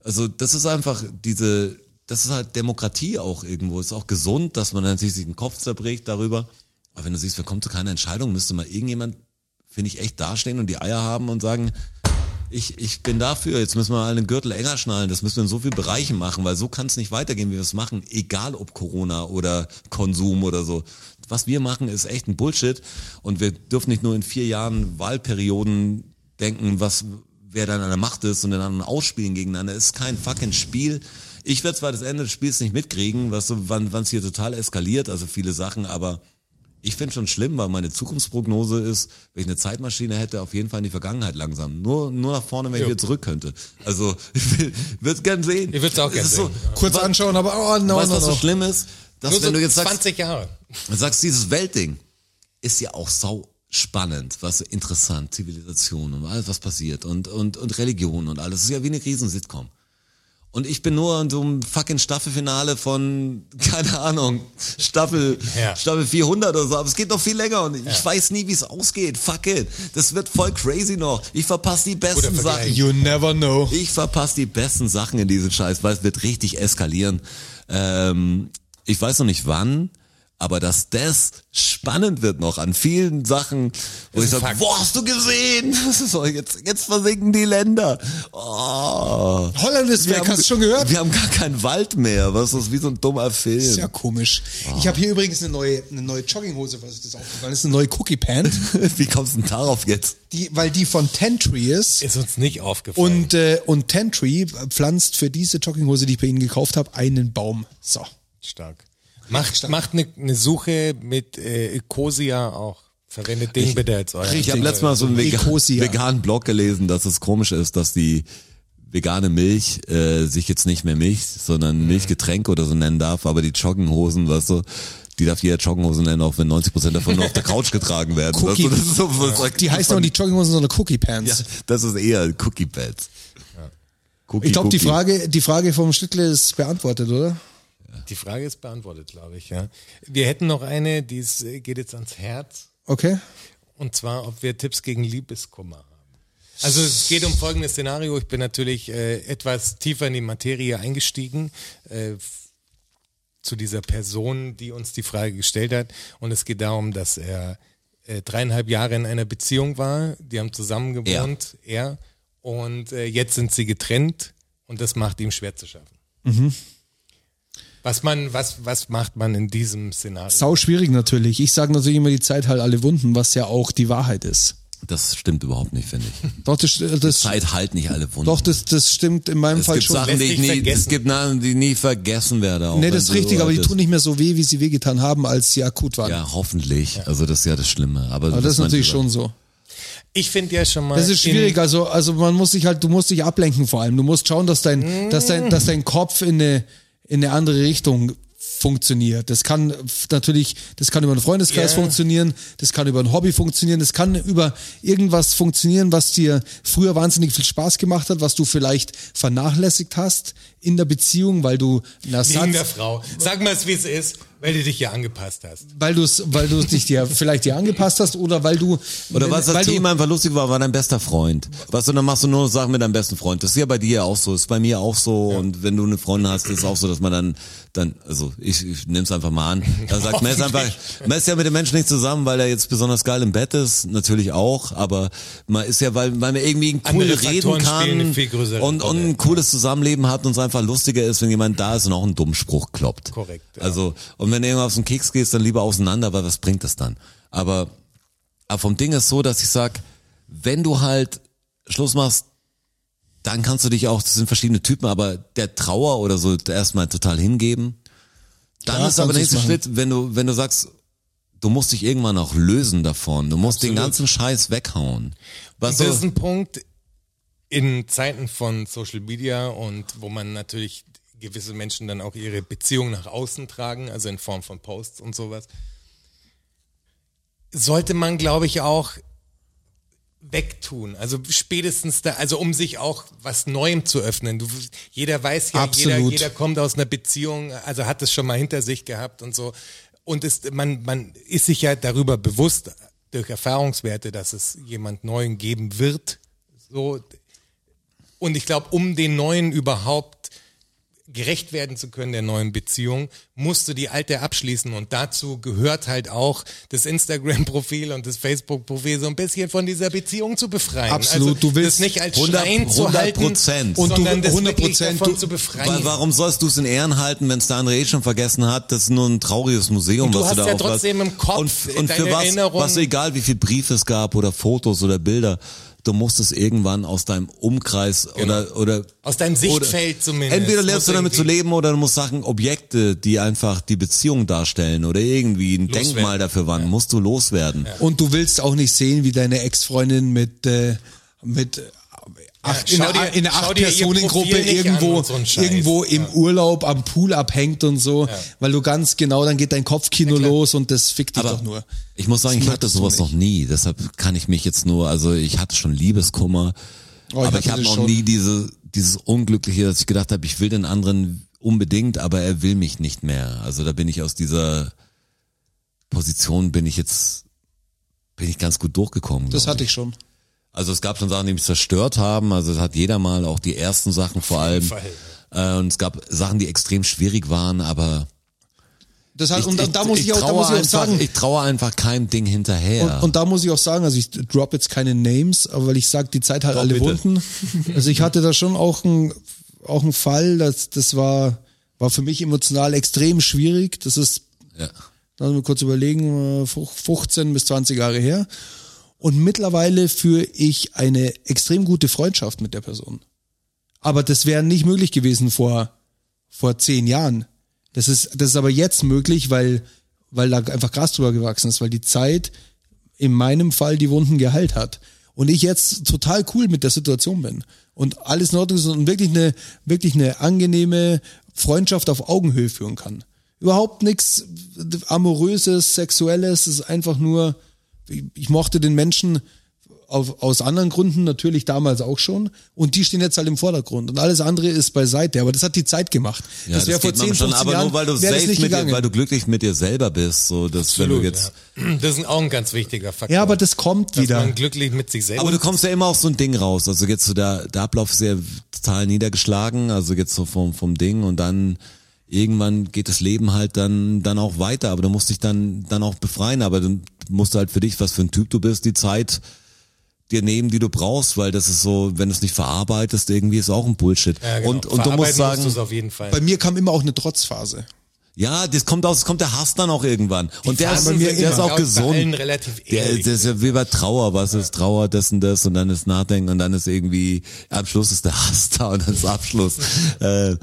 D: Also das ist einfach diese, das ist halt Demokratie auch irgendwo. Es ist auch gesund, dass man natürlich sich den Kopf zerbricht darüber. Aber wenn du siehst, wir kommen zu keiner Entscheidung, müsste mal irgendjemand, finde ich, echt dastehen und die Eier haben und sagen, ich, ich bin dafür, jetzt müssen wir mal einen Gürtel enger schnallen, das müssen wir in so vielen Bereichen machen, weil so kann es nicht weitergehen, wie wir es machen, egal ob Corona oder Konsum oder so. Was wir machen, ist echt ein Bullshit und wir dürfen nicht nur in vier Jahren Wahlperioden denken, was wer dann an der Macht ist und den anderen ausspielen gegeneinander. Es ist kein fucking Spiel. Ich werde zwar das Ende des Spiels nicht mitkriegen, was so, wann es hier total eskaliert, also viele Sachen, aber ich finde schon schlimm, weil meine Zukunftsprognose ist, wenn ich eine Zeitmaschine hätte, auf jeden Fall in die Vergangenheit langsam. Nur, nur nach vorne, wenn ich
B: Jo.
D: wieder zurück könnte. Also, ich will, würd's gern sehen.
B: Ich würd's auch
D: Es
B: gern
D: ist
B: sehen.
C: Kurz
D: wa-
C: anschauen, aber oh, no,
D: weißt du,
C: no,
D: was so
C: no.
D: schlimm ist? Dass
B: Nur
D: wenn
B: so
D: du jetzt sagst,
B: 20 Jahre.
D: und sagst, dieses Weltding ist ja auch sau spannend, was interessant, Zivilisation und alles, was passiert und, und, und Religion und alles. Es ist ja wie eine Riesensitcom. Und ich bin nur in so einem fucking Staffelfinale von, keine Ahnung, Staffel,
B: Ja.
D: Staffel 400 oder so. Aber es geht noch viel länger und ich weiß nie, wie es ausgeht. Fuck it. Das wird voll crazy noch. Ich verpasse die besten
B: Guter
D: Sachen.
B: Vergleich.
C: You never know.
D: Ich verpasse die besten Sachen in diesem Scheiß, weil es wird richtig eskalieren. Ähm, ich weiß noch nicht wann, aber dass das spannend wird noch an vielen Sachen, wo ich sage,
B: Fakt.
D: wo hast du gesehen? So, jetzt, jetzt versinken die Länder. Oh.
C: Holland ist weg, hast du schon gehört?
D: Wir haben gar keinen Wald mehr. Was ist das wie so ein dummer Film?
C: Ist ja komisch.
D: Ah.
C: Ich habe hier übrigens eine neue, eine neue Jogginghose, was ist das aufgefallen ist, eine neue Cookie Pant,
D: wie kommst du denn darauf jetzt?
C: die, weil die von Tentry ist.
B: Ist uns nicht aufgefallen.
C: Und, äh, und Tentry pflanzt für diese Jogginghose, die ich bei Ihnen gekauft habe, einen Baum. So.
B: Stark. Macht, macht eine, eine Suche mit äh, Ecosia auch. Verwendet den bitte als euer.
D: Ich habe letztes Mal so einen vegan,
C: Ecosia.
D: veganen Blog gelesen, dass es komisch ist, dass die vegane Milch äh, sich jetzt nicht mehr Milch,
C: Mhm.
D: sondern Milchgetränk oder so nennen darf, aber die Jogginghosen, weißt du, die darf jeder Jogginghosen nennen, auch wenn 90% davon nur auf der Couch getragen werden. Weißt
C: Cookie.
D: du, das ist so, was sagt-
C: Die heißt auch nicht Jogginghose, sondern Cookie Pants.
D: ja, das ist eher Cookie Pads. Cookie,
C: Ich glaube, die
D: Cookie.
C: Frage, die Frage vom Schlittle ist beantwortet, oder?
B: Die Frage ist beantwortet, glaube ich. Ja. Wir hätten noch eine, die ist, äh, geht jetzt ans Herz.
C: Okay.
B: Und zwar, ob wir Tipps gegen Liebeskummer haben. Also es geht um folgendes Szenario. Ich bin natürlich äh, etwas tiefer in die Materie eingestiegen äh, f- zu dieser Person, die uns die Frage gestellt hat. Und es geht darum, dass er äh, dreieinhalb Jahre in einer Beziehung war. Die haben zusammen gewohnt, er. Und äh, jetzt sind sie getrennt und das macht ihm schwer zu schaffen.
C: Mhm.
B: Was man, was, was macht man in diesem Szenario?
C: Sau schwierig natürlich. Ich sage natürlich immer, die Zeit heilt alle Wunden, was ja auch die Wahrheit ist.
D: Das stimmt überhaupt nicht, finde ich.
C: Doch, das, das,
D: Zeit halt nicht alle Wunden.
C: doch, das, das stimmt in meinem
D: es
C: Fall
D: gibt
C: schon.
D: Sachen, die
B: Lässt sich
D: ich nie, es
B: vergessen.
D: gibt Namen, die ich nie vergessen werde. auch
C: Nee,
D: wenn
C: das ist
D: du
C: richtig, aber die
D: alt
C: tun nicht mehr so weh, wie sie wehgetan haben, als sie akut waren.
D: Ja, hoffentlich. Also das ist ja das Schlimme. Aber,
C: aber das ist
D: man-
C: natürlich schon so.
B: Ich finde ja schon mal.
C: Das ist
B: in-
C: schwierig, also, also man muss sich halt, du musst dich ablenken vor allem. Du musst schauen, dass dein, dass dein, dass dein Kopf in eine, in eine andere Richtung funktioniert. Das kann f- natürlich, das kann über einen Freundeskreis
B: Ja.
C: funktionieren, das kann über ein Hobby funktionieren, das kann über irgendwas funktionieren, was dir früher wahnsinnig viel Spaß gemacht hat, was du vielleicht vernachlässigt hast in der Beziehung, weil du einen
B: Wegen
C: Ersatz,
B: der Frau. Sag mal es, wie es ist. Weil du dich ja angepasst hast.
C: weil du es, weil du dich dir vielleicht dir angepasst hast oder weil du
D: Oder was das
C: weil
D: Thema einfach lustig war, war dein bester Freund. Weißt du, dann machst du nur noch Sachen mit deinem besten Freund. Das ist ja bei dir auch so, ist bei mir auch so. Und wenn du eine Freundin hast, ist es auch so, dass man dann, dann, also ich, ich nehme es einfach mal an. Dann sagt man ist einfach, man ist ja mit dem Menschen nicht zusammen, weil er jetzt besonders geil im Bett ist, natürlich auch, aber man ist ja, weil, weil man irgendwie cool
B: Andere
D: reden
B: Faktoren spielen eine
D: kann
B: viel größere
D: und, und
B: Rolle.
D: ein cooles Zusammenleben hat und es einfach lustiger ist, wenn jemand da ist und auch einen Dummspruch kloppt.
B: Korrekt, ja.
D: Also, und wenn du irgendwann auf den Keks gehst, dann lieber auseinander, weil was bringt das dann? Aber aber vom Ding ist so, dass ich sag, wenn du halt Schluss machst, dann kannst du dich auch, das sind verschiedene Typen, aber der Trauer oder so erstmal total hingeben. Dann
C: Ja,
D: ist aber der
C: kannst
D: nächste
C: du's machen.
D: Schritt, wenn du, wenn du sagst, du musst dich irgendwann auch lösen davon. Du musst den ganzen Scheiß weghauen. Was
B: Das ist
D: so,
B: ein Punkt in Zeiten von Social Media und wo man natürlich gewisse Menschen dann auch ihre Beziehung nach außen tragen, also in Form von Posts und sowas. Sollte man, glaube ich, auch wegtun. Also spätestens da, also um sich auch was Neuem zu öffnen. Du, jeder weiß ja, jeder,
C: Absolut.
B: jeder kommt aus einer Beziehung, also hat es schon mal hinter sich gehabt und so. Und ist, man, man ist sich ja darüber bewusst durch Erfahrungswerte, dass es jemand Neuen geben wird. So. Und ich glaube, um den Neuen überhaupt gerecht werden zu können der neuen Beziehung, musst du die alte abschließen. Und dazu gehört halt auch das Instagram-Profil und das Facebook-Profil so ein bisschen von dieser Beziehung zu befreien.
C: Absolut,
B: also,
C: du willst
B: das nicht als
D: 100
B: Stein zu halten
D: 100%.
B: und
C: Und du-
B: sondern das 100 wirklich
C: 100%,
B: davon
C: du-
B: zu befreien.
D: weil, warum sollst du es in Ehren halten, wenn es der andere eh schon vergessen hat? Das ist nur ein trauriges Museum,
B: du
D: was
B: hast
D: du da
B: ja
D: aufreißt.
B: trotzdem im Kopf
D: Und, und für
B: deine
D: was,
B: Erinnerung.
D: was egal, wie viel Briefe es gab oder Fotos oder Bilder, du musst es irgendwann aus deinem Umkreis oder, oder
B: Genau. Aus deinem Sichtfeld
D: oder,
B: zumindest.
D: Entweder
B: Muss
D: lernst du damit zu
B: irgendwie-
D: leben oder du musst Sachen, Objekte, die einfach die Beziehung darstellen oder irgendwie ein
B: Loswerden.
D: Denkmal dafür waren, musst du loswerden.
C: Und du willst auch nicht sehen, wie deine Ex-Freundin mit, äh, mit äh, acht,
B: schau
C: in, einer-
B: dir-
C: in einer
B: schau dir ihr
C: Acht-Personen-Gruppe
B: Profil nicht an
C: irgendwo,
B: und so ein Scheiß.
C: irgendwo im
B: Ja.
C: Urlaub am Pool abhängt und so, weil du ganz genau, dann geht dein Kopfkino los und das fickt dich
D: Aber
C: doch nur.
D: ich muss sagen, ich
C: Das
D: hatte
C: möchtest
D: sowas
C: du
D: noch
C: nicht.
D: nie. Deshalb kann ich mich jetzt nur, also ich hatte schon Liebeskummer,
C: Oh, ich
D: aber
C: hatte
D: ich habe
C: das
D: noch
C: schon.
D: nie diese, dieses Unglückliche, dass ich gedacht habe, ich will den anderen unbedingt, aber er will mich nicht mehr. Also da bin ich aus dieser Position, bin ich jetzt, bin ich ganz gut durchgekommen.
C: Das
D: glaub
C: hatte ich schon.
D: Also es gab schon Sachen, die mich zerstört haben. Also es hat jeder mal, auch die ersten Sachen vor allem. Äh, und es gab Sachen, die extrem schwierig waren, aber
C: Das hat, und, und da muss ich, auch, da
D: traue
C: muss ich auch
D: einfach,
C: sagen,
D: ich traue einfach keinem Ding hinterher.
C: Und, und da muss ich auch sagen, also ich drop jetzt keine Names, aber weil ich sage, die Zeit halt alle
D: bitte.
C: Wunden. Also ich hatte da schon auch einen auch einen Fall, das, das war, war für mich emotional extrem schwierig. Das ist,
D: ja.
C: lass mich kurz überlegen, äh, 15 bis 20 Jahre her. Und mittlerweile führe ich eine extrem gute Freundschaft mit der Person. Aber das wäre nicht möglich gewesen vor, vor zehn Jahren. Das ist, das ist aber jetzt möglich, weil, weil da einfach Gras drüber gewachsen ist, weil die Zeit in meinem Fall die Wunden geheilt hat. Und ich jetzt total cool mit der Situation bin. Und alles in Ordnung ist und wirklich eine, wirklich eine angenehme Freundschaft auf Augenhöhe führen kann. Überhaupt nichts amoröses, sexuelles, es ist einfach nur, ich, ich mochte den Menschen auf, aus anderen Gründen natürlich damals auch schon. Und die stehen jetzt halt im Vordergrund. Und alles andere ist beiseite. Aber das hat die Zeit gemacht.
D: Ja,
C: das wäre vor
D: geht man
C: 10, 15
D: aber
C: Jahren
D: nur weil du
C: wäre das
D: safe
C: nicht
D: mit
C: gegangen.
D: dir, weil du glücklich mit dir selber bist, so dass wenn
B: Absolut,
D: du jetzt
B: ja. Das ist auch ein ganz wichtiger Faktor.
C: ja, aber das kommt
B: dass
C: wieder.
B: man glücklich mit sich selbst
D: Aber du kommst ja immer auf so ein Ding raus. Also jetzt so der, der Ablauf ist ja total niedergeschlagen, also jetzt so vom, vom Ding und dann irgendwann geht das Leben halt dann, dann auch weiter, aber du musst dich dann, dann auch befreien, aber dann musst du halt für dich, was für ein Typ du bist, die Zeit dir nehmen, die du brauchst, weil das ist so, wenn du es nicht verarbeitest, irgendwie ist auch ein Bullshit.
B: ja, genau.
D: Und, und du musst
B: Verarbeiten
D: sagen,
B: musst du's auf jeden Fall.
C: Bei mir kam immer auch eine Trotzphase.
D: ja, das kommt aus, kommt der Hass dann auch irgendwann. Und der ist,
B: Phasen
D: der
B: sind
D: ist
B: immer,
D: auch
B: glaub ich, bei allen
D: gesund.
B: relativ
D: Der,
B: ähnlich.
D: der ist ja wie bei Trauer, was ist Trauer, das und das und dann ist Nachdenken und dann ist irgendwie, am Schluss ist der Hass da und dann ist Abschluss. äh,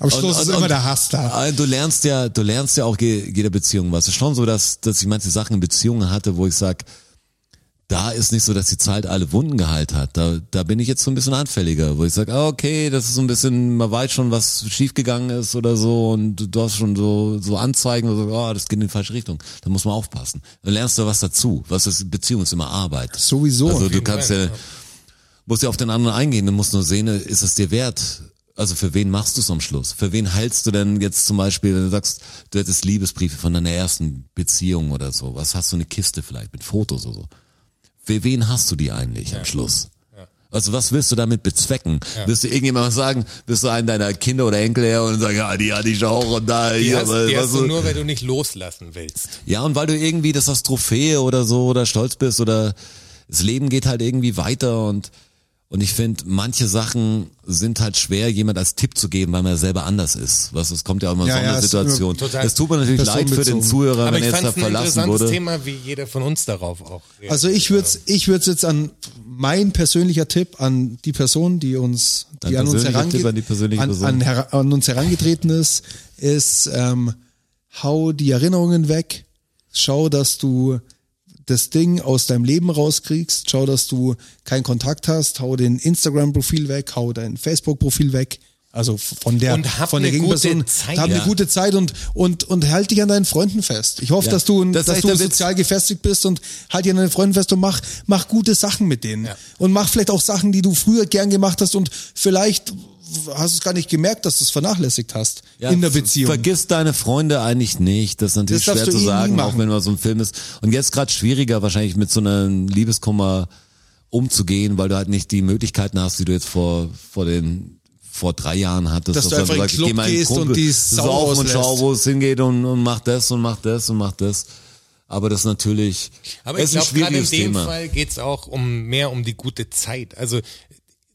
C: Am Schluss ist immer der Hass da.
D: äh, Du lernst ja, du lernst ja auch je- jeder Beziehung was. Es ist schon so, dass, dass ich manche Sachen in Beziehungen hatte, wo ich sag, da ist nicht so, dass die Zeit alle Wunden geheilt hat. Da, da bin ich jetzt so ein bisschen anfälliger, wo ich sage, okay, das ist so ein bisschen, man weiß schon, was schiefgegangen ist oder so und du- du hast schon so, so Anzeigen, wo du sagst, oh, das geht in die falsche Richtung. Da muss man aufpassen. Dann lernst du was dazu. Was ist Beziehung ist immer Arbeit.
C: Sowieso.
D: Also du
B: jeden
D: kannst
B: Fall,
D: ja, musst ja auf den anderen eingehen, du musst nur sehen, ist es dir wert, Also für wen machst du es am Schluss? Für wen heilst du denn jetzt zum Beispiel, wenn du sagst, du hättest Liebesbriefe von deiner ersten Beziehung oder so? Was hast du eine Kiste vielleicht mit Fotos oder so? Für wen hast du die eigentlich am Schluss? Also was willst du damit bezwecken? Willst du irgendjemandem was sagen? Willst du einen deiner Kinder oder Enkel her und sagen, ja, die hatte ich auch und da,
B: Die
D: hier,
B: hast,
D: was-
B: die
D: was
B: hast
D: so-
B: du nur, weil du nicht loslassen willst.
D: ja, und weil du irgendwie das als Trophäe oder so oder stolz bist oder das Leben geht halt irgendwie weiter und und ich finde, manche Sachen sind halt schwer, jemand als Tipp zu geben, weil man ja selber anders ist. Was, es kommt ja auch immer in
C: Ja,
D: so
C: ja,
D: eine
C: es ist
D: Situation.
B: immer total
D: Das tut mir natürlich leid für den
C: personenbezogen.
D: Zuhörer,
B: Aber
D: wenn
B: ich
D: er jetzt
B: fand
D: da
B: es ein
D: verlassen
B: interessantes
D: wurde.
B: Thema, wie jeder von uns darauf auch. reagiert.
C: Also ich würde ich würd's jetzt an mein persönlicher Tipp an die Person, die uns, die
D: Dein
C: an uns,
D: persönlicher
C: herange
D: Tipp an die persönliche
C: an,
D: Person.
C: an, hera- an uns herangetreten ist, ist ähm, hau die Erinnerungen weg, schau, dass du das Ding aus deinem Leben rauskriegst, schau, dass du keinen Kontakt hast, hau den Instagram-Profil weg, hau dein Facebook-Profil weg. Also von der
B: Und hab
C: von der
B: eine gute
C: Gegenperson,
B: Zeit.
C: hab
D: Ja.
C: eine gute Zeit und und und halt dich an deinen Freunden fest. Ich hoffe,
D: Ja.
C: dass du ein-
D: Das ist
C: dass
D: echt
C: du
D: der Witz.
C: sozial sozial gefestigt bist und halt dir deine Freunde fest und mach, mach gute Sachen mit denen.
B: Ja.
C: Und mach vielleicht auch Sachen, die du früher gern gemacht hast und vielleicht hast du es gar nicht gemerkt, dass du es vernachlässigt hast
D: Ja,
C: in der
D: ver-
C: Beziehung.
D: Vergiss deine Freunde eigentlich nicht. Das ist natürlich
C: Das darfst
D: schwer
C: du
D: zu
C: eh nie
D: sagen, auch
C: machen.
D: wenn man so ein Film ist. Und jetzt gerade schwieriger wahrscheinlich mit so einem Liebeskummer umzugehen, weil du halt nicht die Möglichkeiten hast, die du jetzt vor, vor den vor drei Jahren hattest, Also
C: Dass du einfach in den Club
D: in den
C: gehst und die Sau
D: saufen und schau,
C: rauslässt.
D: wo es hingeht und, und mach das und mach das und mach das. Aber das ist natürlich,
B: Aber
D: Also, es
B: ich
D: ist ein
B: glaube, gerade in dem
D: schwieriges Thema.
B: Fall geht's auch um mehr um die gute Zeit. Also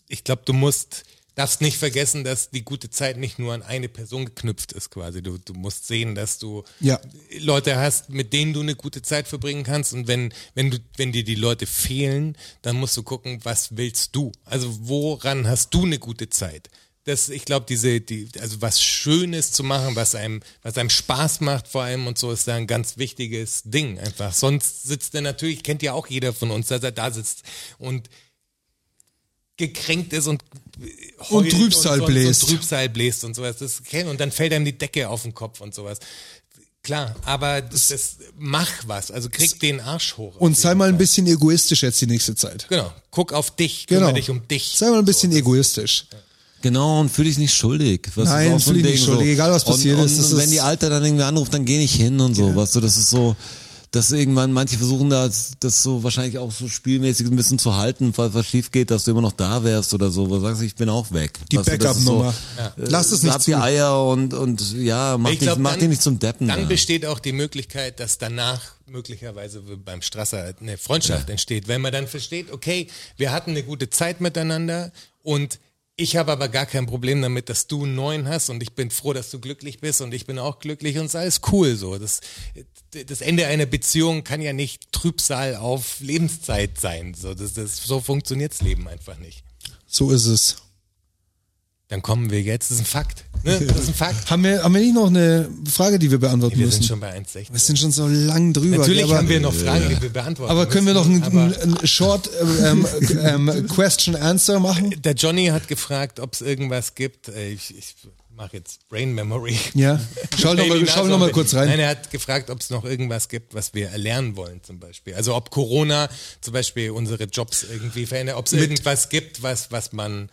B: ich glaube, du musst, darfst nicht vergessen, dass die gute Zeit nicht nur an eine Person geknüpft ist quasi. Du, du musst sehen, dass du
C: Ja.
B: Leute hast, mit denen du eine gute Zeit verbringen kannst. Und wenn, wenn du, wenn dir die Leute fehlen, dann musst du gucken, was willst du? Also woran hast du eine gute Zeit? Das, ich glaube, diese, die, also was Schönes zu machen, was einem, was einem Spaß macht vor allem und so, ist da ein ganz wichtiges Ding einfach. Sonst sitzt er natürlich, kennt ja auch jeder von uns, dass er da sitzt und gekränkt ist und äh, heult
C: Trübsal
B: und,
C: bläst.
B: Und Trübsal bläst und sowas. Das kennen und dann fällt einem die Decke auf den Kopf und sowas. Klar, aber das, mach was, also krieg den Arsch hoch.
C: und sei mal ein bisschen egoistisch jetzt die nächste Zeit.
B: genau, guck auf dich, kümmere
C: Genau.
B: dich um dich.
C: Sei mal ein bisschen egoistisch.
D: Genau, und fühl dich nicht schuldig. Was
C: Nein,
D: ist auch so ein
C: fühl dich nicht
D: Ding,
C: schuldig,
D: so.
C: egal was passiert
D: und,
C: ist,
D: Und,
C: das
D: und
C: ist-
D: wenn die Alter dann irgendwie anruft, dann geh nicht hin und so, weißt du, das ist so, dass irgendwann, manche versuchen da, das so wahrscheinlich auch so spielmäßig ein bisschen zu halten, falls was schief geht, dass du immer noch da wärst oder so, wo du sagst, ich bin auch weg.
C: Die
D: Weißt du, Also das ist
C: Backup-Nummer.
D: So,
C: Ja.
D: äh,
C: Lass es nicht
D: Hab die
C: zu.
D: Eier und, und ja, mach,
B: Ich
D: dich,
B: glaub,
D: mach
B: dann-
D: dich nicht zum Deppen.
B: Dann
D: da.
B: besteht auch die Möglichkeit, dass danach möglicherweise beim Strasser eine Freundschaft entsteht, wenn man dann versteht, okay, wir hatten eine gute Zeit miteinander und ich habe aber gar kein Problem damit, dass du einen neuen hast und ich bin froh, dass du glücklich bist und ich bin auch glücklich und es ist alles cool so. Das, das Ende einer Beziehung kann ja nicht Trübsal auf Lebenszeit sein. So, das, das, so funktioniert's Leben einfach nicht.
C: So ist es.
B: Dann kommen wir jetzt, das ist ein Fakt. Ne? Das ist ein Fakt.
C: Haben wir, haben wir nicht noch eine Frage, die wir beantworten
B: Wir
C: müssen?
B: sind schon bei 1,60.
C: wir sind schon so lang drüber.
B: Natürlich
C: aber,
B: haben wir noch Fragen, die wir beantworten
C: Aber können wir noch
B: müssen,
C: ein,
B: aber
C: ein, ein Short ähm, ähm, Question Answer machen?
B: Der Johnny hat gefragt, ob es irgendwas gibt. Äh, Ich, ich mache jetzt Brain Memory.
C: Ja. Schau noch mal- schau noch mal kurz rein.
B: Nein, er hat gefragt, ob es noch irgendwas gibt, was wir erlernen wollen zum Beispiel. Also ob Corona zum Beispiel unsere Jobs irgendwie verändert, ob es irgendwas gibt, was, was man...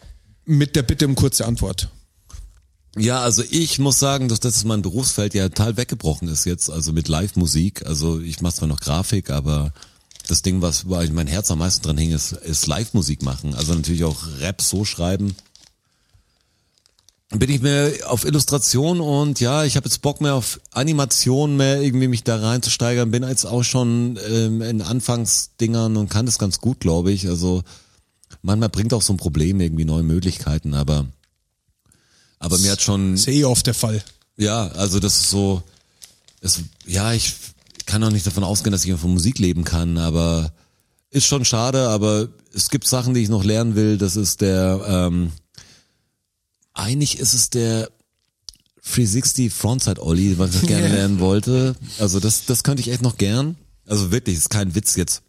C: Mit der Bitte um kurze Antwort.
D: Ja, also ich muss sagen, dass das mein Berufsfeld ja total weggebrochen ist jetzt, also mit Live-Musik. Also ich mache zwar noch Grafik, aber das Ding, was wo eigentlich mein Herz am meisten dran hing, ist, ist Live-Musik machen. Also natürlich auch Rap so schreiben. Bin ich mehr auf Illustration und ja, ich habe jetzt Bock mehr auf Animation, mehr irgendwie mich da reinzusteigern. Bin jetzt auch schon ähm, in Anfangsdingern und kann das ganz gut, glaube ich. Also manchmal bringt auch so ein Problem irgendwie neue Möglichkeiten, aber aber mir hat schon
C: Ist ja eh oft der Fall.
D: ja, also das ist so, es, ja, ich kann auch nicht davon ausgehen, dass ich von Musik leben kann, aber ist schon schade, aber es gibt Sachen, die ich noch lernen will. Das ist der, ähm, eigentlich ist es der 360 Frontside Ollie, was ich gerne lernen wollte. Also das, das könnte ich echt noch gern. Also wirklich, ist kein Witz jetzt.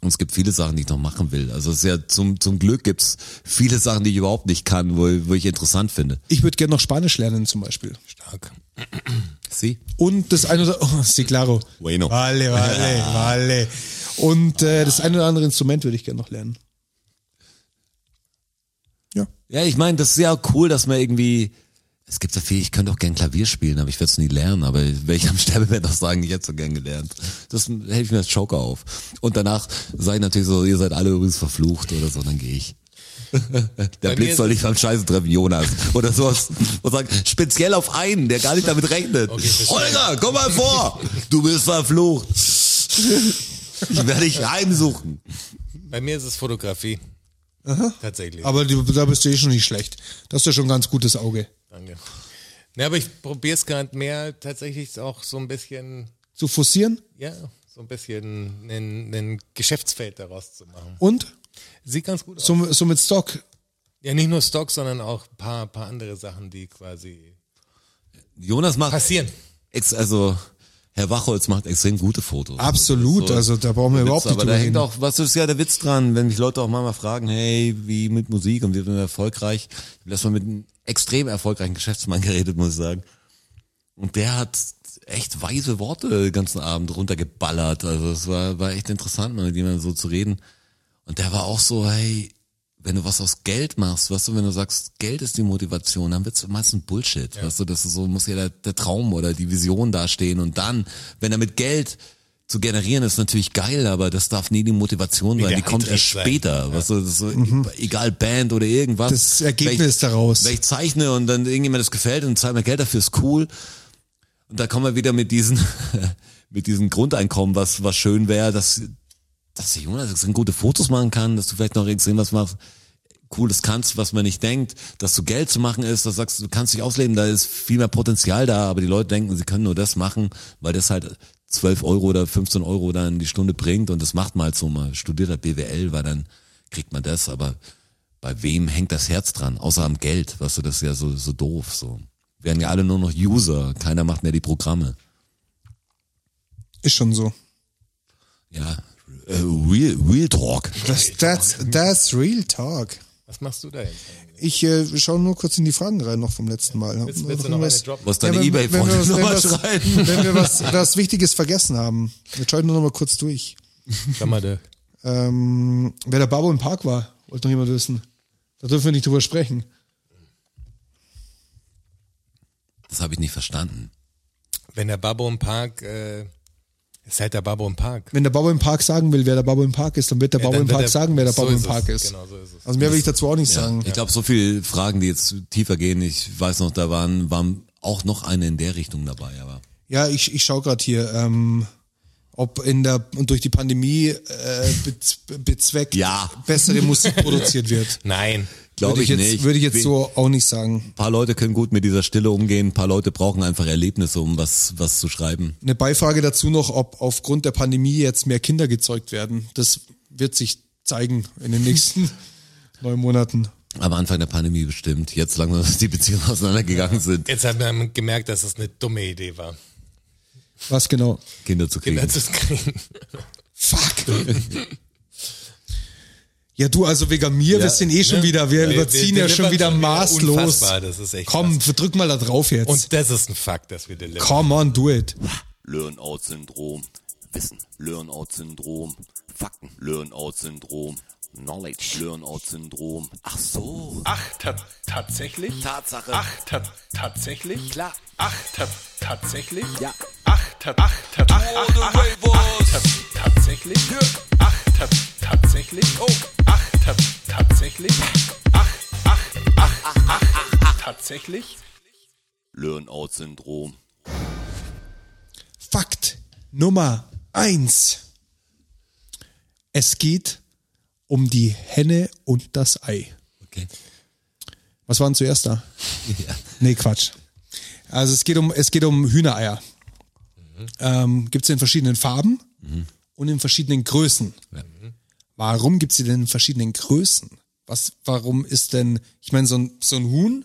D: Und es gibt viele Sachen, die ich noch machen will. Also es ist ja zum, zum Glück gibt's viele Sachen, die ich überhaupt nicht kann, wo, wo ich interessant finde.
C: Ich würde gerne noch Spanisch lernen zum Beispiel.
B: Stark.
D: Sie?
C: Und das eine oder oh, sí, claro.
D: Bueno.
C: Vale, vale, vale. Und äh, das eine oder andere Instrument würde ich gerne noch lernen. Ja.
D: Ja, ich meine, das ist ja cool, dass man irgendwie. Es gibt so viel, ich könnte auch gern Klavier spielen, aber ich würde es nie lernen. Aber wenn ich am Sterbebett auch sagen, ich hätte so gern gelernt. Das hält ich mir als Joker auf. Und danach sage ich natürlich so, ihr seid alle übrigens verflucht oder so, dann gehe ich. Der
B: mir
D: Blitz
B: ist
D: soll nicht am Scheiße treffen, Jonas. Oder sowas. Und sagen, speziell auf einen, der gar nicht damit rechnet.
B: verstehe.
D: Holger, komm mal vor! Du bist verflucht. Ich werde dich heimsuchen.
B: Bei mir ist es Fotografie. Tatsächlich.
C: Aber du, da bist du eh schon nicht schlecht. Da hast du schon ein ganz gutes Auge.
B: Danke. Ja, aber ich probiere es gerade mehr tatsächlich auch so ein bisschen,
C: Zu forcieren
B: ja, so ein bisschen ein, ein Geschäftsfeld daraus zu machen.
C: und
B: Sieht ganz gut aus.
C: so, so mit Stock.
B: ja, nicht nur Stock, sondern auch ein paar, paar andere Sachen, die quasi
D: Jonas macht
B: passieren.
D: ex, also Herr Wachholz macht extrem gute Fotos.
B: Ah,
C: Absolut,
D: Das ist
C: also da brauchen wir überhaupt
D: Witz,
C: nicht
D: aber da
C: drüber
D: hängt
C: reden.
D: auch, was ist ja der Witz dran, wenn mich Leute auch mal, mal fragen, hey, wie mit Musik und wie sind wir erfolgreich? Ich habe erstmal mit einem extrem erfolgreichen Geschäftsmann geredet, muss ich sagen. Und der hat echt weise Worte den ganzen Abend runtergeballert. Also es war, war echt interessant, mal mit jemandem so zu reden. Und der war auch so, hey, wenn du was aus Geld machst, weißt du, wenn du sagst, Geld ist die Motivation, dann wird's meistens Bullshit. Weißt du, das ist so, muss ja der, der Traum oder die Vision dastehen. Und dann, wenn damit Geld zu generieren ist natürlich geil, aber das darf nie die Motivation sein.
B: der
D: Die kommt
B: Antrieb
D: erst
B: sein.
D: später. Weißt du, das ist so, egal Band oder irgendwas.
C: Das
D: Wenn
C: Ergebnis
D: ich-
C: daraus.
D: wenn ich zeichne und dann irgendjemand das gefällt und zahlt mir Geld dafür, ist cool. Und da kommen wir wieder mit diesen, mit diesem Grundeinkommen, was, was schön wäre, dass, dass der Jonas extrem gute Fotos machen kann, dass du vielleicht noch extrem was machst, Cooles kannst, was man nicht denkt, dass du Geld zu machen ist, dass du sagst, du kannst dich ausleben, da ist viel mehr Potenzial da, aber die Leute denken, sie können nur das machen, weil das halt 12 Euro oder 15 Euro dann die Stunde bringt und das macht man halt so, man studiert halt BWL, weil dann kriegt man das, aber bei wem hängt das Herz dran, außer am Geld, weißt du, das ist ja so, so doof, so. Werden ja alle nur noch User, keiner macht mehr die Programme.
C: Ist schon so.
D: Ja, äh, real, real Talk.
C: Das, that's, that's real talk.
B: Was machst du da jetzt? eigentlich?
C: Ich äh, schaue nur kurz in die Fragen rein noch vom letzten Mal.
B: Willst, willst du
C: Noch
B: noch eine
C: was-
B: droppen?
D: Was deine
C: Ja, wenn- wenn wir
D: Ebay-Freunde
C: was- wenn
D: nochmal
C: was-
D: schreiben.
C: Wenn wir was, was Wichtiges vergessen haben, wir schauen nur noch mal kurz durch.
B: Sag mal, der-
C: Ähm, wer der Babo im Park war, wollte noch jemand wissen. Da dürfen wir nicht drüber sprechen.
D: Das habe ich nicht verstanden.
B: wenn der Babbo im Park, äh, ist halt der Babbo im Park.
C: Wenn der Babo im Park sagen will, wer der Babo im Park ist, dann wird der
B: Ja,
C: Babo
B: dann
C: im
B: wird
C: Park
B: er-
C: sagen, wer der
B: so
C: Babo im
B: ist es.
C: Park ist.
B: Genau, so ist es.
C: Also mehr will ich dazu auch nicht
D: Ja,
C: sagen.
D: ich glaube, so viele Fragen, die jetzt tiefer gehen, ich weiß noch, da waren, waren auch noch eine in der Richtung dabei, aber
C: Ja, ich, ich schaue gerade hier, ähm, ob in der und durch die Pandemie äh, bez, bezweckt
D: Ja.
C: bessere Musik produziert wird.
B: Nein.
D: glaube
C: würde
D: ich,
C: ich, jetzt,
D: nicht.
C: Würde ich jetzt
D: Wie-
C: so auch nicht sagen.
D: Ein paar Leute können gut mit dieser Stille umgehen, ein paar Leute brauchen einfach Erlebnisse, um was, was zu schreiben.
C: Eine Beifrage dazu noch, ob aufgrund der Pandemie jetzt mehr Kinder gezeugt werden. Das wird sich zeigen in den nächsten neun Monaten.
D: Am Anfang der Pandemie bestimmt, jetzt langsam, dass die Beziehungen auseinandergegangen sind,
B: Jetzt hat man gemerkt, dass es eine dumme Idee war.
C: Was genau?
D: Kinder zu kriegen.
B: Kinder zu kriegen.
C: Fuck. Ja, du, also wegen mir, wir sind eh schon
B: ne?
C: wieder, wir
B: Ja, wir-
C: überziehen
B: wir
C: ja schon
B: delivern
C: wieder
B: schon wieder
C: maßlos.
B: unfassbar, das ist echt
C: Komm, drück mal da drauf jetzt.
B: Und das ist ein Fakt, dass wir deliveren.
C: Come on, do it.
E: Learn-out-Syndrom. Wissen. Learn-out-Syndrom. Fakten. Learn-out-Syndrom. Knowledge. Learn-out-Syndrom. Ach so.
F: Ach, ta tatsächlich?
E: Tatsache.
F: Ach, ta tatsächlich?
E: Klar.
F: Ach, ta tatsächlich?
E: Ja.
F: Ach, ta ach, ta ach, ach, ach, ach, ta tatsächlich? Ach, ta tatsächlich? Oh. Ach, ta tatsächlich? Ach, ach, ach, ach, ach, ach, tatsächlich?
E: Learn-out-Syndrom.
C: Fakt Nummer eins. Es geht um die Henne und das Ei.
D: Okay.
C: Was waren zuerst da? Nee, Quatsch. Also es geht um, es geht um Hühnereier. Ähm, gibt es in verschiedenen Farben und in verschiedenen Größen. Warum gibt es die denn in verschiedenen Größen? Was, warum ist denn, ich meine, so ein, so ein Huhn,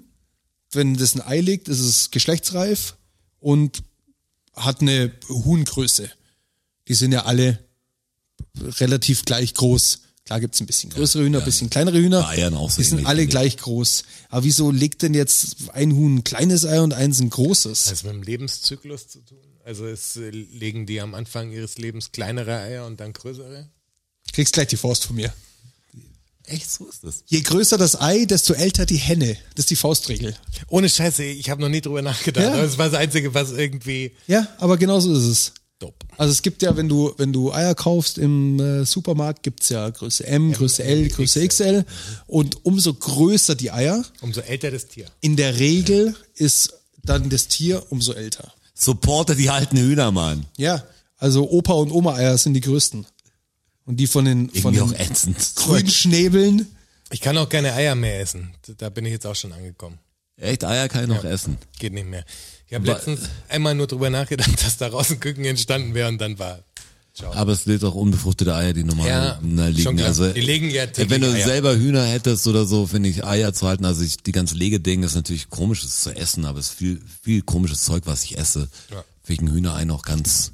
C: wenn das ein Ei legt, ist es geschlechtsreif und hat eine Huhngröße. Die sind ja alle relativ gleich groß. Klar gibt's ein bisschen größere Hühner, ein bisschen kleinere Hühner.
D: Bei Eiern auch so
C: Die sind
D: ähnlich,
C: alle
D: finde ich.
C: gleich groß. Aber wieso legt denn jetzt ein Huhn ein kleines Ei und eins ein großes?
B: Hat es mit dem Lebenszyklus zu tun? Also es äh, legen die am Anfang ihres Lebens kleinere Eier und dann größere?
C: Kriegst gleich die Faust von mir.
D: Echt, so ist das.
C: Je größer das Ei, desto älter die Henne. Das ist die Faustregel.
B: Ohne Scheiße, ich habe noch nie drüber nachgedacht.
C: Ja.
B: aber Das war das Einzige, was irgendwie.
C: Ja, aber genauso ist es.
B: Dope.
C: Also es gibt ja, wenn du, wenn du Eier kaufst im äh, Supermarkt, gibt's ja Größe M, Größe L, Größe XL. Und umso größer die Eier,
B: Umso älter das Tier.
C: in der Regel ist dann das Tier umso älter.
D: Supporte die alten Hühner, Mann.
C: Ja, also Opa und Oma Eier sind die größten. Und die von den, von
D: Irgendwie auch
C: den
D: ätzend.
C: grünen Schnäbeln.
B: Ich kann auch keine Eier mehr essen. Da bin ich jetzt auch schon angekommen.
D: Echt, Eier kann ich noch essen.
B: Geht nicht mehr. Ich habe letztens einmal nur drüber nachgedacht, dass daraus ein Küken entstanden wäre und dann war.
D: Aber es lädt auch unbefruchtete Eier, die normal
B: Ja,
D: na, liegen.
B: schon klar.
D: Also,
B: Die legen ja täglich
D: Wenn du
B: Eier.
D: selber Hühner hättest oder so, finde ich Eier zu halten. Also ich, die ganze Legeding ist natürlich komisches zu essen, aber es ist viel, viel komisches Zeug, was ich esse.
B: Ja.
D: Finde ich ein Hühnerei noch ganz,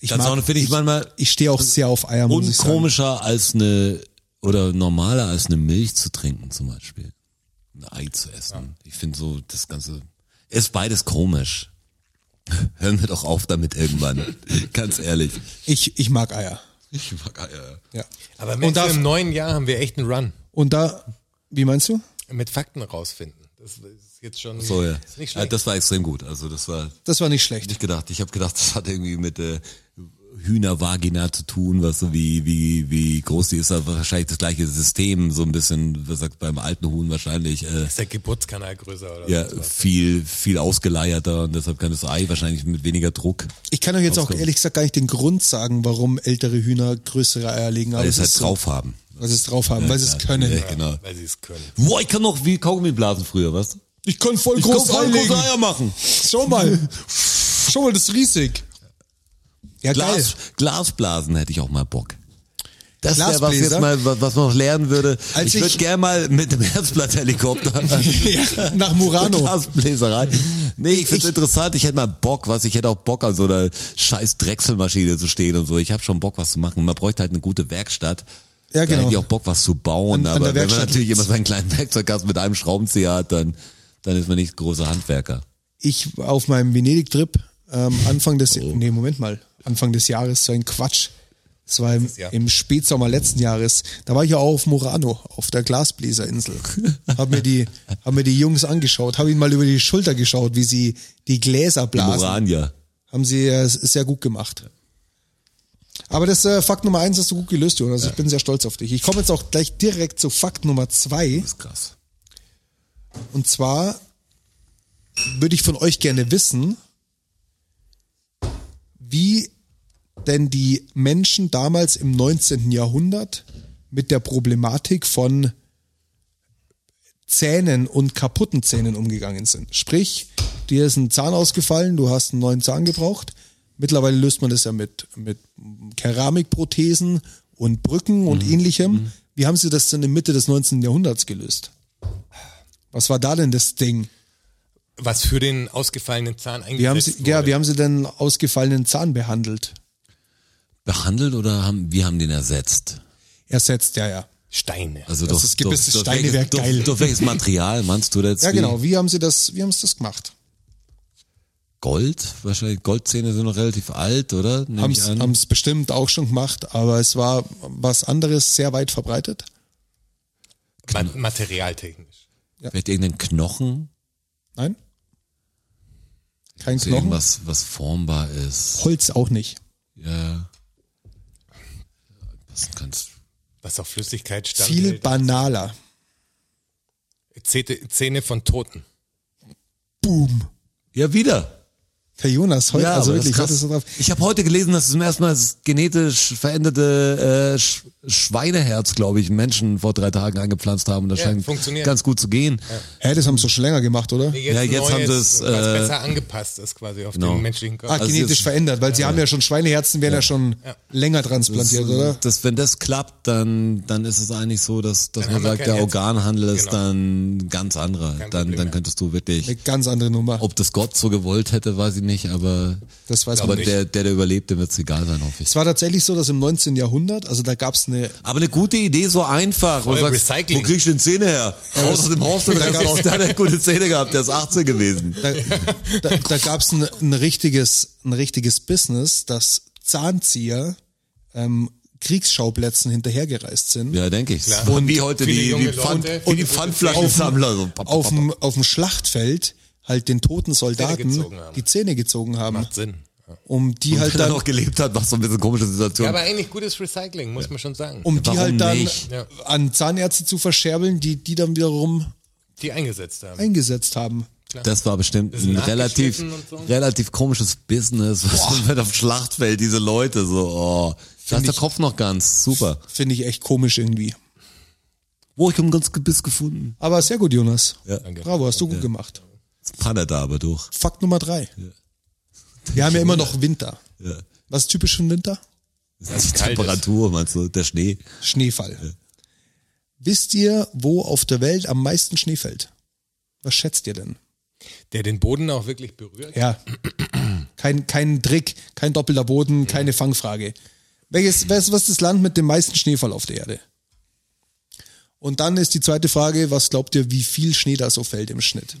C: Ich,
D: ganz auch, finde ich manchmal
C: ich stehe auch sehr auf Eier, muss ich sagen.
D: unkomischer als eine, oder normaler als eine Milch zu trinken zum Beispiel. Ein Ei zu essen. Ich finde so, das Ganze, ist beides komisch. Hören wir doch auf damit irgendwann. ganz ehrlich.
C: Ich, ich mag äh, Eier.
D: Ich mag Eier.
C: Ja.
B: Aber
C: und,
B: merkst
C: da,
B: du, im neuen Jahr haben wir echt einen Run.
C: und da, wie meinst du?
B: Mit Fakten rausfinden. Das ist jetzt schon.
D: So, ja.
B: Ist nicht
D: ja.
B: schlecht.
D: Das war extrem gut. Also das war
C: Das war nicht schlecht.
D: nicht gedacht. Ich habe gedacht, das hat irgendwie mit äh, Hühnervagina zu tun, was so wie wie wie groß die ist. Aber wahrscheinlich das gleiche System, so ein bisschen, was sagt beim alten Huhn wahrscheinlich. Äh,
B: ist der Geburtskanal größer oder
D: ja,
B: sonst was.
D: viel, viel ausgeleierter und deshalb kann das Ei wahrscheinlich mit weniger Druck.
C: Ich kann euch jetzt auch
D: Auskommen.
C: ehrlich gesagt gar nicht den Grund sagen, warum ältere Hühner größere Eier legen.
D: Weil
C: Aber
D: es halt
C: ist
D: drauf haben.
C: So, weil sie es drauf haben, weil sie es können.
D: Ja, genau.
B: Weil sie es können.
D: Boah, ich kann noch wie Kaugummi blasen früher, was?
C: Ich kann voll
D: Ich
C: groß
D: kann voll
C: einlegen.
D: große Eier machen.
C: Schau mal. Schau mal, das ist riesig. Ja, geil.
D: Glas, Glasblasen hätte ich auch mal Bock. Das wäre was
C: Glasbläser?
D: jetzt mal, wa- was man noch lernen würde.
C: Als
D: ich würde
C: ich-
D: gerne mal mit dem Herzblatthelikopter
C: Ja, nach Murano.
D: Glasbläserei. Nee, ich find's
C: Ich-
D: interessant. Ich hätte mal Bock, was ich hätte auch Bock an so einer scheiß Drechselmaschine zu stehen und so. Ich habe schon Bock, was zu machen. Man bräuchte halt eine gute Werkstatt.
C: Ja,
D: Da
C: genau.
D: hätte ich auch Bock, was zu
C: An-
D: bauen.
C: an der
D: Aber wenn man
C: Werkstatt
D: natürlich immer
C: liegt's.
D: seinen kleinen Werkzeugkasten mit einem Schraubenzieher hat, dann, dann ist man nicht großer Handwerker.
C: Ich war auf meinem Venedig-Trip ähm, Anfang des, nee, Moment mal, Anfang des Jahres, so ein Quatsch. Das war im,
B: Jahr.
C: im Spätsommer letzten Jahres. Da war ich ja auch auf Murano, auf der Glasbläserinsel. hab mir die, hab mir die Jungs angeschaut, hab ihnen mal über die Schulter geschaut, wie sie die Gläser blasen.
D: Morania.
C: haben sie äh, sehr gut gemacht. Aber das äh, Fakt Nummer eins hast du gut gelöst, Jonas. Ich bin sehr stolz auf dich. Ich komme jetzt auch gleich direkt zu Fakt Nummer zwei.
D: Ist krass.
C: Und zwar würde ich von euch gerne wissen, wie denn die Menschen damals im 19. Jahrhundert mit der Problematik von Zähnen und kaputten Zähnen umgegangen sind. Sprich, dir ist ein Zahn ausgefallen, du hast einen neuen Zahn gebraucht. Mittlerweile löst man das ja mit, mit Keramikprothesen und Brücken und ähnlichem. Wie haben sie das denn in Mitte des 19. Jahrhunderts gelöst? Was war da denn das Ding?
B: Was für den ausgefallenen Zahn eingesetzt
C: Wie haben sie,
B: wurde.
C: ja, wie haben sie denn ausgefallenen Zahn behandelt?
D: Behandelt oder haben, wir haben den ersetzt?
C: Ersetzt, ja, ja.
B: Steine.
D: Also
C: Das
D: durch,
C: ist gebissene
D: durch- durch
C: Steine
D: welches-
C: wär
D: durch-
C: geil.
D: Durch welches Material meinst du da jetzt?
C: Ja,
D: wie?
C: genau. Wie haben sie das, wie haben sie das gemacht?
D: Gold? Wahrscheinlich Goldzähne sind noch relativ alt, oder? Nehm ich an.
C: Haben es bestimmt auch schon gemacht, aber es war was anderes sehr weit verbreitet.
B: Ma
D: genau.
B: materialtechnisch.
D: Vielleicht irgendein Knochen?
C: Nein? Kein
D: So
C: Knochen?
D: Irgendwas, was formbar ist.
C: Holz auch nicht.
D: Ja. Was kannst
B: Was auf Flüssigkeit stand.
C: Viel banaler.
B: Zähne, Zähne von Toten.
C: Boom.
D: Ja, wieder.
C: Herr Jonas, heute,
D: Ja,
C: also
D: aber das
C: wirklich,
D: ist
C: heute ist
D: krass.
C: er drauf.
D: Ich habe heute gelesen, dass zum ersten Mal das genetisch veränderte äh, Sch Schweineherz, glaube ich, Menschen vor drei Tagen eingepflanzt haben. Und das
B: Ja,
D: scheint
B: funktioniert.
D: ganz gut zu gehen.
C: Hä, das haben sie doch schon länger gemacht, oder?
D: Ja, jetzt haben sie es,
B: was
D: äh,
B: besser angepasst ist quasi auf
D: genau.
B: den menschlichen Körper.
C: Ah,
D: Also
C: genetisch
D: jetzt-
C: verändert, weil sie haben ja schon Schweineherzen, werden ja, schon länger
D: Das-
C: transplantiert, oder?
D: Das, wenn das klappt, dann, dann ist es eigentlich so, dass, dass
B: Dann
D: man
B: haben wir
D: sagt,
B: kein
D: der
B: Herz.
D: Organhandel ist
B: Genau.
D: dann ganz anderer.
B: Kein
D: Dann,
B: Problem
D: dann
B: mehr.
D: könntest du
C: Eine
D: wirklich,
C: ganz andere Nummer.
D: ob das Gott so gewollt hätte, weiß ich nicht, aber,
C: Das weiß
D: aber
C: man nicht.
D: der, der, der überlebt, dem wird es egal sein, hoffe ich.
C: Es war tatsächlich so, dass im 19. Jahrhundert, also da gab's eine
D: Aber eine gute Idee, so einfach. Wo, du
B: Voll
D: sagst,
B: Recycling.
D: wo kriegst du denn Zähne her? Aus dem Haus, der
C: Da
B: genau.
C: gab's-
D: hat er gute Zähne gehabt, der ist 18 gewesen.
C: da, da, da gab es ein, ein, richtiges, ein richtiges Business, dass Zahnzieher ähm, Kriegsschauplätzen hinterhergereist sind.
D: Ja, denke ich.
B: Klar.
D: Und wie heute
B: Viele
D: die,
B: junge
D: die, Pfand,
B: Leute.
D: und die Pfandflaschensammler. So, pap,
C: Auf
D: pap,
C: dem, auf dem Schlachtfeld halt den toten Soldaten
B: gezogen haben.
C: die Zähne gezogen haben,
B: Macht Sinn. Ja.
C: um die
D: pap.
C: halt
D: Wenn er
C: dann,
D: noch gelebt hat, noch so ein bisschen komische Situation.
B: Ja, aber eigentlich gutes Recycling, muss man schon sagen.
C: um die
D: warum
C: halt dann
D: nicht?
B: Ja.
C: an Zahnärzte zu verscherbeln, die die dann wiederum
B: die eingesetzt haben.
C: eingesetzt haben.
D: Das war bestimmt ein
B: nachgeschnitten
D: relativ,
B: und so.
D: relativ komisches Business. Was wird auf dem Schlachtfeld, diese Leute so, oh. Da ist der Kopf noch ganz, super.
C: Finde ich echt komisch irgendwie.
D: Wo, ich hab ein ganz Gebiss gefunden.
C: Aber sehr gut, Jonas.
D: Ja,
C: Bravo, hast du gut gemacht.
D: Jetzt pannert er aber durch.
C: Fakt Nummer drei. Wir haben ja immer noch Winter.
D: Ja.
C: Was ist typisch für den Winter?
D: Die
B: kalt ist.
D: Temperatur, meinst du, der Schnee.
C: Schneefall. Wisst ihr, wo auf der Welt am meisten Schnee fällt? Was schätzt ihr denn?
B: Der den Boden auch wirklich berührt.
C: Ja. Kein, kein Trick, kein doppelter Boden, keine Fangfrage. Welches, was, was ist das Land mit dem meisten Schneefall auf der Erde? Und dann ist die zweite Frage, was glaubt ihr, wie viel Schnee da so fällt im Schnitt?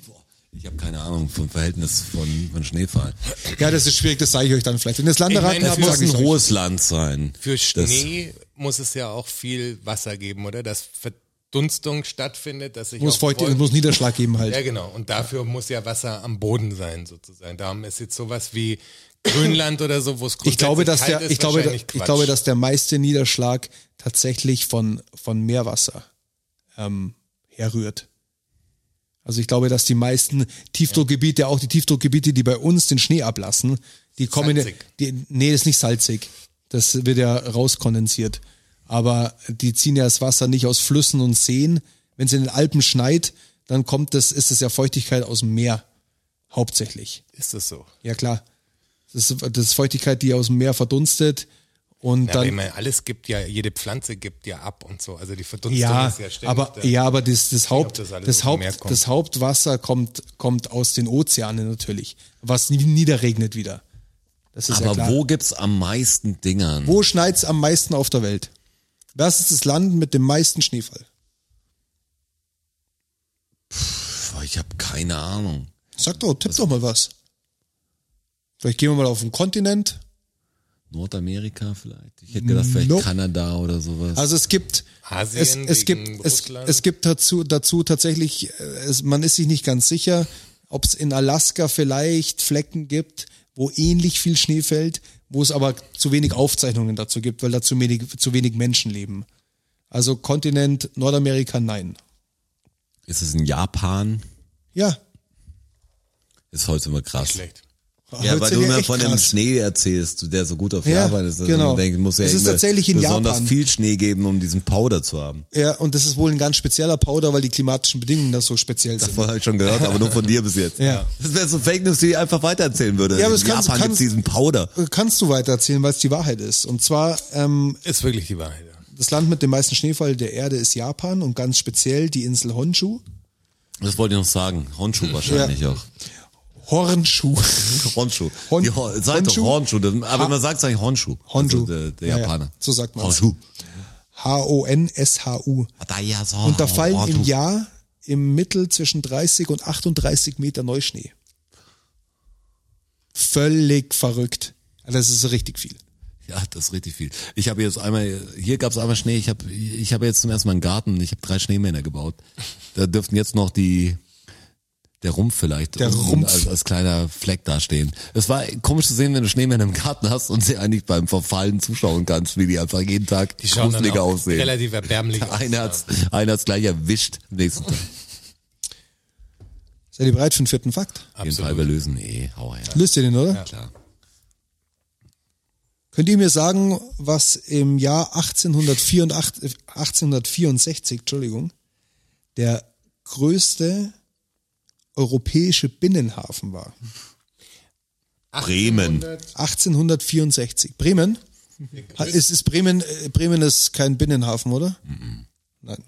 D: Ich habe keine Ahnung vom Verhältnis von, von Schneefall.
C: Ja, das ist schwierig, das sage ich euch dann vielleicht. Wenn ihr das Land
B: Ich
C: erraten
B: meine,
C: habt,
D: Es muss
C: sage
D: ein
C: ich euch.
D: rohes Land sein.
B: Für Schnee muss es ja auch viel Wasser geben, oder? Dass Verdunstung stattfindet, dass sich
C: Muss,
B: auch
C: feucht,
B: Wolken-
C: muss Niederschlag geben halt.
B: Ja, genau. Und dafür muss ja Wasser am Boden sein, sozusagen. Darum ist jetzt sowas wie Grönland oder so, wo es
C: Ich glaube, dass
B: grundsätzlich
C: der,
B: kalt
C: ich
B: ist,
C: glaube,
B: wahrscheinlich
C: ich
B: Quatsch.
C: glaube, dass der meiste Niederschlag tatsächlich von, von Meerwasser ähm, herrührt. Also ich glaube, dass die meisten Tiefdruckgebiete, auch die Tiefdruckgebiete, die bei uns den Schnee ablassen, die kommen,
B: Salzig.
C: die, nee, das ist nicht salzig. Das wird ja rauskondensiert. Aber die ziehen ja das Wasser nicht aus Flüssen und Seen. Wenn es in den Alpen schneit, dann kommt das, ist es ja Feuchtigkeit aus dem Meer. Hauptsächlich.
B: ist es so.
C: Ja, klar. Das ist, das ist Feuchtigkeit, die aus dem Meer verdunstet. Und
B: Ja, aber ich
C: dann.
B: meine, alles gibt ja, jede Pflanze gibt ja ab und so. Also die Verdunstung
C: Ja,
B: ist ja ständig.
C: aber,
B: da.
C: ja, aber das, das, Haupt,
B: das
C: das,
B: alles aus dem Meer
C: Haupt,
B: kommt.
C: das Hauptwasser kommt, kommt aus den Ozeanen natürlich, was nie- niederregnet wieder. Das ist ja
D: Aber
C: klar.
D: wo gibt's am meisten Dingern?
C: wo schneit's am meisten auf der Welt? Was ist das Land mit dem meisten Schneefall?
D: Boah, Ich habe keine Ahnung.
C: Sag doch, tipp doch mal was. Vielleicht gehen wir mal auf den Kontinent.
D: Nordamerika vielleicht? Ich hätte gedacht, vielleicht
C: Nope.
D: Kanada oder sowas.
C: Also es gibt
B: Asien
C: es, es
B: gegen
C: gibt es,
B: Russland.
C: es gibt dazu dazu tatsächlich äh, es, man ist sich nicht ganz sicher, ob es in Alaska vielleicht Flecken gibt, wo ähnlich viel Schnee fällt, wo es aber zu wenig Aufzeichnungen dazu gibt, weil da zu wenig zu wenig Menschen leben. Also Kontinent Nordamerika nein.
D: Ist es in Japan?
C: Ja.
D: Ist heute immer krass.
B: Schlecht.
D: Ja,
C: Heute
D: weil
C: sind
D: du
C: wir
D: mir
C: echt
D: von dem
C: krass.
D: Schnee erzählst, der so gut auf
C: Ja,
D: Japan ist. dass
C: genau.
D: man denkt, muss ja
C: Es ist
D: irgendwie
C: tatsächlich in
D: besonders
C: Japan.
D: viel Schnee geben, um diesen Powder zu haben.
C: Ja, und das ist wohl ein ganz spezieller Powder, weil die klimatischen Bedingungen da so speziell sind.
D: Davon habe ich schon gehört, aber nur von dir bis jetzt.
C: Ja.
D: Das wäre so Fake News, die ich einfach weitererzählen würde.
C: Ja, aber es
D: in
C: kann-
D: Japan
C: kann-
D: gibt's diesen Powder.
C: Kannst du weiter erzählen, weil es die Wahrheit ist. Und zwar ähm,
B: Ist wirklich die Wahrheit. ja.
C: Das Land mit dem meisten Schneefall der Erde ist Japan und ganz speziell die Insel Honshu.
D: Das wollte ich noch sagen. Honshu wahrscheinlich auch.
C: Hornshu.
D: Honshu.
C: Hon-
D: Die Hon sagt doch
C: Honshu?
D: Honshu. Das, aber
C: Ha-
D: man sagt es eigentlich Honshu.
C: Honshu.
D: Also der, der
C: Ja, ja.
D: Japaner.
C: So sagt man's.
D: Honshu.
C: H-O-N-S-H-U. Und
D: Ah,
C: da fallen im Jahr im Mittel zwischen 30 und 38 Meter Neuschnee. Völlig verrückt. Also Das ist richtig viel.
D: Ja, das ist richtig viel. Ich habe jetzt einmal, hier gab's einmal Schnee, ich habe ich habe jetzt zum ersten Mal einen Garten, ich habe drei Schneemänner gebaut. Da dürften jetzt noch die, der Rumpf vielleicht
C: Der
D: unten
C: Rumpf.
D: Als, als kleiner Fleck dastehen. Es war komisch zu sehen, wenn du Schneemänner im Garten hast und sie eigentlich beim Verfallen zuschauen kannst, wie die einfach jeden Tag
B: Die schauen dann
D: gruseliger
B: auch
D: aussehen.
B: relativ erbärmlich aus.
D: Einer
B: ja.
D: hat's, einer hat's gleich erwischt am nächsten Tag.
C: Seid ihr bereit für den vierten Fakt?
D: Auf jeden Fall, wir lösen eh, hau her.
C: Löst ihr den, oder?
D: Klar.
C: Könnt ihr mir sagen, was im Jahr 1884, 1864, Entschuldigung, der größte europäische Binnenhafen war?
D: Bremen.
C: 1864. Bremen? Ha- Ist, ist Bremen, äh, Bremen ist kein Binnenhafen, oder? Nein.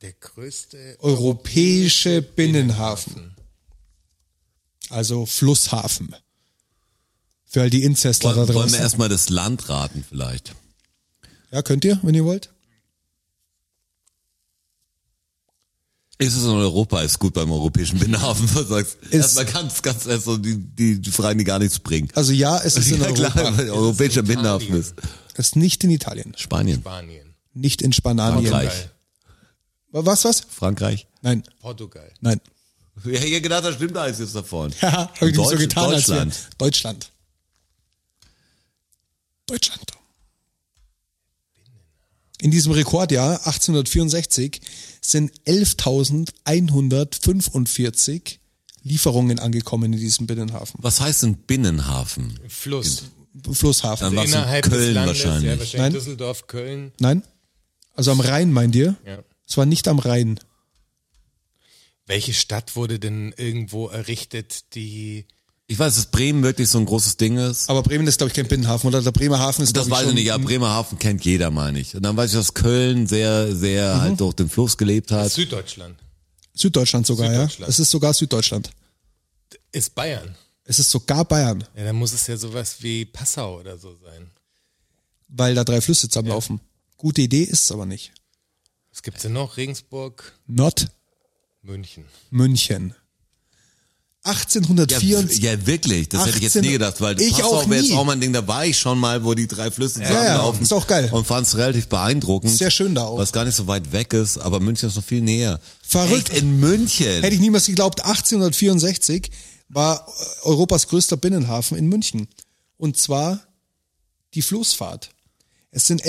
B: Der größte
C: Europäische Binnenhafen. Also Flusshafen. Für all die Inzestler da
D: Wollen, wollen wir
C: draußen.
D: erstmal das Land raten vielleicht?
C: Ja, könnt ihr, wenn ihr wollt.
D: Ist es in Europa, ist gut beim europäischen Binnenhafen, was sagst du? Erstmal ganz, ganz, erst so die, die, die Fragen, die gar nichts bringen.
C: Also ja, es ist in
D: ja
C: Europa.
D: klar, weil europäischer Binnenhafen ist.
C: Das ist nicht in Italien,
D: Spanien,
B: Spanien,
C: nicht in Spanien.
D: Frankreich,
C: Was, was?
D: Frankreich.
C: Nein,
B: Portugal.
C: nein.
D: Ja, ich hab gedacht, da stimmt alles jetzt da vorne.
C: Haha, hab ich nicht so
D: Deutsch-
C: getan, als wäre-
D: Deutschland.
C: Deutschland. Deutschland. In diesem Rekordjahr 1864 sind 11.145 Lieferungen angekommen in diesem Binnenhafen.
D: Was heißt ein Binnenhafen?
B: Fluss.
C: Flusshafen.
D: Dann war's in
B: Innerhalb des
D: Genau. Köln
B: Landes,
D: wahrscheinlich.
B: ja, wahrscheinlich
C: Nein.
B: Düsseldorf, Köln.
C: Nein? Also am Rhein, meint ihr?
B: Ja.
C: Es war nicht am Rhein.
B: Welche Stadt wurde denn irgendwo errichtet, die
D: Ich weiß, dass Bremen wirklich so ein großes Ding ist.
C: Aber Bremen ist, glaube ich, kein Binnenhafen, oder? Der Bremerhaven ist,
D: Das
C: glaub
D: weiß ich
C: schon-
D: nicht, ja, Bremerhaven kennt jeder, meine ich. Und dann weiß ich, dass Köln sehr, sehr halt durch den Fluss gelebt hat.
B: Süddeutschland
C: Süddeutschland sogar, ja.
B: Süddeutschland.
C: Es ist sogar Süddeutschland.
B: ist Bayern?
C: Es ist sogar Bayern,
B: Ja, dann muss es ja sowas wie Passau oder so sein.
C: weil da drei Flüsse zusammenlaufen. Gute Idee ist es aber nicht.
B: Was gibt's denn noch? Regensburg,
C: Not
B: München.
C: München.
D: Ja,
C: 1824.
D: ja, wirklich, das hätte ich jetzt
C: 18
D: nie gedacht, weil
C: Ich
D: Passau
C: auch
D: wäre jetzt
C: nie.
D: auch mal ein Ding, da war ich schon mal, wo die drei Flüsse
C: ja,
D: zusammenlaufen.
C: ist auch geil.
D: Und fand es relativ beeindruckend.
C: Sehr schön da auch.
D: Was gar nicht so weit weg ist, aber München ist noch viel näher.
C: Verrückt.
D: Echt in München.
C: Hätte ich niemals geglaubt, 1864 war äh, Europas größter Binnenhafen in München. Und zwar die Floßfahrt. Es sind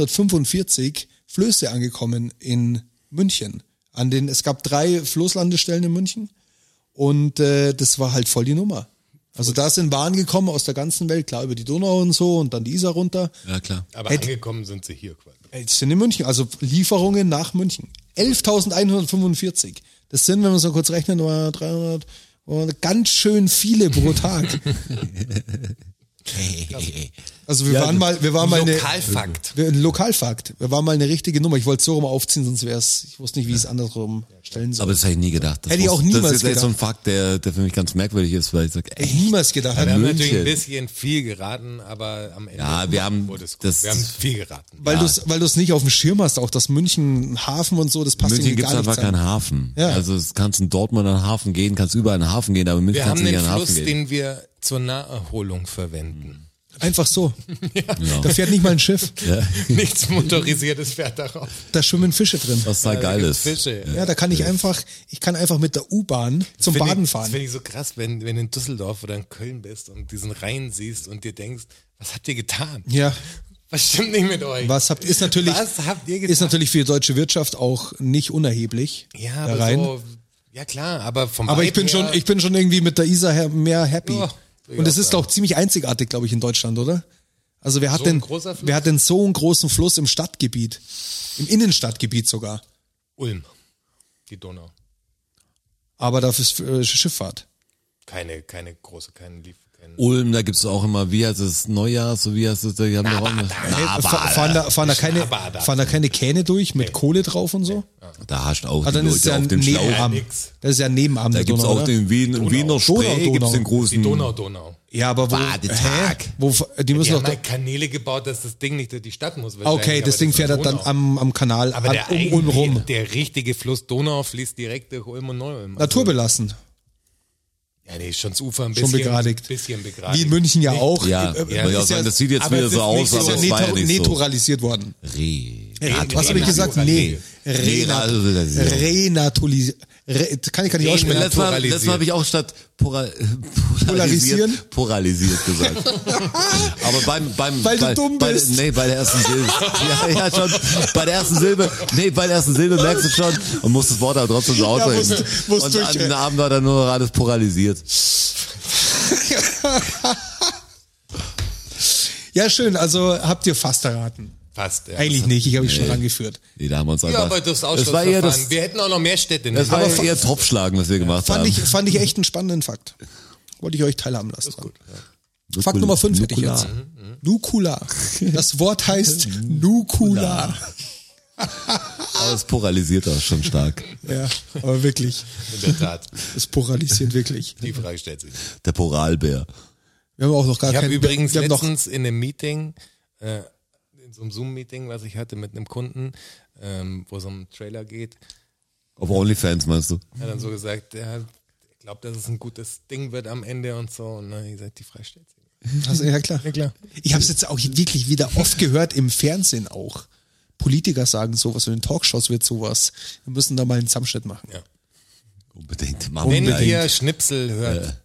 C: 11.145 Flöße angekommen in München. An den, es gab drei Floßlandestellen in München und äh, das war halt voll die Nummer. Also da sind Waren gekommen aus der ganzen Welt, klar über die Donau und so und dann die Isar runter.
D: ja, klar.
B: Aber angekommen sind sie hier quasi.
C: Ey, Das sind in München, also Lieferungen nach München. 11.145. Das sind, wenn wir so kurz rechnen, mal 300, äh, ganz schön viele pro Tag. Also wir waren mal, wir waren mal eine,
B: Lokalfakt.
C: wir- ein Lokalfakt. Wir waren mal eine richtige Nummer. Ich wollte es so rum aufziehen, sonst wäre es, ich wusste nicht, wie ich es andersrum stellen soll.
D: Aber das hätte ich nie gedacht. Das
C: Hätte ich auch
D: wusste-
C: niemals
D: Das ist jetzt so ein
C: gedacht.
D: Fakt, der, der für mich ganz merkwürdig ist, weil ich sage,
C: Hätte ich niemals gedacht.
B: Wir haben
D: München.
B: natürlich ein bisschen viel geraten, aber am Ende
D: Ja, wir haben
B: wurde es gut.
D: das-
B: wir haben viel geraten.
C: weil du's, weil du es nicht auf dem Schirm hast, auch das München Hafen und so, das passt
D: München
C: irgendwie
D: gibt es
C: gar nicht
D: einfach
C: zusammen.
D: keinen Hafen.
C: Ja.
D: Also es kannst in Dortmund an den Hafen gehen, kannst überall an den Hafen gehen, aber in München
B: Wir
D: kannst
B: haben
D: du nicht
B: den
D: an den Hafen
B: Fluss,
D: gehen.
B: den wir zur Naherholung verwenden.
C: Einfach so.
D: Genau.
C: Da fährt nicht mal ein Schiff.
D: Hm.
B: Nichts motorisiertes fährt darauf.
C: Da schwimmen Fische drin.
D: Was
B: Äh,
D: da geil ist.
B: Fische.
C: Ja, da kann ich einfach, ich kann einfach mit der U-Bahn zum
B: Find
C: Baden
B: ich, Das
C: fahren.
B: finde ich so krass, wenn, wenn du in Düsseldorf oder in Köln bist und diesen Rhein siehst und dir denkst, was habt ihr getan?
C: Ja,
B: Was stimmt nicht mit euch?
C: was habt, ist natürlich,
B: Was habt ihr getan?
C: ist natürlich für die deutsche Wirtschaft auch nicht unerheblich.
B: ja,
C: da
B: aber
C: rein.
B: so, ja klar, aber vom
C: aber ich
B: Vibe
C: bin schon,
B: her-
C: ich bin schon irgendwie mit der Isar her- mehr happy.
B: Ja, will ich
C: Und es
B: auch
C: ist
B: sagen.
C: auch ziemlich einzigartig, glaube ich, in Deutschland, oder? Also wer hat
B: So ein
C: denn,
B: großer Fluss?
C: wer hat denn so einen großen Fluss im Stadtgebiet? Im Innenstadtgebiet sogar.
B: Ulm, die Donau.
C: Aber dafür ist äh, Schifffahrt.
B: Keine, keine große, keinen Lief. Keinen
D: Ulm, da gibt's auch immer, wie heißt es, Neujahr, so wie heißt es, die haben doch auch eine, na,
C: Äh, Fa- fahren, da, fahren, da keine,
B: Schnabader.
C: fahren da keine Kähne durch mit Kohle drauf und so?
D: da hascht auch
C: Ah,
D: die
C: dann ist es
D: Leute
C: ja
D: auf dem Schlauch.
B: Ja,
C: Nebenarm.
B: nix.
C: Das ist ja ein Nebenarm.
D: Da
C: der
D: gibt's
C: Donau,
D: auch
C: oder?
D: den Wien,
B: Donau.
D: Wiener Spree,
C: Donau,
D: gibt's den
C: Donau.
B: Die
D: großen,
B: Donau, Donau.
C: Ja, aber wo, hä?
D: Badetag.
C: wo die müssen
B: Die
C: doch
B: haben
C: da,
B: halt Kanäle gebaut, dass das Ding nicht durch die Stadt muss.
C: Ah,
B: wahrscheinlich,
C: okay, das
B: aber
C: Ding
B: ist die
C: fährt halt dann
B: Donau.
C: am, am Kanal
B: aber
C: an,
B: der,
C: um, um
B: eigentliche-
C: rum.
B: der richtige Fluss Donau fließt direkt durch Ulm und Neu-Ulm.
C: Naturbelassen.
B: Ja, nee, schon das Ufer ein bisschen,
C: Schon begradigt.
B: bisschen begradigt.
C: Wie in München ja auch.
D: Ja,
C: Äh,
D: ja,
C: ist
D: ja sagen, das sieht jetzt
B: aber
D: wieder
B: es
D: so
B: ist
D: aus,
B: nicht
D: aber
B: so
D: es war ja
C: neto
D: nicht so.
C: naturalisiert worden.
D: Re.
C: Ja,
B: Re-
C: was habe ich gesagt? Nee.
D: Renaturalisierung.
C: Renaturalisiert. Re, kann ich gar nicht
D: Ich bin
C: aussprechen.
D: letztes Mal, letztes Mal habe ich auch statt pora,
C: Polarisieren?
D: polarisiert, polarisiert gesagt. Aber beim, beim,
C: Weil du
D: bei,
C: dumm
D: bei,
C: bist.
D: Nee, bei der ersten Silbe. ja, ja, schon. Bei der ersten Silbe, nee, bei der ersten Silbe merkst du schon und musst das Wort aber trotzdem so
C: Ja, musst-
D: aussprechen.
C: musst
D: und
C: durch,
D: an
C: ey.
D: den Abend war dann nur noch alles polarisiert.
C: Ja, schön. Also habt ihr fast erraten.
B: Fast, ja.
C: Eigentlich nicht. Ich habe mich schon rangeführt.
D: Nee, da haben wir uns
B: Ja,
D: einfach.
B: aber das
D: das war eher
B: Ausschlussverfahren.
D: das,
B: Wir hätten auch noch mehr Städte.
D: das war
B: nehmen
D: eher, eher Topfschlagen, was wir gemacht
C: Fand
D: haben.
C: ich, fand ich echt einen spannenden Fakt. Wollte ich euch teilhaben lassen. dran.
D: Nukul-
C: Fakt Nummer 5 hätte ich
D: Nukular.
C: jetzt.
B: Mhm,
C: Nukular. Das Wort heißt Nukular.
D: Aber das polarisiert auch schon stark.
C: Ja, aber wirklich.
B: In der Tat.
C: Das polarisiert wirklich.
B: Die Frage stellt sich.
D: Der Poralbär.
C: Wir haben auch noch gar
B: Ich
C: keinen.
B: habe
C: wir-
B: übrigens
C: wir haben noch,
B: letztens in einem Meeting, äh, in so einem Zoom-Meeting, was ich hatte mit einem Kunden, ähm, wo es um einen Trailer geht,
D: Auf OnlyFans meinst du?
B: hat dann so gesagt, ja, ich glaube, dass es ein gutes Ding wird am Ende und so. Und dann hab ich gesagt, die Frage stellt sich. nicht.
C: Also, ja, klar.
B: Ja, klar.
C: Ich habe es jetzt auch wirklich wieder oft gehört, im Fernsehen auch. Politiker sagen sowas und in Talkshows wird sowas. Wir müssen da mal einen Zusammenschnitt machen.
D: Unbedingt.
B: Wenn
D: Unbedingt.
B: ihr Schnipsel hört,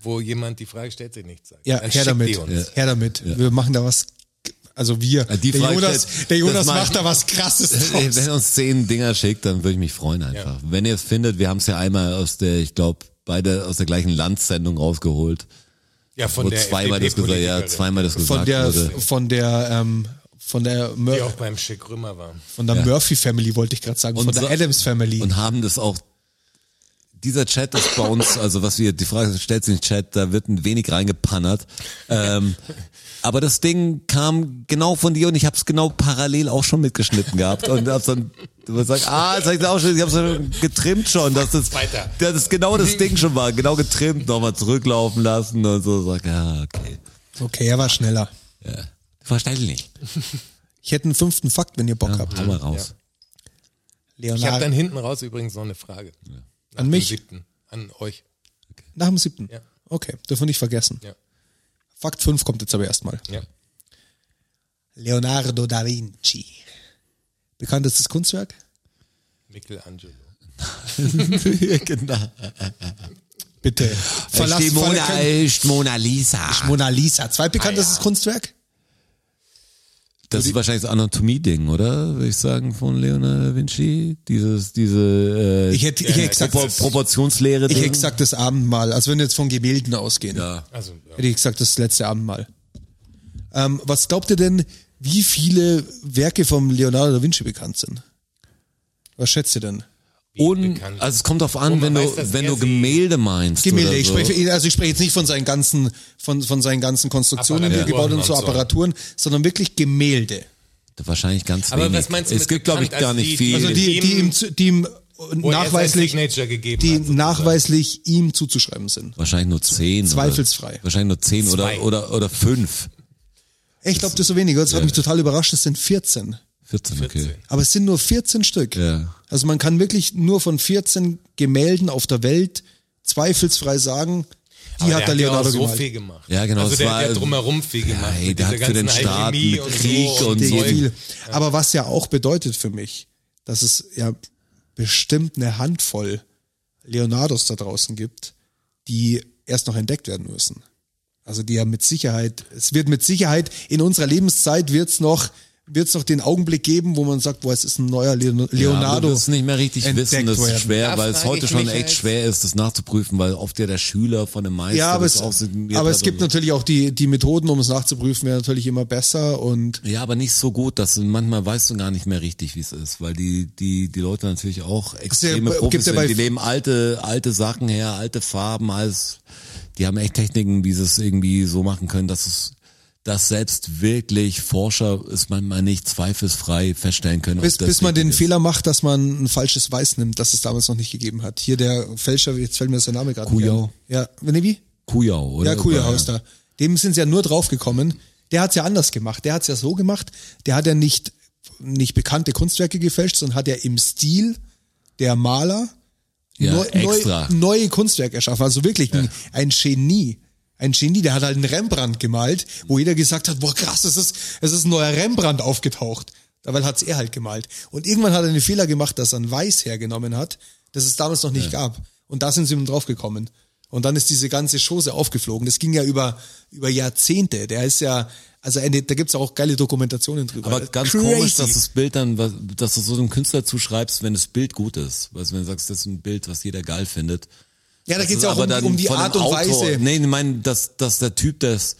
B: wo jemand die Frage stellt, sie nicht sagt.
C: Ja,
B: dann
C: her
B: schickt
C: damit.
B: die uns.
C: Her damit. Wir machen da was. Also wir.
D: die
C: der
D: Frage
C: Jonas,
D: stellt-
C: der Jonas
D: das mach
C: macht
D: ich-
C: da was Krasses
D: Äh, Wenn
C: draus.
D: ihr uns zehn Dinger schickt, dann würde ich mich freuen einfach. Wenn ihr es findet, wir haben es ja einmal aus der, ich glaube, beide aus der gleichen Landsendung rausgeholt,
B: Ja, von
D: wo
B: der
D: zweimal das gesagt, ja,
B: FDP-Politikerin,
D: zweimal das gesagt
C: Von der,
D: wurde.
C: von der, ähm, von der,
B: die
C: Mur
B: auch beim Schick Römer war.
C: von der Murphy Family wollte ich gerade sagen, von
D: Und
C: der
D: so-
C: Adams Family.
D: Und haben das auch, dieser Chat ist bei uns, also was wir, die Frage stellt sich im Chat, da wird ein wenig reingepannert. Ähm, aber das Ding kam genau von dir und ich habe es genau parallel auch schon mitgeschnitten gehabt und hab dann gesagt, ah, das hab ich auch schon, ich hab's schon getrimmt schon, dass das,
B: Weiter.
D: dass das genau das Ding schon war, genau getrimmt, nochmal zurücklaufen lassen und so, sag, ja, okay.
C: Okay, er war schneller.
D: Ja. Verstell dich nicht.
C: Ich hätte einen fünften Fakt, wenn ihr Bock
D: Ja,
C: habt.
D: hau mal raus.
B: Ich habe dann
C: Leonard,
B: hinten raus übrigens noch eine Frage. Nach
C: An
B: dem
C: mich?
B: Siebten. An euch.
C: nach dem siebten.
B: Ja.
C: Okay, dürfen wir nicht vergessen.
B: Ja.
C: Fakt fünf kommt jetzt aber erstmal.
B: Ja.
C: Leonardo da Vinci. Bekanntestes Kunstwerk?
B: Michelangelo.
D: genau.
C: Bitte. Verlasst Falle-
D: Verlass, Mona, ist Mona Lisa.
C: Mona Lisa. Zweitbekanntestes
B: Ah,
C: Kunstwerk?
D: Das ist wahrscheinlich das Anatomie-Ding, oder? Würde ich sagen, von Leonardo da Vinci. Dieses, diese äh,
C: Ich hätte, ich hätte gesagt,
D: Pro Proportionslehre.
C: ich hätte
D: Ding.
C: gesagt, das Abendmahl. Also wenn wir jetzt von Gemälden ausgehen,
D: Ja.
B: Also, ja.
C: hätte ich gesagt, das letzte Abendmahl. Ähm, was glaubt ihr denn, wie viele Werke vom Leonardo da Vinci bekannt sind? Was schätzt ihr denn?
D: Und,
B: bekannt.
D: also es kommt darauf
B: Wo
D: an,
B: man
D: wenn
B: weiß, dass
D: du, wenn
B: er
D: du
B: sie-
D: Gemälde meinst.
C: Gemälde.
D: oder
C: Ich
D: so.
C: spreche, also ich spreche jetzt nicht von seinen ganzen, von, von seinen ganzen Konstruktionen, die er
B: Apparaturen
C: gebaut hat und so
B: und so.
C: Apparaturen, sondern wirklich Gemälde.
D: Wahrscheinlich ganz
B: Aber was
D: wenig.
B: meinst du
D: es
B: mit
D: gibt, glaube ich,
B: bekannt?
D: gar
B: Also
D: nicht
B: die-
D: viel.
C: Also die, die ihm, zu- die ihm
B: Wo er sein
C: nachweislich,
B: Signature gegeben
C: die
B: hat, sozusagen.
C: nachweislich ihm zuzuschreiben sind.
D: wahrscheinlich nur zehn.
C: Zweifelsfrei.
D: Oder, wahrscheinlich nur zehn
B: Zwei.
D: oder, oder, oder fünf.
C: Ich glaube, desto weniger. Das hat mich total überrascht. Es sind 14.
D: 14, okay.
B: 14.
C: Aber es sind nur 14 Stück.
D: Ja.
C: Also man kann wirklich nur von 14 Gemälden auf der Welt zweifelsfrei sagen, die
B: Aber
C: hat der
B: ja auch
C: Leonardo
B: so
C: gemalt.
B: viel gemacht.
D: Ja, genau,
B: Also
D: es
B: der
D: war-
B: hat ja drumherum viel gemacht.
D: ey,
B: mit
D: der
B: dieser
D: hat für den
B: ganzen
D: Staat
B: Alchemie
D: mit Krieg und
C: Richtig
D: so.
C: viel. Aber was ja auch bedeutet für mich, dass es ja bestimmt eine Handvoll Leonardos da draußen gibt, die erst noch entdeckt werden müssen. Also die ja mit Sicherheit, es wird mit Sicherheit in unserer Lebenszeit wird's noch wird's noch den Augenblick geben, wo man sagt, boah, es ist ein neuer Leon
D: Ja, aber
C: Leonardo.
D: wir wirst nicht mehr richtig
C: entdeckt
D: wissen, das
C: werden.
D: ist schwer,
B: Da
D: weil es
B: frage
D: heute
B: ich
D: schon
B: mich
D: echt
B: als-
D: schwer ist, das nachzuprüfen, weil oft ja der Schüler von dem Meister
C: ja, aber
D: das
C: es,
D: auch signiert
C: aber
D: hat
C: es gibt
D: und so.
C: natürlich auch die, die Methoden, um es nachzuprüfen, wäre natürlich immer besser und
D: Ja, aber nicht so gut, dass du, manchmal weißt du gar nicht mehr richtig, wie es ist, weil die die die Leute natürlich auch extreme
C: ja bei-
D: Profis
C: gibt ja
D: sind.
C: bei-
D: die leben alte alte Sachen her, alte Farben, alles. Die haben echt Techniken, wie sie es irgendwie so machen können, dass es dass selbst wirklich Forscher es manchmal nicht zweifelsfrei feststellen können. ob
C: Bis,
D: das
C: bis man
D: richtig
C: den
D: ist.
C: Fehler macht, dass man ein falsches Weiß nimmt, das es damals noch nicht gegeben hat. Hier der Fälscher, jetzt fällt mir sein Name gerade nicht
D: Kujau.
C: ein. Ja, nee, wie?
D: Kujau, oder?
C: Ja, Kujau ist da. Dem sind sie ja nur draufgekommen. Der hat's ja anders gemacht. Der hat's ja so gemacht. Der hat ja nicht, nicht bekannte Kunstwerke gefälscht, sondern hat ja im Stil der Maler
D: Ja,
C: neu,
D: extra.
C: Neu, neue Kunstwerke erschaffen. Also wirklich ein, ein Genie. Ein Genie, der hat halt einen Rembrandt gemalt, wo jeder gesagt hat, boah krass, es ist, es ist ein neuer Rembrandt aufgetaucht. Dabei hat's er halt gemalt. Und irgendwann hat er den Fehler gemacht, dass er ein Weiß hergenommen hat, das es damals noch nicht gab. Und da sind sie ihm draufgekommen. Und dann ist diese ganze Chose aufgeflogen. Das ging ja über, über Jahrzehnte. Der ist ja, also eine, da gibt's auch geile Dokumentationen drüber.
D: Aber ganz
C: äh, Crazy.
D: komisch, dass das Bild dann, was- dass du so einem Künstler zuschreibst, wenn das Bild gut ist. Weißt du, wenn du sagst, das ist ein Bild, was jeder geil findet.
C: Ja, da
D: Das
C: geht's
D: ist
C: ja auch
D: also aber
C: um,
D: dann
C: um die
D: von dem
C: Art und
D: Autor.
C: Weise.
D: Nee, ich meine, dass, dass der Typ das,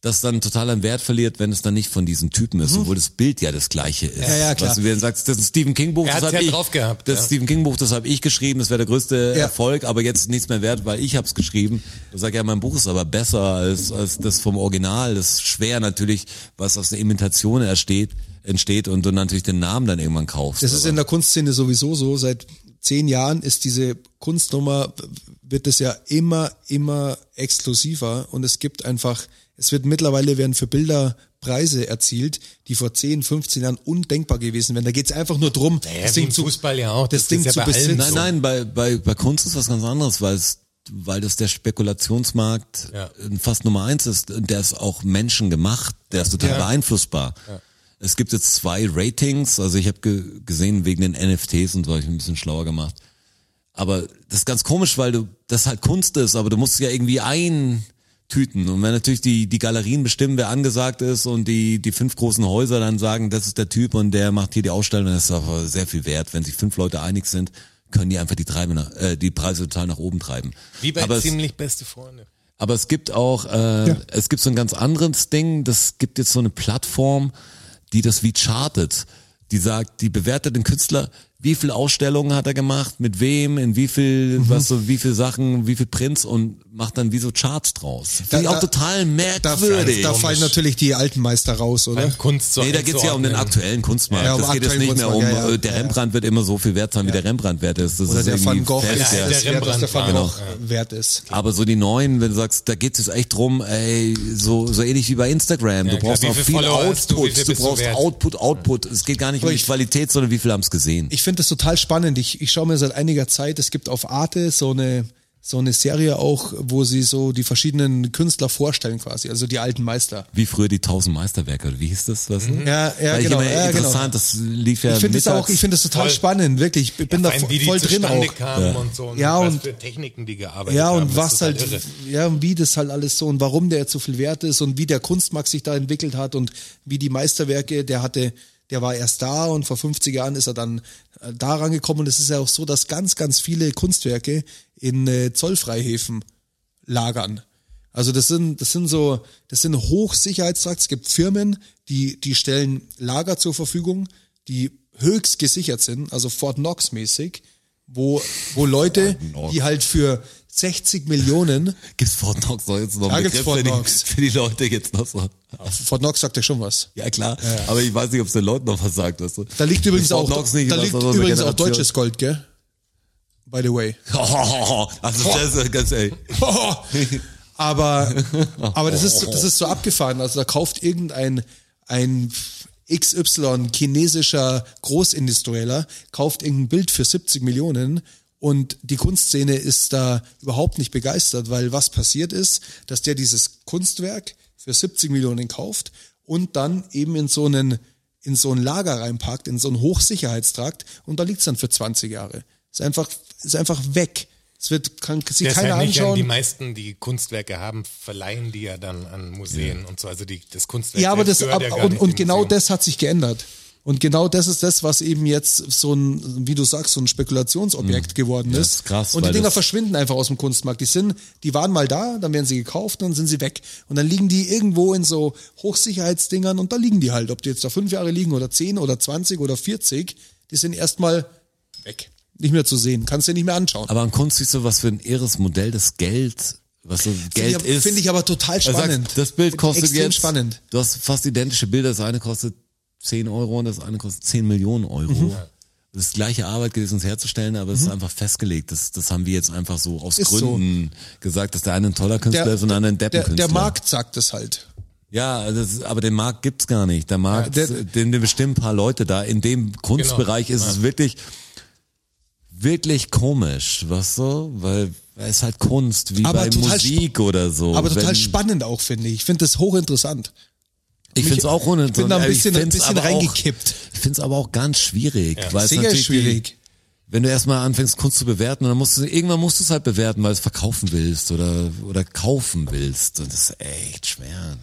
D: das dann total an Wert verliert, wenn es dann nicht von diesem Typen ist, obwohl das Bild ja das gleiche ist.
C: Mhm. Ja, ja, klar.
D: Weißt du, wenn du sagst, das ist ein Stephen King Buch,
B: Er
D: das
B: hat's
D: hab
B: ja
D: ich
B: drauf gehabt,
D: Das
B: ja.
D: Stephen King Buch, das habe ich geschrieben, das wäre der größte
C: Ja.
D: Erfolg, aber jetzt nichts mehr wert, weil ich habe es geschrieben. Du sagst ja, mein Buch ist aber besser als, als das vom Original. Das ist schwer natürlich, was aus einer Imitation entsteht, entsteht und du natürlich den Namen dann irgendwann kaufst.
C: Das ist in der Kunstszene sowieso so. Seit zehn Jahren ist diese Kunstnummer, wird es ja immer, immer exklusiver und es gibt einfach, es wird mittlerweile werden für Bilder Preise erzielt, die vor 10, 15 Jahren undenkbar gewesen wären. Da geht's einfach nur drum,
B: Naja,
C: das
B: wie
C: Ding
B: im
C: zu,
B: Fußball ja auch.
C: das
B: Das
C: Ding
B: ist ja
C: zu
B: bei allen
C: besitzen.
B: so.
D: Nein, nein, bei, bei, bei Kunst ist was ganz anderes, weil es weil das der Spekulationsmarkt
B: Ja.
D: äh, fast Nummer eins ist und der ist auch menschengemacht, der ist total
B: Ja.
D: beeinflussbar. Es gibt jetzt zwei Ratings, also ich habe ge gesehen, wegen den NFTs und so hab ich mich ein bisschen schlauer gemacht. Aber das ist ganz komisch, weil du das halt Kunst ist, aber du musst es ja irgendwie eintüten. Und wenn natürlich die, die Galerien bestimmen, wer angesagt ist und die, die fünf großen Häuser dann sagen, das ist der Typ und der macht hier die Ausstellung, das ist auch sehr viel wert. Wenn sich fünf Leute einig sind, können die einfach die, Treibe nach, äh, die Preise total nach oben treiben.
B: Wie bei
D: aber, es,
B: ziemlich beste Freunde.
D: aber es gibt auch, äh,
C: Ja.
D: es gibt so ein ganz anderes Ding, das gibt jetzt so eine Plattform, die das wie chartet. Die sagt, die bewertet den Künstler, wie viel Ausstellungen hat er gemacht, mit wem, in wie viel,
C: Mhm.
D: was so, wie viel Sachen, wie viel Prints und macht dann wie so Charts draus. Finde ich
C: Da-
D: auch
C: da-
D: total
C: Da,
D: merkwürdig.
C: da fallen natürlich die alten Meister raus, oder?
B: Beim Kunst so
D: Nee, da geht's ja um den
B: einzuordnen.
D: aktuellen Kunstmarkt.
C: Ja, um
D: das geht jetzt
C: aktuellen
D: nicht mehr um,
C: Kunstmarkt, ja, ja.
D: äh, der
C: Ja, ja.
D: Rembrandt wird immer so viel wert sein, wie der Rembrandt wert ist. Das
C: Oder
D: ist
C: der
D: irgendwie
C: Van Gogh
D: fest,
C: ist
B: ja.
C: das
B: Der
C: wert, was der Van Gogh
B: Rembrandt Genau.
C: wert ist.
D: Aber so die neuen, wenn du sagst, da geht es jetzt echt drum, ey, so, so ähnlich wie bei Instagram.
B: Ja,
D: du
B: klar,
D: brauchst
B: wie
D: noch
B: viel
D: viel
B: Follower hast
D: Output.
B: du,
D: Du,
B: wie viel bist du
D: brauchst
B: wert?
D: Output, Output. Es geht gar nicht um
C: Aber
D: die
C: ich-
D: Qualität, sondern wie viele haben es gesehen.
C: Ich finde das total spannend. Ich, ich schaue mir seit einiger Zeit, es gibt auf Arte so eine, so eine Serie auch, wo sie so die verschiedenen Künstler vorstellen quasi, also die alten Meister.
D: Wie früher die 1000 Meisterwerke, oder wie hieß das? Weißt du?
B: Mhm.
C: Ja, ja,
D: Weil
C: genau,
D: Ich immer
C: ja, genau.
D: interessant, das lief ja
C: Ich finde das auch,
D: mittags.
C: ich finde das total
B: Voll.
C: spannend, wirklich. Ich bin
B: Ja,
C: da
B: vor allem,
C: voll,
B: wie die
C: voll drin
B: zustande
C: auch.
B: kamen und so und
C: Ja,
B: was
C: und-
B: für Techniken die gearbeitet
C: Ja,
B: haben.
C: und
B: das
C: was
B: ist
C: halt,
B: irre.
C: ja, und wie das halt alles so und warum der jetzt so viel wert ist und wie der Kunstmarkt sich da entwickelt hat und wie die Meisterwerke, der hatte, der war erst da und vor 50 Jahren ist er dann äh, da rangekommen und es ist ja auch so, dass ganz, ganz viele Kunstwerke in äh, Zollfreihäfen lagern. Also das sind, das sind so, das sind Hochsicherheitstracks. Es gibt Firmen, die, die stellen Lager zur Verfügung, die höchst gesichert sind, also Fort Knox mäßig, wo, wo Leute,
D: Knox.
C: die halt für 60 Millionen,
D: Gibt's Fort Knox noch jetzt noch
C: Ja,
D: einen
C: gibt's
D: Begriff
C: Fort
D: für die,
C: Knox.
D: für die Leute jetzt noch so?
C: Fort Knox sagt ja schon was.
D: Ja, klar. Aber ich weiß nicht, ob es den Leuten noch was sagt, weißt du?
C: Da liegt übrigens
D: Fort
C: auch,
D: Knox nicht,
C: da
D: was
C: liegt
D: aus unserer
C: übrigens auch
D: Generation.
C: deutsches Gold, gell? By the way.
D: also, das ist ganz ehrlich.
C: Aber, aber das ist, das ist so abgefahren. Also da kauft irgendein ein XY chinesischer Großindustrieller, kauft irgendein Bild für 70 Millionen und die Kunstszene ist da überhaupt nicht begeistert, weil was passiert ist, dass der dieses Kunstwerk für 70 Millionen kauft und dann eben in so einen in so ein Lager reinpackt, in so einen Hochsicherheitstrakt und da liegt's dann für 20 Jahre. Ist einfach, ist einfach weg. Es wird, kann sich
B: Deshalb
C: keiner
B: halt nicht an
C: anschauen.
B: die meisten, die Kunstwerke haben, verleihen die ja dann an Museen und so. Also die, das Kunstwerk
C: Ja, aber
B: selbst
C: das
B: gehört
C: ab,
B: ja gar
C: und,
B: nicht
C: und
B: dem
C: genau
B: Museum.
C: das hat sich geändert. Und genau das ist das, was eben jetzt so ein, wie du sagst, so ein Spekulationsobjekt geworden ist.
D: Mhm. ist krass,
C: und die
D: weil
C: Dinger
D: das-
C: verschwinden einfach aus dem Kunstmarkt. Die sind, die waren mal da, dann werden sie gekauft, dann sind sie weg. Und dann liegen die irgendwo in so Hochsicherheitsdingern und da liegen die halt. Ob die jetzt da fünf Jahre liegen oder zehn oder zwanzig oder vierzig, die sind erstmal weg. Nicht mehr zu sehen. Kannst dir nicht mehr anschauen.
D: Aber an Kunst siehst du, was für ein irres Modell das Geld, was so Geld
C: Finde ich,
D: ist.
C: Finde ich aber total
D: Er sagt,
C: spannend.
D: das Bild kostet
C: Extrem
D: jetzt,
C: spannend.
D: du hast fast identische Bilder, das eine kostet 10 Euro und das andere kostet 10 Millionen Euro.
C: Mhm.
D: Das ist gleiche Arbeit gewesen, es herzustellen, aber es ist einfach festgelegt. Das, das haben wir jetzt einfach so aus
C: Ist so.
D: Gründen gesagt, dass der eine ein toller Künstler
C: Der-
D: ist und der andere ein
C: Der,
D: Deppenkünstler.
C: der Markt sagt es halt.
D: Ja, das, ist- aber den Markt gibt's gar nicht. Der Markt,
C: Ja, der- Genau.
D: den, den bestimmen ein paar Leute da. In dem Kunstbereich ist es wirklich, wirklich komisch, was so, weil es ist halt Kunst, wie
C: Aber
D: bei
C: total sp-
D: Musik oder so.
C: Aber total
D: Wenn-
C: spannend auch, finde ich. Ich finde das hochinteressant.
D: Ich find's auch
C: Ich bin da ein
D: uninteressant.
C: bisschen,
D: ich
C: ein
D: find's
C: bisschen
D: aber auch-
C: reingekippt.
D: Ich find's aber auch ganz schwierig, weil es
C: Sicher
D: natürlich
C: ist schwierig.
D: Die, wenn du erstmal anfängst Kunst zu bewerten, dann musst du irgendwann musst du es halt bewerten, weil du es verkaufen willst oder oder kaufen willst. Und das ist echt schwer.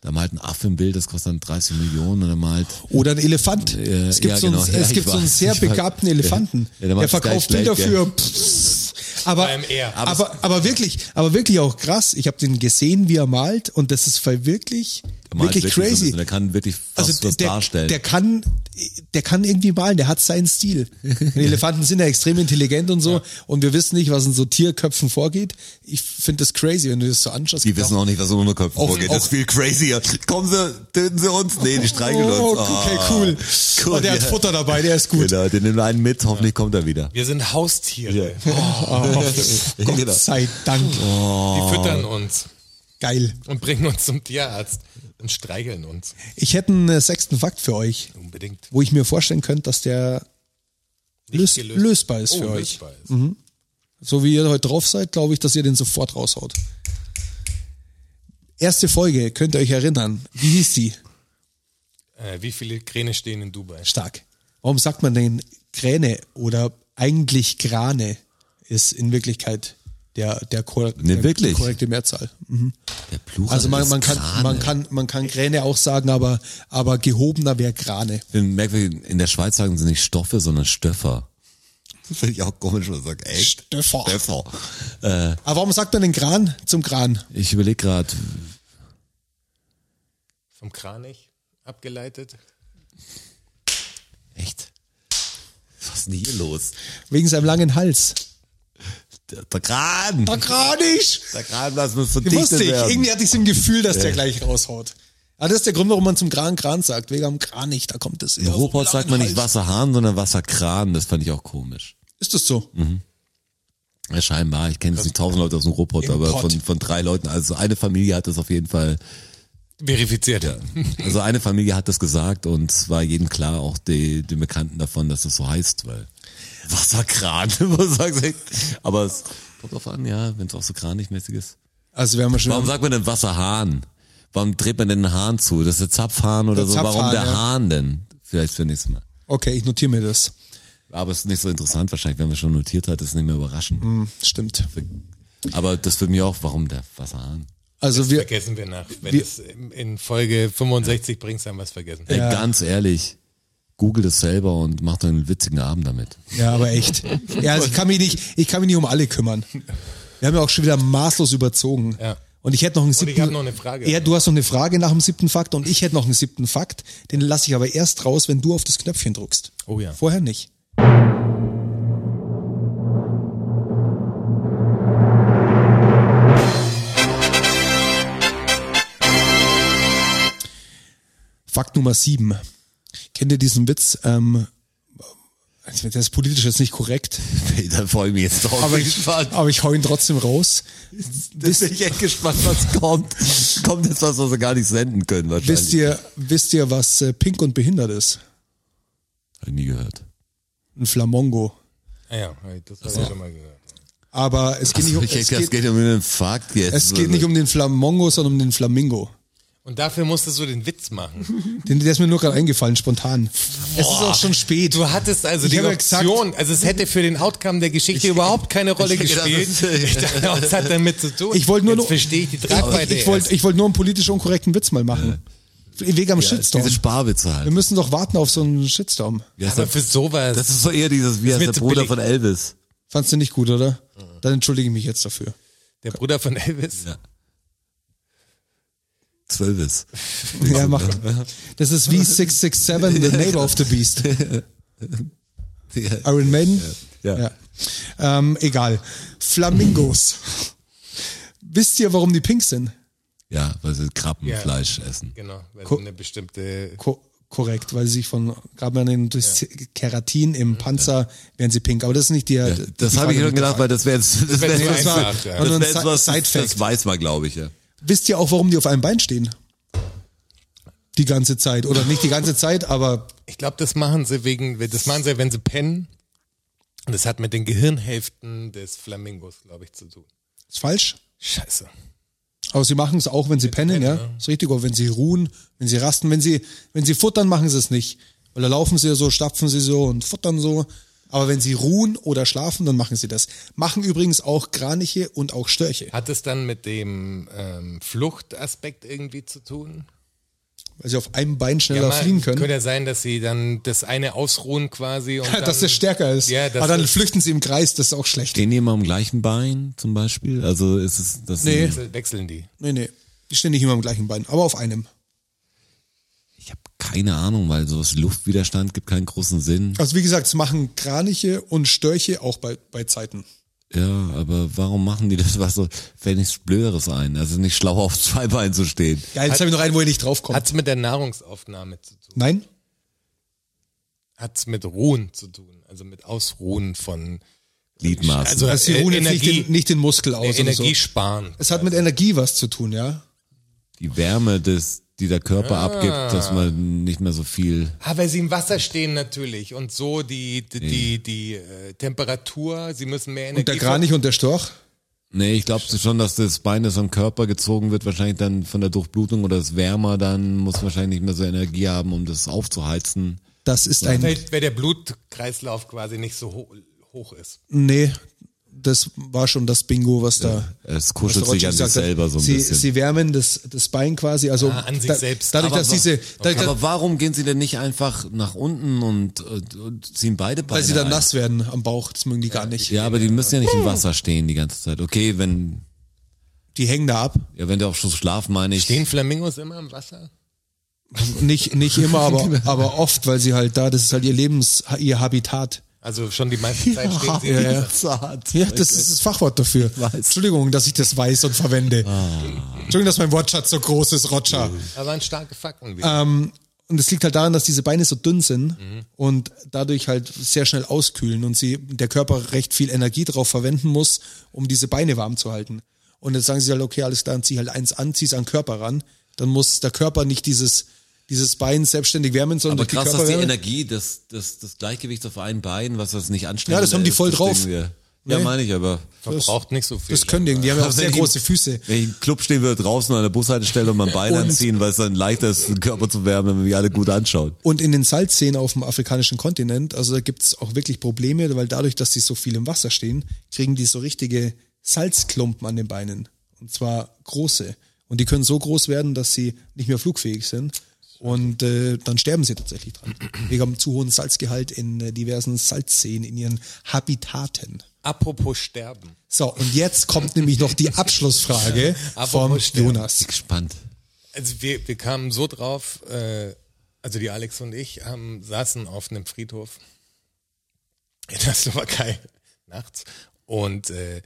D: Da malt ein Affe ein Bild, das kostet dann 30 Millionen und dann malt
C: Oder ein Elefant.
D: Äh,
C: es gibt,
D: ja,
C: so, einen,
D: genau. Ja,
C: es
D: ich
C: gibt so einen
D: weiß,
C: sehr
D: ich weiß.
C: begabten Elefanten.
D: Ja, der macht
C: der verkauft
D: gleich
C: Bilder
D: gleich,
C: für. Aber,
B: Beim R.
C: aber, aber, wirklich, aber wirklich auch krass. Ich habe den gesehen, wie er malt und das ist voll wirklich,
D: Der malt
C: wirklich,
D: so ein
C: crazy.
D: bisschen. Der kann wirklich fast
C: also
D: was
C: der,
D: darstellen.
C: der kann, der kann irgendwie malen. Der hat seinen Stil. Die Elefanten sind ja extrem intelligent und so und wir wissen nicht, was in so Tierköpfen vorgeht. Ich finde das crazy, wenn du das so anschaust.
D: die wissen auch nicht, was in unseren Köpfen
C: Auf-
D: vorgeht.
C: auf-
D: das ist viel crazier. Kommen sie, töten sie uns. Nee, die streicheln
C: oh,
D: uns.
C: okay,
D: Ah.
C: cool. Und der hat
D: ja.
C: Futter dabei, der ist gut.
D: Genau, den nehmen wir einen mit, hoffentlich kommt er wieder.
B: Wir sind Haustiere.
C: Oh, Gott
D: Genau.
C: sei Dank.
B: Die füttern uns
C: Geil.
B: und bringen uns zum Tierarzt und streicheln uns.
C: Ich hätte einen äh, sechsten Fakt für euch,
B: Unbedingt.
C: wo ich mir vorstellen könnte, dass der lös
B: gelöst.
C: lösbar ist
B: Oh,
C: für euch.
B: lösbar ist.
C: So wie ihr heute drauf seid, glaube ich, dass ihr den sofort raushaut. Erste Folge, könnt ihr euch erinnern. Wie hieß die?
B: Äh, wie viele Kräne stehen in Dubai?
C: Stark. Warum sagt man denn Kräne oder eigentlich Grane ist in Wirklichkeit der, der, kor
D: Nee,
C: der
D: wirklich?
C: korrekte Mehrzahl? Mhm.
D: Der Plural
C: Also man,
D: ist
C: man, kann,
D: Krane.
C: man, kann, man kann Kräne auch sagen, aber, aber gehobener wäre Grane.
D: Ich bin merkwürdig, in der Schweiz sagen sie nicht Stoffe, sondern Stöffer. Das finde ich auch komisch, man sagt echt
C: Stöffer.
D: Stöffer.
C: Äh. Aber warum sagt man den Gran zum Gran?
D: Ich überlege gerade,
B: Vom Kranich abgeleitet?
D: echt? Was ist denn hier los?
C: Wegen seinem langen Hals.
D: Der, der Kran!
C: Der Kranich!
D: Der Kran, was muss verdichtet
C: Wusste ich.
D: werden.
C: Irgendwie hatte ich so ein Gefühl, dass der gleich raushaut. Aber das ist der Grund, warum man zum Gran Gran sagt. Wegen am Kranich, da kommt es.
D: In Ruhrpott sagt man nicht Wasserhahn, sondern Wasserkran. Das fand ich auch komisch.
C: Ist das so?
D: Mhm. Ja, scheinbar. Ich kenne jetzt nicht tausend Leute aus dem Ruhrpott,
C: Im
D: aber
C: Pott.
D: von, von drei Leuten. Also eine Familie hat das auf jeden Fall
B: Verifiziert.
D: Also eine Familie hat das gesagt und es war jedem klar, auch die, den Bekannten davon, dass es so heißt, weil Wasserkran, was sagst du? Aber es kommt drauf an, ja, wenn es auch so kranigmäßig ist.
C: Also wären wir schon.
D: Warum sagt man denn Wasserhahn? Warum dreht man denn den Hahn zu? Das ist der Zapfhahn oder
C: Der
D: so. Warum
C: Zapfhahn,
D: der
C: ja.
D: Hahn denn? Vielleicht für nächstes Mal.
C: Okay, ich notiere mir das.
D: Aber es ist nicht so interessant wahrscheinlich, wenn man schon notiert hat, ist es nicht mehr überraschend.
C: Hm, stimmt.
D: Aber das wird mir auch, warum der Wasserhahn?
C: Also wir,
B: Vergessen wir nach. Wenn
C: Wir-
B: es in Folge 65 bringst, dann was vergessen.
D: Ey,
C: Ja.
D: ganz ehrlich, google das selber und macht einen witzigen Abend damit.
C: ja, aber echt. Ja, also ich kann mich nicht, ich kann mich nicht um alle kümmern. Wir haben ja auch schon wieder maßlos überzogen.
B: Ja.
C: Und ich hätte noch einen
B: Und
C: siebten.
B: ich hab noch eine Frage.
C: Ja, du hast noch eine Frage nach dem siebten Fakt und ich hätte noch einen siebten Fakt. Den lasse ich aber erst raus, wenn du auf das Knöpfchen drückst.
B: Oh ja.
C: Vorher nicht. Fakt Nummer sieben. Kennt ihr diesen Witz? Ähm, das ist politisch jetzt nicht korrekt,
D: Da freue ich mich jetzt drauf.
C: aber ich, aber ich hau ihn trotzdem raus.
D: Wisst, bin ich echt gespannt, was kommt. Kommt jetzt was, was wir gar nicht senden können wahrscheinlich.
C: Wisst ihr, wisst ihr, was äh, pink und behindert ist?
D: Hab ich nie gehört.
C: Ein Flamongo.
B: Ah ja, das habe ich schon mal gehört.
C: Aber es geht nicht um,
D: ich
C: es
D: hätte, es
C: geht,
D: geht um den Fakt jetzt.
C: es geht nicht um den Flamongo, sondern um den Flamingo.
B: Und dafür musstest du den Witz machen.
C: Den, der ist mir nur gerade eingefallen, spontan. Es ist auch schon spät.
B: Du hattest also
C: Ich
B: die
C: hab ja gesagt-
B: Option, also es hätte für den Outcome der Geschichte überhaupt keine Rolle
D: Ich- das
B: gespielt.
D: ist-
B: ich dachte, was hat damit zu tun?
C: Ich wollte nur
B: Jetzt
C: noch-
B: verstehe ich die
C: ich
B: Tragweite.
C: ich wollte ich wollt nur einen politisch unkorrekten Witz mal machen. Wegen am Shitstorm.
D: äh, Diese Sparwitze
C: Wir
D: halt.
C: müssen doch warten auf so einen Shitstorm.
D: Wie
B: erst.
D: heißt
B: aber
D: der,
B: für sowas.
D: das ist so eher dieses, wie heißt
B: mir
D: der
B: zu
D: Bruder
B: billig.
D: von Elvis?
C: Fandst du nicht gut, oder? Dann entschuldige ich mich jetzt dafür.
B: der Bruder von Elvis.
D: Zwölvis.
C: Ja, mach. Das ist wie 667, The Neighbor of the Beast. Iron Maiden?
D: Ja.
C: Ähm, egal. Flamingos. Wisst ihr, warum die pink sind?
D: Ja, weil sie Krabbenfleisch essen.
B: Genau, weil
C: Gu-
B: so eine bestimmte
C: Ko korrekt, weil sie sich von, gerade man durch Keratin im Panzer werden sie pink. Aber das ist nicht die. die
D: Das
C: Frage
D: habe ich schon
C: mit
D: gedacht,
C: der
D: weil das wäre jetzt, das
B: wär
D: wäre
B: nur
D: jetzt,
B: einfach,
D: das
B: ja.
D: wär
C: Also ein
D: jetzt was,
C: Side- Side-Fact.
D: das weiß man, glaube ich, ja.
C: Frage. Wisst ihr auch, warum die auf einem Bein stehen? Die ganze Zeit. Oder nicht die ganze Zeit, aber
B: Ich glaube, das machen sie wegen, das machen sie, wenn sie pennen. Und das hat mit den Gehirnhälften des Flamingos, glaube ich, zu tun.
C: ist falsch.
B: Scheiße.
C: Aber sie machen es auch, wenn sie pennen, ja. Ist richtig, aber wenn sie ruhen, wenn sie rasten, wenn sie, wenn sie futtern, machen sie es nicht. Weil da laufen sie so, stapfen sie so und futtern so. Aber wenn sie ruhen oder schlafen, dann machen sie das. Machen übrigens auch Kraniche und auch Störche,
B: Hat es dann mit dem ähm, Fluchtaspekt irgendwie zu tun?
C: weil sie auf einem Bein schneller
B: mal,
C: fliehen können.
B: Könnte ja sein, dass sie dann das eine ausruhen quasi und dann,
C: dass das stärker ist.
B: Ja, das
C: aber dann
B: ist-
C: flüchten sie im Kreis, das ist auch schlecht.
D: Stehen die immer am gleichen Bein zum Beispiel? Also ist es das?
C: Nee.
B: wechseln, wechseln die.
C: Nee, nee. Die stehen nicht immer am gleichen Bein, aber auf einem.
D: Ich habe keine Ahnung, weil sowas wie Luftwiderstand gibt keinen großen Sinn.
C: Also wie gesagt, es machen Kraniche und Störche auch bei, bei Zeiten.
D: Ja, aber warum machen die das? Was so, fällt nichts Blöderes ein. Also nicht schlau auf zwei Beinen zu stehen.
C: Geil, jetzt habe ich noch einen, wo ihr nicht draufkommt.
B: Hat es mit der Nahrungsaufnahme zu tun?
C: Nein?
B: Hat es mit Ruhen zu tun? Also mit Ausruhen von
D: Gliedmaßen.
B: also,
C: Also sie
B: äh,
C: ruhen jetzt
B: Energie,
C: nicht den, nicht den Muskel aus.
B: äh,
C: oder so.
B: Energie sparen.
C: Es hat mit Energie was zu tun, ja?
D: die Wärme des die der Körper abgibt, dass man nicht mehr so viel.
B: Ah, weil sie im Wasser stehen natürlich und so die, die, die, die äh, Temperatur, sie müssen mehr Energie.
C: Und der Kranich und der Storch?
D: Nee, ich glaube schon, dass das Bein, das am Körper gezogen wird, wahrscheinlich dann von der Durchblutung oder es wärmer, dann muss wahrscheinlich nicht mehr so Energie haben, um das aufzuheizen.
C: Das ist ein.
B: Weil, weil der Blutkreislauf quasi nicht so ho hoch ist.
C: Nee, das war schon das Bingo, was da.
D: Es
C: was der
D: kuschelt sich
C: Roger
D: an sich
C: gesagt hat.
D: selber so ein
C: sie,
D: bisschen.
C: Sie wärmen das, das Bein quasi, also
B: Ah, an sich selbst.
C: dadurch,
B: Aber
C: dass
B: wa-
C: diese, dadurch,
D: aber warum gehen sie denn nicht einfach nach unten und, und, und ziehen beide Beine
C: weil sie dann
D: ein?
C: nass werden am Bauch, das mögen die gar nicht.
D: Ja, aber die müssen ja nicht im Wasser stehen die ganze Zeit. Okay, wenn,
C: Die hängen da ab.
D: ja, wenn die auch schon schlafen, meine ich.
B: Stehen Flamingos immer im Wasser?
C: Nicht, nicht immer, aber, aber oft, weil sie halt da, das ist halt ihr Lebens, ihr Habitat. Ah,
B: Also schon die meiste Zeit stehen sie.
C: Ja, ja.
D: Zart.
C: Ja, das ist das Fachwort dafür. Entschuldigung, dass ich das weiß und verwende.
B: Ah.
C: Entschuldigung, dass mein Wortschatz so groß ist, Roger.
B: Da waren starke Fakten
C: Ah,
B: wieder.
C: Und es liegt halt daran, dass diese Beine so dünn sind
D: Mhm.
C: und dadurch halt sehr schnell auskühlen und sie, der Körper recht viel Energie drauf verwenden muss, um diese Beine warm zu halten. Und jetzt sagen sie halt, okay, alles klar, dann zieh halt eins an, zieh's an den Körper ran. Dann muss der Körper nicht dieses, dieses Bein selbstständig wärmen, sondern
D: Aber
C: durch
D: krass,
C: die
D: dass die
C: Körperwärme.
D: Energie, das, das, das Gleichgewicht auf einem Bein, was das nicht anstrengt.
C: Ja, das haben die voll drauf.
D: Ja, meine ich, aber.
B: Verbraucht nicht so viel.
C: das können die, die haben ja auch
D: Aber
C: sehr
D: wenn ich-
C: große Füße.
D: Wenn ich im Club stehen würde, draußen an der Bushaltestelle und mein Bein
C: Und-
D: anziehen, weil es dann leichter ist, den Körper zu wärmen, wenn man mich alle gut anschaut.
C: Und in den Salzseen auf dem afrikanischen Kontinent, also da gibt's auch wirklich Probleme, weil dadurch, dass die so viel im Wasser stehen, kriegen die so richtige Salzklumpen an den Beinen. Und zwar große. Und die können so groß werden, dass sie nicht mehr flugfähig sind. Und äh, dann sterben sie tatsächlich dran. Wegen einem zu hohen Salzgehalt in äh, diversen Salzseen, in ihren Habitaten.
B: Apropos Sterben.
C: So, und jetzt kommt nämlich noch die Abschlussfrage
B: Apropos
C: von
B: sterben.
C: Jonas.
D: Gespannt.
B: Also wir, wir kamen so drauf, äh, also die Alex und ich haben, saßen auf einem Friedhof in der Slowakei nachts und äh,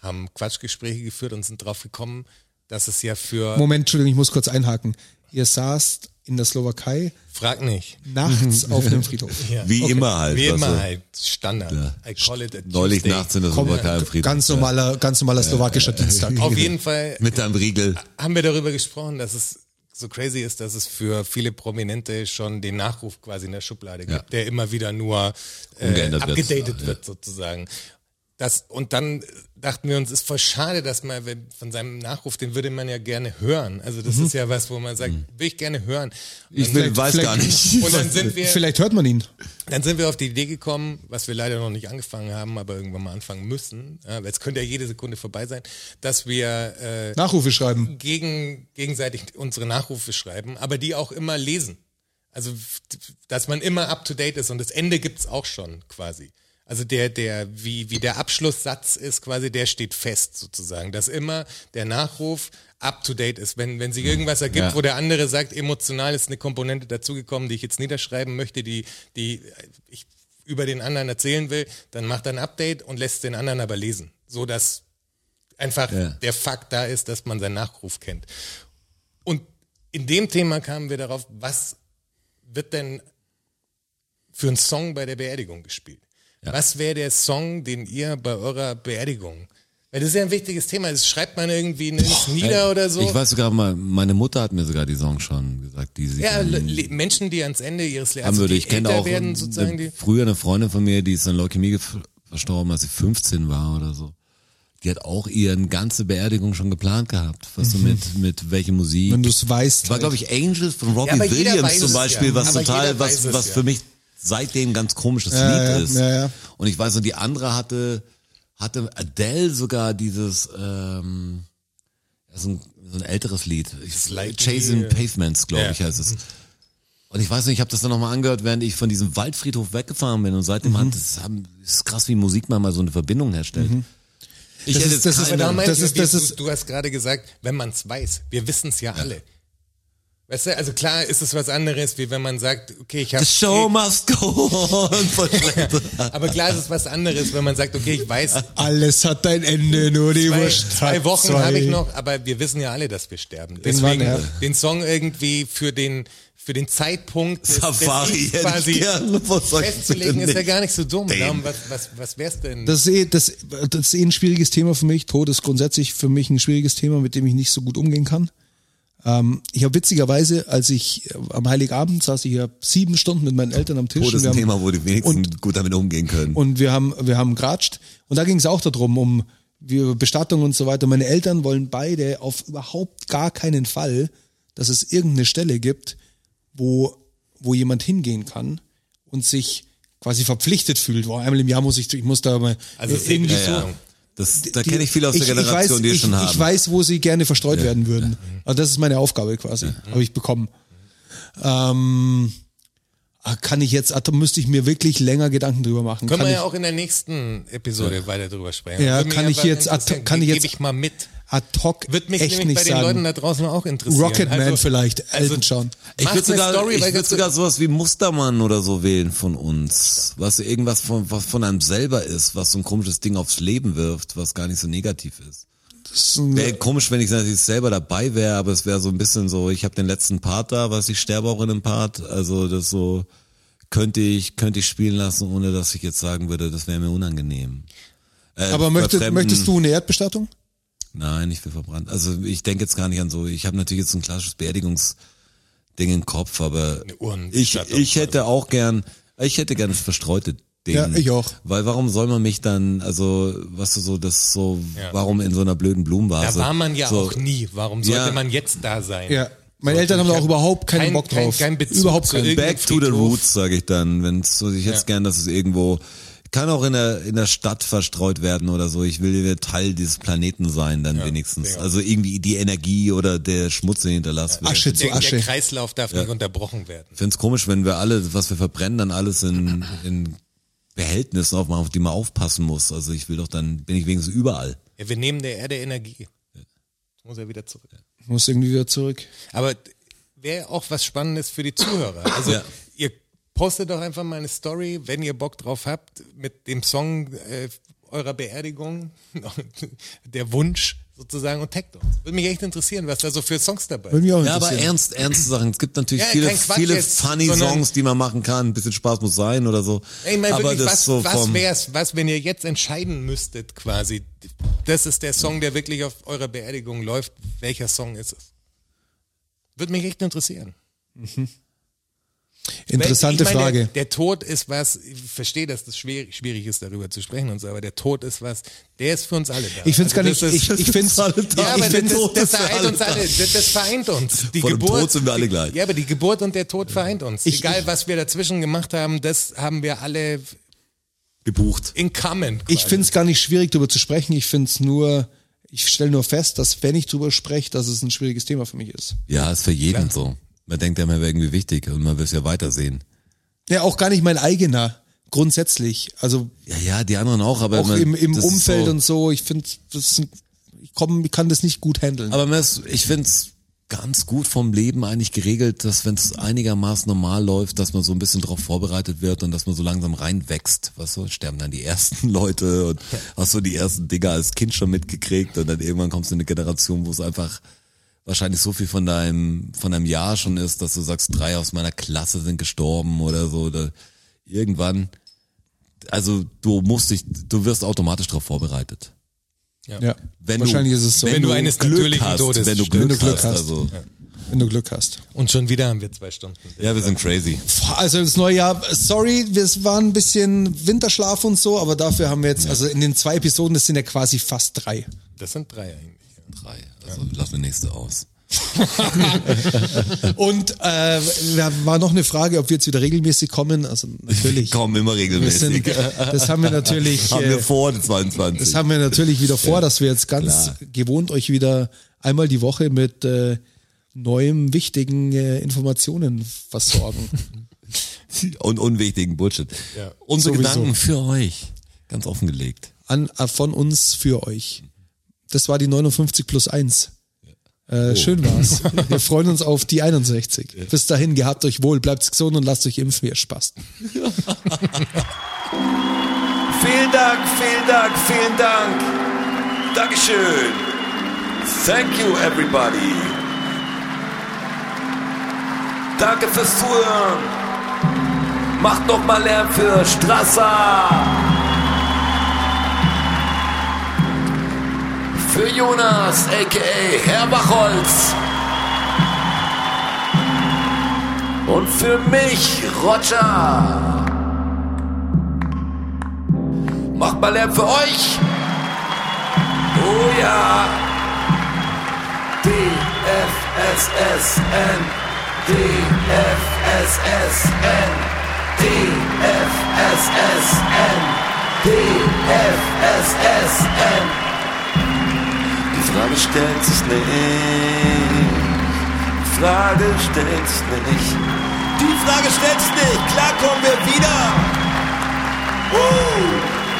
B: haben Quatschgespräche geführt und sind drauf gekommen, dass es ja für
C: Moment, Entschuldigung, ich muss kurz einhaken. Ihr saßt in der Slowakei
B: frag nicht.
C: nachts
B: Mhm.
C: auf einem Friedhof.
D: Wie immer halt.
B: Wie
D: weißt
B: immer
D: du.
B: halt Standard. I call it a
D: Neulich
B: Tuesday.
D: nachts in der Slowakei im Frieden.
C: Ganz normaler, ganz normaler slowakischer Dienstag.
B: Auf jeden Fall
D: Mit deinem Riegel.
B: haben wir darüber gesprochen, dass es so crazy ist, dass es für viele Prominente schon den Nachruf quasi in der Schublade gibt,
D: Ja.
B: der immer wieder nur äh,
D: Umgeändert wird.
B: abgedatet
D: Ja.
B: wird sozusagen. Das, und dann dachten wir uns, ist voll schade, dass man wenn- von seinem Nachruf, den würde man ja gerne hören. Also das ist ja was, wo man sagt, will ich gerne hören. Und
D: Mhm. Ich
B: dann-
D: will, weiß
C: vielleicht-
D: gar nicht.
B: und dann sind wir
C: Vielleicht hört man ihn.
B: dann sind wir auf die Idee gekommen, was wir leider noch nicht angefangen haben, aber irgendwann mal anfangen müssen. Ja, weil es könnte ja jede Sekunde vorbei sein, dass wir äh,
C: Nachrufe schreiben.
B: gegen, gegenseitig unsere Nachrufe schreiben, aber die auch immer lesen. Also, dass man immer up to date ist und das Ende gibt's auch schon quasi. Also der, der, wie, wie der Abschlusssatz ist quasi, der steht fest sozusagen, dass immer der Nachruf up to date ist. Wenn, wenn sich irgendwas ergibt,
D: Ja.
B: wo der andere sagt, emotional ist eine Komponente dazugekommen, die ich jetzt niederschreiben möchte, die, die ich über den anderen erzählen will, dann macht er ein Update und lässt den anderen aber lesen. So dass einfach
D: Ja.
B: der Fakt da ist, dass man seinen Nachruf kennt. Und in dem Thema kamen wir darauf, was wird denn für einen Song bei der Beerdigung gespielt? Was wäre der Song, den ihr bei eurer Beerdigung? Weil das ist ja ein wichtiges Thema. Das schreibt man irgendwie nirgends nieder
D: Ey,
B: oder so.
D: Ich weiß sogar mal, meine Mutter hat mir sogar die Song schon gesagt, die sie
B: ja,
D: ähm,
B: le- le- Menschen, die ans Ende ihres Lebens
D: haben würde.
B: die
D: Ich kenne
B: älter
D: auch
B: werden, sozusagen die.
D: eine, früher eine Freundin von mir, die ist an Leukämie gef- verstorben, als sie 15 war oder so. Die hat auch ihren ganze Beerdigung schon geplant gehabt. Was
B: Mhm.
D: du mit, mit welche Musik.
C: Wenn du es weißt.
D: Es war, glaube ich, Angels von Robbie
B: aber jeder weiß
D: Williams
B: es
D: zum Beispiel,
B: ja.
D: was
B: Aber jeder
D: total,
B: weiß es
D: was, was
B: ja.
D: für mich seitdem ein ganz komisches Lied
C: ja,
D: ist.
C: ja, ja.
D: Und ich weiß noch, die andere hatte, hatte Adele sogar dieses, ähm, so ein, so ein älteres Lied. Ich,
B: Like
D: Chasing
B: Me.
D: Pavements, glaube
B: Ja.
D: ich, heißt es. Und ich weiß nicht, ich habe das dann nochmal angehört, während ich von diesem Waldfriedhof weggefahren bin und
C: Mhm.
D: seitdem hat es haben- ist krass, wie Musik manchmal so eine Verbindung herstellt. Ich
C: Mhm. Das
D: hätte
C: ist-
D: jetzt
C: das ist-
B: Aber da
C: Genau.
B: meinst
C: Das
B: du,
C: ist-
B: wir-
C: das ist-
B: du, du hast gerade gesagt, wenn man es weiß, wir wissen es ja alle. Weißt du, also klar ist es was anderes, wie wenn man sagt, okay, ich habe
D: The show must go on. Voll schlecht.
B: Aber klar ist es was anderes, wenn man sagt, okay, ich weiß,
C: Alles hat dein Ende, nur die
B: zwei,
C: Wurst.
B: zwei
C: hat
B: Wochen
C: zwei.
B: habe ich noch, aber wir wissen ja alle, dass wir sterben.
C: Irgendwann,
B: Deswegen
C: ja.
B: den Song irgendwie für den, für den Zeitpunkt des,
D: Safari
B: des
D: hätte ich
B: quasi
D: gerne. Was soll ich
B: festzulegen,
D: denn
B: ist ja
D: nicht?
B: gar nicht so dumm. Darum, was, was, was wär's denn?
C: Das ist, eh, das, das ist eh ein schwieriges Thema für mich. Tod ist grundsätzlich für mich ein schwieriges Thema, mit dem ich nicht so gut umgehen kann. Ähm, ich habe witzigerweise, als ich äh, am Heiligabend saß, ich ja sieben Stunden mit meinen Eltern am Tisch.
D: Oh,
C: und
D: das ist
C: wir
D: ein
C: haben-
D: Thema, wo die wenigsten gut damit umgehen können.
C: und wir haben, wir haben geratscht. Und da ging es auch darum, um wie- Bestattung und so weiter. Meine Eltern wollen beide auf überhaupt gar keinen Fall, dass es irgendeine Stelle gibt, wo, wo jemand hingehen kann und sich quasi verpflichtet fühlt. Boah, einmal im Jahr muss ich, ich muss da mal
B: Also
C: äh, irgendwie so.
D: das, da
C: die-
D: kenne ich viele aus der Generation,
C: ich weiß,
D: die es
C: ich,
D: schon haben.
C: Ich weiß, wo sie gerne verstreut werden würden. Also das ist meine Aufgabe quasi. Habe ich bekommen. Ähm, ah, kann ich jetzt, ah, da müsste ich mir wirklich länger Gedanken drüber machen.
B: Können
C: kann
B: wir
C: ich,
B: ja auch in der nächsten Episode weiter drüber sprechen.
C: Ja,
B: Würde mich
C: kann ich
B: einfach
C: jetzt ad-
B: interessieren.
C: kann
B: Die
C: ich jetzt-
B: Gebe ich mal mit.
C: ad hoc
B: Wird mich
C: echt
B: nämlich
C: nicht
B: bei den
C: sagen.
B: Leuten da draußen auch interessieren.
C: Rocketman
B: Also-
C: vielleicht, Elton John.
D: Ich
B: Mach's
D: würde
B: eine
D: sogar,
B: Story,
D: ich
B: weil
D: würd
B: jetzt-
D: sogar sowas wie Mustermann oder so wählen von uns. Was irgendwas von, was von einem selber ist, was so ein komisches Ding aufs Leben wirft, was gar nicht so negativ ist.
C: Das ist ein-
D: Wäre komisch, wenn ich natürlich selber dabei wäre, aber es wäre so ein bisschen so, ich habe den letzten Part da, was ich sterbe auch in einem Part. Also das so könnte ich, könnte ich spielen lassen, ohne dass ich jetzt sagen würde, das wäre mir unangenehm. Äh,
C: aber
D: bei
C: möchtest-
D: Fremden-
C: möchtest du eine Erdbestattung?
D: Nein, ich will verbrannt. Also ich denke jetzt gar nicht an so. Ich habe natürlich jetzt ein klassisches Beerdigungsding im Kopf, aber ich,
B: Uhrenbestattung.
D: ich hätte auch gern, ich hätte gern das verstreute Ding.
C: Ja, ich auch.
D: Weil warum soll man mich dann, also weißt du so, das so,
B: Ja.
D: warum in so einer blöden
B: Da
D: Blumenvase?
B: war man ja
D: so,
B: auch nie. Warum sollte
D: Ja.
B: man jetzt da sein?
C: also Ja. Meine Eltern haben da auch überhaupt keinen
B: kein-
C: Bock
B: kein-
C: drauf.
B: kein Bezug
C: überhaupt
B: zu
C: keinen.
B: irgend-
D: Back to the
B: Friedhof.
D: roots, sage ich dann. Wenn's so, ich hätte
B: Ja.
D: gern, dass es irgendwo kann auch in der in der Stadt verstreut werden oder so. Ich will ja Teil dieses Planeten sein, dann wenigstens.
B: ja.
D: Also irgendwie die Energie oder der Schmutz den hinterlassen. wird.
C: Asche zu
B: Der,
C: Asche.
B: der Kreislauf darf nicht unterbrochen werden.
D: Ich find's komisch, wenn wir alle, was wir verbrennen, dann alles in, in Behältnissen aufmachen, auf die man aufpassen muss. Also ich will doch dann, bin ich wenigstens überall.
B: Ja, wir nehmen der Erde Energie. Muss er wieder zurück.
C: Muss irgendwie wieder zurück.
B: Aber wäre auch was Spannendes für die Zuhörer. Also
D: Ja.
B: ihr postet doch einfach mal eine Story, wenn ihr Bock drauf habt, mit dem Song äh, eurer Beerdigung, der Wunsch sozusagen und taggt uns. Würde mich echt interessieren, was da so für Songs dabei
C: Würde
B: sind.
C: mich auch
D: Ja, aber
C: interessieren.
D: ernst, ernste Sachen. Es gibt natürlich
B: Ja,
D: viele,
B: kein Quatsch
D: viele
B: jetzt,
D: funny
B: sondern-
D: Songs, die man machen kann. Ein bisschen Spaß muss sein oder so.
B: Ich meine
D: aber
B: wirklich,
D: das
B: was,
D: so
B: was
D: vom,
B: wär's, was, wenn ihr jetzt entscheiden müsstet quasi, das ist der Song, der wirklich auf eurer Beerdigung läuft, welcher Song ist es? Würde mich echt interessieren.
C: Interessante
B: Ich meine,
C: Frage.
B: Der, der Tod ist was, ich verstehe, dass das schwierig, schwierig ist, darüber zu sprechen und so, aber der Tod ist was, der ist für uns alle da. Also
C: Ich find's gar nicht,
B: das
C: ich,
B: ist- halt
C: ich find's,
D: alle da.
B: ja,
C: ich
B: aber
D: der
C: find's,
B: das,
D: Tod
B: das,
D: ist für
B: vereint
D: alle
B: uns alle, das, das vereint uns. Die
D: Vor dem
B: Geburt,
D: Tod sind wir alle gleich.
B: Ja, aber die Geburt und der Tod vereint uns.
C: Ich-
B: Egal,
C: ich-
B: was wir dazwischen gemacht haben, das haben wir alle
D: gebucht.
B: in common.
C: ich find's gar nicht schwierig, darüber zu sprechen. Ich find's nur, ich stelle nur fest, dass wenn ich drüber spreche, dass es ein schwieriges Thema für mich ist.
D: Ja, ist für jeden so. Man denkt ja, man wäre irgendwie wichtig und man will es ja weitersehen.
C: Ja, auch gar nicht mein eigener. Grundsätzlich. Also
D: Ja, ja, die anderen auch, aber
C: auch
D: man,
C: im, im
D: das ist
C: Umfeld
D: so,
C: und so. Ich finde, ich, komm, ich kann das nicht gut handeln.
D: Aber man ist, ich find's ganz gut vom Leben eigentlich geregelt, dass wenn es einigermaßen normal läuft, dass man so ein bisschen drauf vorbereitet wird und dass man so langsam reinwächst. Weißt du, sterben dann die ersten Leute und hast so die ersten Dinger als Kind schon mitgekriegt und dann irgendwann kommst du in eine Generation, wo es einfach wahrscheinlich so viel von deinem, von deinem Jahr schon ist, dass du sagst, drei aus meiner Klasse sind gestorben oder so oder irgendwann. Also du musst dich, du wirst automatisch darauf vorbereitet
C: ja.
D: wenn
C: Wahrscheinlich
D: du,
C: ist es so.
D: Wenn,
B: Wenn
D: du
B: du eines
D: Glück
B: natürlichen
D: hast,
B: Todes
D: wenn du
B: stirbst.
D: Glück,
C: Wenn du Glück
D: hast,
C: hast.
D: Also,
C: wenn du Glück hast.
B: Und schon wieder haben wir zwei Stunden.
D: ja, wir sind crazy.
C: Boah, Also das neue Jahr, sorry, es war ein bisschen Winterschlaf und so, aber dafür haben wir jetzt, also in den zwei Episoden, das sind ja quasi fast drei.
B: Das sind drei eigentlich.
D: Drei. Also lass den nächste aus.
C: Und äh, da war noch eine Frage, ob wir jetzt wieder regelmäßig kommen. Also natürlich.
D: Kommen immer
C: Wir
D: regelmäßig.
C: sind, das haben wir natürlich.
D: haben wir
C: äh,
D: vor 22.
C: Das haben wir natürlich wieder vor, dass wir jetzt ganz
D: klar.
C: gewohnt euch wieder einmal die Woche mit äh, neuem, wichtigen äh, Informationen versorgen.
D: und unwichtigen Bullshit.
B: Ja.
D: Unsere
C: Sowieso.
D: Gedanken für euch. Ganz offengelegt.
C: An, äh, von uns für euch. Das war die 59 plus 1. Äh, Schön war's. Wir freuen uns auf die 61. Bis dahin, gehabt euch wohl, bleibt gesund und lasst euch impfen, ihr Spaß.
G: Vielen Dank, vielen Dank, vielen Dank. Dankeschön. Thank you, everybody. Danke fürs Zuhören. Macht noch mal Lärm für Strasser. Für Jonas, a.k.a. Herr Bachholz. und für mich Roger. Macht mal Lärm für euch. Oh ja. DFSSN. DFSSN. DFSSN. DFSSN. Die Frage stellt sich nicht. Die Frage stellt sich nicht. Die Frage stellt sich nicht. Klar kommen wir wieder. Uh,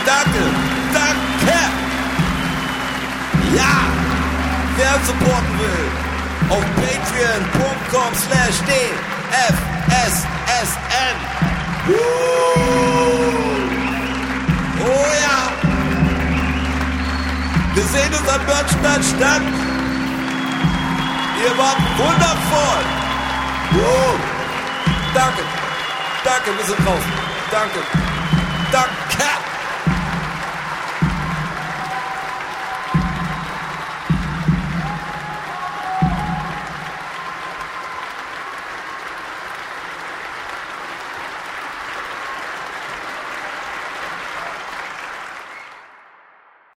G: danke, danke. Ja, wer uns supporten will, auf patreon.com slash dfssn. Uh, oh ja. Wir sehen uns am Börnstein statt. Ihr wart wundervoll. Uh, danke. Danke, wir sind raus. Danke. Danke.